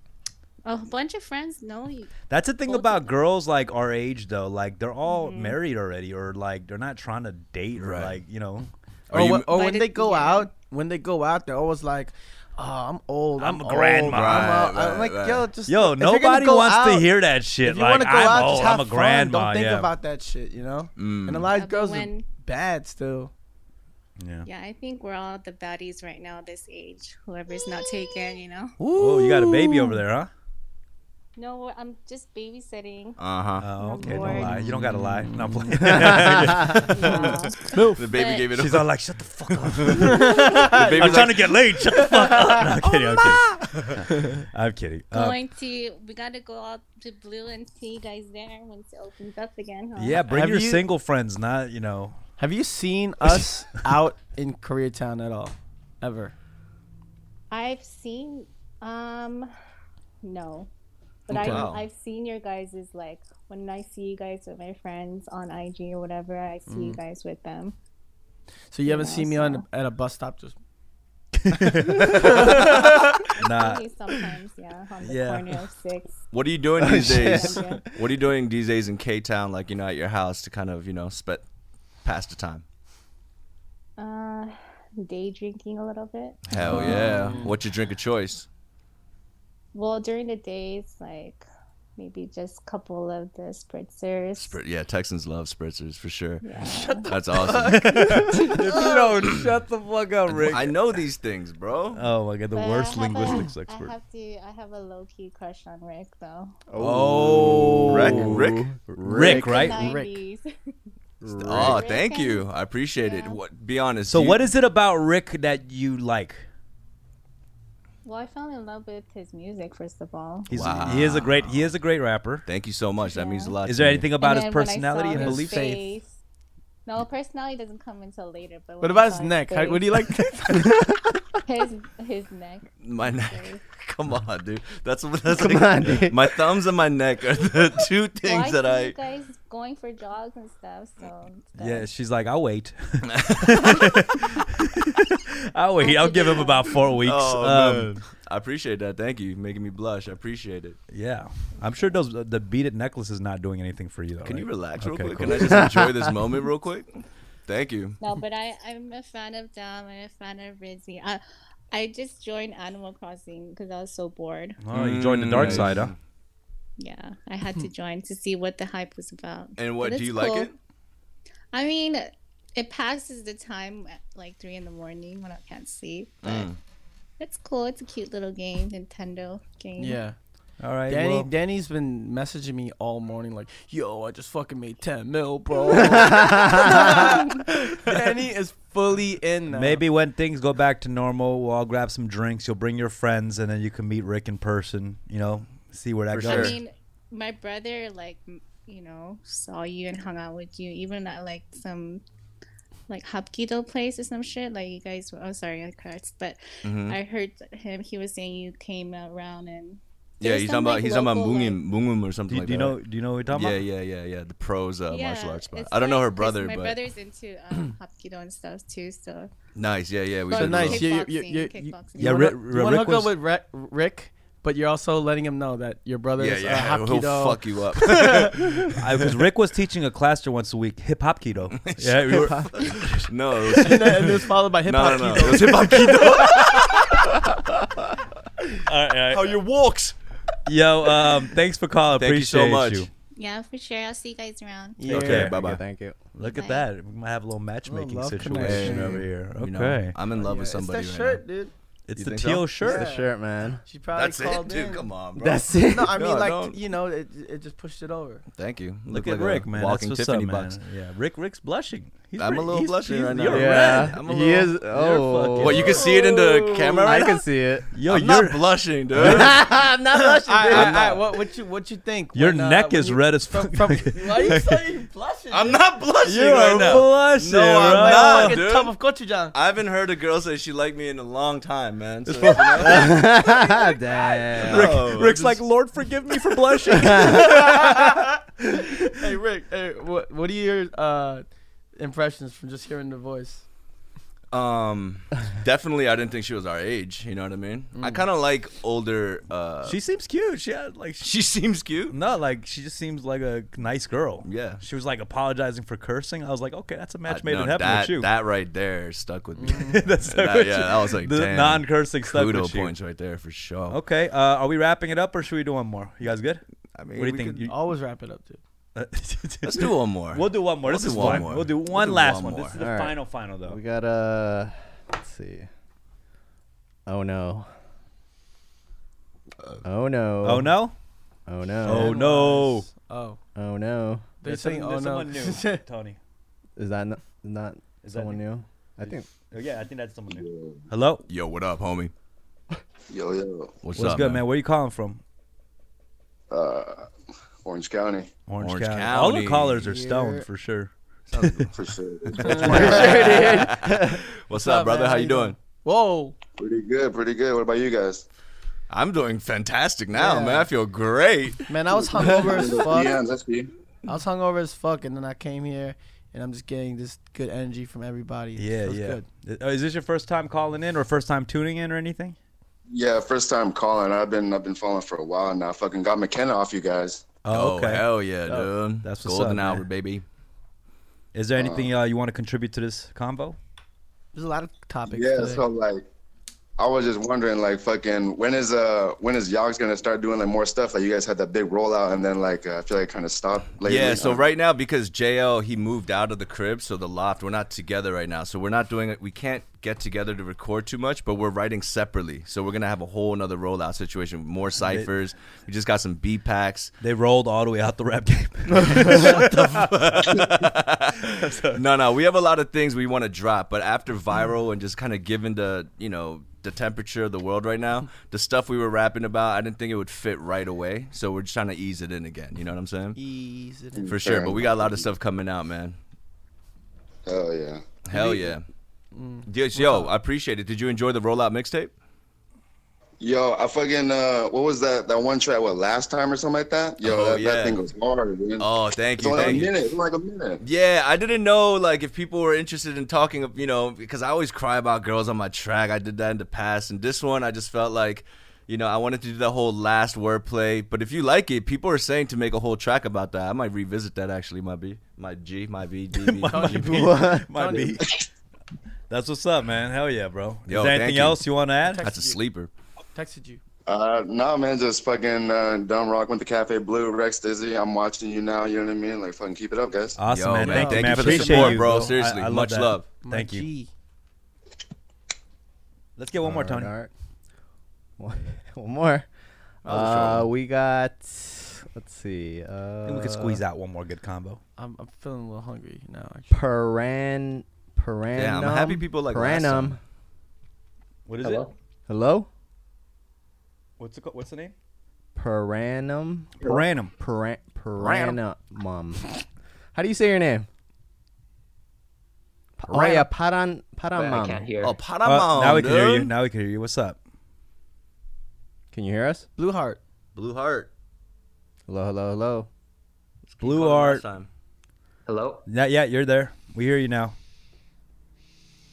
a bunch of friends know you.
That's the thing
both of
about girls like our age though. Like they're all
Mhm.
Mm-hmm.
married already, or like they're not trying to date, or like you know.
Or, Oh, when, or when they go out, when they go out, they're always like, "Oh, I'm old. I'm,
a
old,
grandma."
I'm, out."
Right,
I'm like,
right,
yo,
right.
just
Yo,
if you're gonna
nobody
go
wants to
out-
hear that shit,
If you
like,
wanna go
"I'm
out,
old,
just
I'm
have
a
fun.
grandma,"
Don't think
yeah.
about that shit, you know.
Mm.
And a lot of
But
girls
when-
are bad still.
Yeah.
Yeah, I think we're all the baddies right now this age. Whoever's not taken, you know.
Oh, you got a baby over there, huh?
No, I'm just babysitting.
Uh
Uh-huh.
huh. Oh, okay. No
bored.
lie. You don't gotta lie. No, I'm playing.
No. The baby gave it
She's
up.
all like, "Shut the fuck up."
The
I'm
baby's
trying
like-
to get laid. Shut the fuck up. No, I'm kidding. I'm kidding.
Mama!
I'm kidding. Uh,
Going to we gotta go out to Blue and see you guys there once it opens up again. Huh?
yeah, bring
Have
your
you-
single friends, not you know.
Have you seen us out in Koreatown at all, ever?
I've seen um no. But
Okay.
I
Wow.
I've seen your guys is like when I see you guys with my friends on IG or whatever, I see you
Mm.
guys with them.
So you haven't seen me on a, at a bus stop just.
Nah.
Maybe sometimes, yeah, on the
Yeah.
corner of six.
What are you doing
Oh,
these
shit.
days?
Yeah.
what are you doing these days in K Town? Like you know, at your house to kind of you know spend pass the time.
Uh, day drinking a little bit.
Hell yeah! What's your drink of choice?
Well, during the days, like maybe just a couple of the spritzers.
Sprit- yeah, Texans love spritzers for sure.
Shut the
That's
fuck
awesome.
up. If you
don't, shut the fuck up, Rick.
I know these things, bro.
Oh my god, the
But I
worst
have a-
linguistics
I
expert.
have to. I have a low key crush on Rick though.
Oh.
Rick, Rick,
Rick, right?
Nineties.
Oh, thank you. I appreciate it. What? Be honest.
So,
you-
what is it about Rick that you like?
Well, I fell in love with his music first of all.
He's he is a great he is a great rapper.
Thank you so much. That means a lot.
Is
to
there
me.
anything about
And
his
then when I
personality
saw
and
his
beliefs?
face- No, personality doesn't come until later. But
What
when I
about his
saw
neck? How,
face-
what do you like?
His his neck.
My neck.
Face.
Come on, dude. That's that's
Come
like,
on, dude.
my thumbs and my neck are the two
Well, I
things that
see
I.
You guys going for jogs and stuff. So
Yeah, she's like, I'll wait. I'll wait. I'll give him about four weeks.
Oh,
Um,
man. I appreciate that. Thank you. Making me blush. I appreciate it.
yeah, I'm sure those the beaded necklace is not doing anything for you though.
Can you
right?
relax real
Okay,
quick?
cool.
Can I just enjoy this moment real quick? Thank you.
No, but I I'm a fan of Dom. I'm a fan of Rizzy. I I just joined Animal Crossing because I was so bored.
Oh, you joined the dark
Mm,
side, huh?
Yeah, I had to join to see what the hype was about.
And what,
But
do
it's
you like it?
I mean, it passes the time at like three in the morning when I can't sleep.
Mm.
It's cool. It's a cute little game, Nintendo game.
Yeah.
All right.
Danny,
well-
Danny's been messaging me all morning, like, "Yo, I just fucking made ten mil, bro." Danny is fully in. Now.
Maybe when things go back to normal, we'll all grab some drinks. You'll bring your friends, and then you can meet Rick in person. You know, see where that
For
goes.
I mean, my brother like m- you know saw you and hung out with you, even at like some like Hapkido place or some shit. Like you guys were. Oh, sorry, I cursed. But
Mhm.
I heard him. He was saying you came around and
Yeah,
there's
he's
some,
talking about
like,
he's talking about
local, like-
Mungum Mungum or something
Do-
like
do you
that.
know- do you know what we're talking
yeah,
about?
Yeah, yeah, yeah, The pros uh, martial arts. Spot.
it's
I don't know her
like- 'cause
brother,
My
but
brother's into um, Hapkido and stuff too. So
nice. Yeah, yeah. We
So
should
nice,
look.
yeah,
You- you- you-
Kickboxing,
you-
kickboxing.
you
Yeah,
wanna-
Ri-
you
Ri-
wanna
Rick
hook up
was-
with Ra- Rick, but you're also letting him know that your brother
Yeah,
is
yeah,
a
he'll
Hapkido.
fuck you up.
Because Rick was teaching a class there once a week, hip hop keto. Yeah, we were-
no. It was,
and, then, and it was followed by hip
no, no,
hop
no.
keto.
It was hip hop
How
your walks.
uh, Yo, um, thanks for calling.
Thank you so
Appreciate
much.
yeah, for sure. I'll see you guys around.
Yeah.
Okay, bye bye.
Thank you.
Look at
Bye.
that. We might have a little matchmaking
love
situation
connection.
over here. Okay.
You know, I'm in love with
It's
somebody
that
right
shirt, dude.
It's
You
the
think so?
teal
Yeah.
shirt.
The shirt, man.
She probably
That's it,
called
dude.
in.
Come on, bro.
That's it.
No, I mean,
No,
like
don't.
you know, it, it just pushed it over.
now. Thank you.
Look,
like
at
a
Rick, man. That's
Walking
what's
Tiffany
up,
box.
man. Yeah, Rick. Rick's blushing. He's
I'm a
re-
little
he's-
blushing
he's-
right now.
You're
yeah.
red.
I'm a
he
little-
is. Oh.
fucking- Oh.
What you can see it in the camera right
I can
now?
see it.
Yo,
I'm
your
not blushing, dude.
I'm not blushing.
All right,
dude.
all right, what, what you what you think?
your
when, uh,
neck
when
is
you-
red as
From,
fuck.
from, why are you so you blushing? blushing.
I'm
dude.
not blushing right now. No, I'm
I'm
not,
like
dude.
a tub of gochujang.
I haven't heard a girl say she liked me in a long time, man. So,
fool-
Damn.
Rick, Rick's like, Lord, forgive me for blushing.
hey Rick, hey, what what are your uh, impressions from just hearing the voice?
Um, definitely, I didn't think she was our age. You know what I mean? I
Mm.
kind of like older. Uh,
she seems cute. She had like she
seems cute.
No, like she just seems like a nice girl.
Yeah.
She was like apologizing for cursing. I was like, okay, that's a match made
no,
in heaven
that,
with you.
That right there stuck with me.
That's
that,
stuck with
yeah,
you.
that was like
The
damn,
non-cursing stuck
kudo
with you.
points right there for sure.
Okay, uh, are we wrapping it up or should we do one more? You guys good?
I mean,
what do you
we
think?
could
You-
Always wrap it up, dude.
Let's do one more.
We'll do one more.
We'll
this
do
is
one
fun.
more.
We'll do
We'll
one
do
last
one
one.
more.
This is the
All right.
final, final though.
We got a. Let's see. Oh no.
Uh,
Oh no.
Oh, no?
Oh no.
Oh, no.
Oh.
Oh no.
They There's saying, some- there's "Oh, no." someone new, Tony.
Is that not, not
Is that
someone
new?
new? I think.
Oh, yeah, I think that's someone new.
Hello. Yo, what up, homie?
Yo, yo.
What's, good, man? Where you calling from?
Uh, Orange County.
Orange, County. All the callers are stoned for sure.
For sure.
What's up, brother? How you doing?
Whoa.
Pretty good, pretty good. What about you guys?
I'm doing fantastic now,
Yeah.
man. I feel great.
Man, I was hungover as fuck.
Yeah, that's me.
I was hungover as fuck, and then I came here, and I'm just getting this good energy from everybody. It
Yeah,
feels
yeah.
good.
Uh, Is this your first time calling in or first time tuning in or anything?
Yeah, first time calling. I've been I've been following for a while now. Fucking got McKenna off you guys.
Oh, okay.
hell yeah,
Oh,
dude.
That's what's
Golden
up, man.
hour, baby.
Is there anything uh, you want to contribute to this convo?
There's a lot of topics.
Yeah,
today.
so like, I was just wondering, like, fucking, when is uh, when is Yogs gonna start doing like more stuff? Like, you guys had that big rollout, and then like, uh, I feel like kind of stopped lately.
Yeah, so
Uh,
right now because JL he moved out of the crib, so the loft we're not together right now. So we're not doing it. We can't get together to record too much, but we're writing separately. So we're gonna have a whole another rollout situation with more ciphers. We just got some beat packs.
They rolled all the way out the rap game.
Shut the fuck. no, no, we have a lot of things we want to drop, but after viral and just kind of given the you know the temperature of the world right now, the stuff we were rapping about, I didn't think it would fit right away. So we're just trying to ease it in again. You know what I'm saying?
Ease it in.
for sure. But we got a lot of stuff coming out, man.
Hell yeah. We-
Hell Oh, yeah.
Mm.
Yes, yo, I appreciate it. Did you enjoy the rollout mixtape?
Yo, I fucking uh, what was that? That one track? What last time or something like that? Yo,
Oh,
that,
yeah.
that thing was hard. Dude.
Oh, thank
it's
you.
only
Thank
like a
you.
minute. It's like a minute.
Yeah, I didn't know like if people were interested in talking, you know, because I always cry about girls on my track. I did that in the past, and this one I just felt like, you know, I wanted to do the whole last wordplay. But if you like it, people are saying to make a whole track about that. I might revisit that actually. My B, my G, my B, D, B,
My
G,
B.
B.
My B. That's what's up, man. Hell yeah, bro.
Yo,
Is there
thank
anything
you.
else you want to add?
That's a sleeper.
Texted you.
Uh, no, man, just fucking uh, dumb rock with the Cafe Blue, Rex Dizzy. I'm watching you now. You know what I mean? Like, fucking keep it up, guys.
Awesome,
Yo,
man.
Oh, man,
Thank,
thank
you, man.
you for the
Appreciate
support,
you,
bro.
I-
Seriously,
I love
much
that.
love.
My
Thank you.
G.
Let's get one more,
All
Tony.
right, all right. One, one more.
That was a short
Uh, we got. Let's see. Uh,
I think we could squeeze out one more good combo.
I'm, I'm feeling a little hungry now. Actually.
Paran. Paranum.
Yeah, I'm happy people like last
Paranum.
time.
What is it?
Hello.
What's the, what's the name?
Paranum.
Paranum.
Paran.
Paranum.
Paranum. How do you say your name? Oh yeah, Paran. Paramum.
Oh,
Uh,
Panama.
now we can hear you.
dude.
Now we can hear you. What's up?
Can you hear us?
Blue Heart.
Blue Heart.
Hello, hello, hello.
Blue Art.
Hello.
Yeah, yeah, you're there. We hear you now.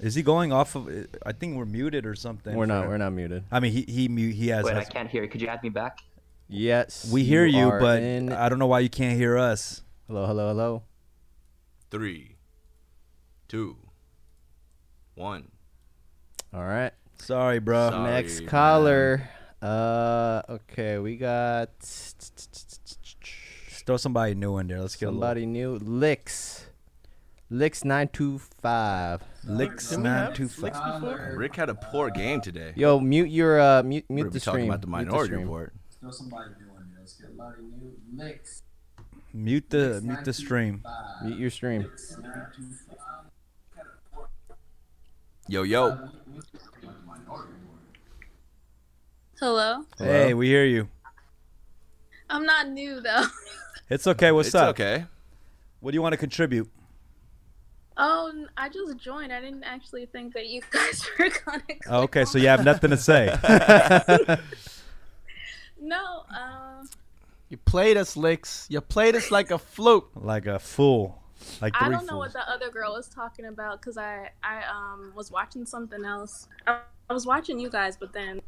Is he going off of? I think we're muted or something.
We're not.
for-
We're not muted.
I mean, he he mu- he has.
Wait, I
has-
can't hear. Could you add me back?
Yes.
we hear you,
are
but
in-
I don't know why you can't hear us.
Hello, hello, hello.
Three, two, one.
All right.
Sorry, bro.
Sorry,
Next
man.
caller. Uh, okay, we got
Just throw somebody new in there. Let's get
somebody new. Licks. Licks nine two five.
A little. Licks
Didn't we
nine
have
two
Licks
five.
before?
Rick had a poor game today.
Yo, mute your uh, mute
We're
mute
gonna be
the
talking
stream.
about the
Mute
Minority
stream.
Report.
Throw somebody new in there. Let's get somebody new. Mix.
Mute the mute the stream.
Mute your stream.
Yo, yo.
Hello.
Hey, we hear you.
I'm not new though.
It's okay. What's
It's
up?
okay.
What do you want to contribute?
Oh, n- I just joined. I didn't actually think that you guys were gonna. click
Oh, okay,
on
so you have
it.
nothing to say.
no. Um.
You played us licks. You played us like a flute.
Like a fool. Like
I
three
don't
fools.
know what the other girl was talking about because I I um was watching something else. I, I was watching you guys, but then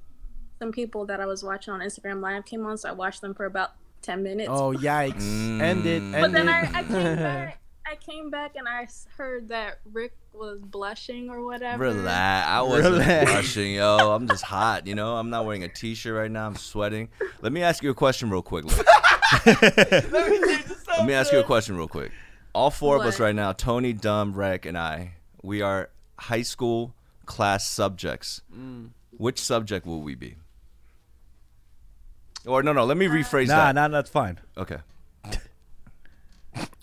some people that I was watching on Instagram Live came on, so I watched them for about ten minutes.
Oh yikes! End it. End
But then
it.
I, I came back. I came back and I s- heard that Rick was blushing or whatever.
Relax. I wasn't
Relax.
blushing, yo. I'm just hot, you know? I'm not wearing a t shirt right now. I'm sweating. Let me ask you a question real quick. Lou. Let me ask you a question real quick. All four of us
What?
right now, Tony, Dumb, Rec, and I, we are high school class subjects.
Mm.
Which subject will we be? Or no, no, let me
Uh,
rephrase
Nah,
that.
nah, that's fine.
Okay.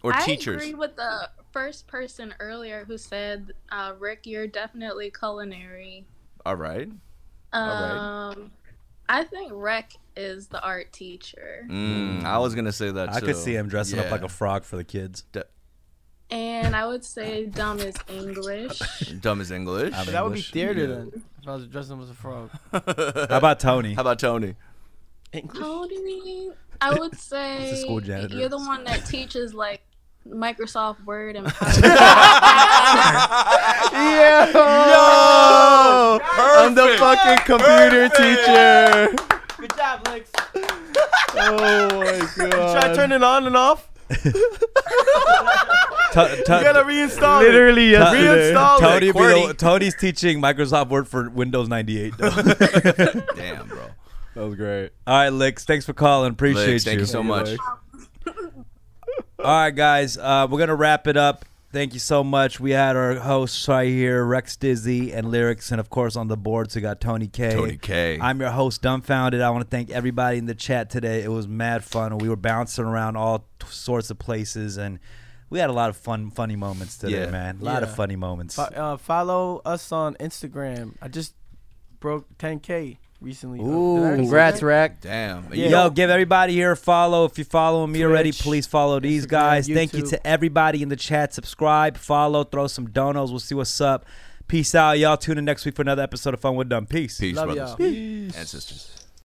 Or
I
teachers.
agree with the first person earlier who said, uh, "Rick, you're definitely culinary."
All right.
Um,
All
I think Rec is the art teacher,
Mm, I was gonna say that.
I
too.
could see him dressing up
Yeah.
like a frog for the kids.
and I would say Dumb is English.
Dumb as English.
But that would be theater then. If I was dressing up as a frog.
How
about Tony?
How about Tony?
Coding, I would say
He's a school janitor.
you're the one that teaches like Microsoft Word and PowerPoint.
Yo!
I'm the fucking computer teacher.
Good job, Lex.
oh my god.
You try to turn it on and off?
To- to-
You gotta reinstall it.
Literally
To-
yesterday.
Reinstall it.
Tony be the-
QWERTY.
Tony's teaching Microsoft Word for Windows 98. though.
Damn, bro.
That was great.
All right, Licks. Thanks for calling. Appreciate
Licks,
you.
thank you so much.
All right, guys. Uh, we're gonna wrap it up. Thank you so much. We had our hosts right here, Rex Dizzy and Lyrics, and of course on the boards we got Tony K.
Tony K.
I'm your host, Dumbfounded. I want to thank everybody in the chat today. It was mad fun. We were bouncing around all t- sorts of places, and we had a lot of fun, funny moments today,
Yeah.
man. A lot of
Yeah.
funny moments.
Fo- uh, follow us on Instagram. I just broke 10K recently.
Ooh,
Congrats, Rack.
Damn.
Yeah.
Yo, give everybody here a follow. If you're following me already,
Twitch,
please follow these guys. Thank you
YouTube.
to everybody in the chat. Subscribe, follow, throw some donos. We'll see what's up. Peace out, y'all. Tune in next week for another episode of Fun with Dumb. Peace.
Peace,
Love
brothers
y'all. Peace.
and sisters.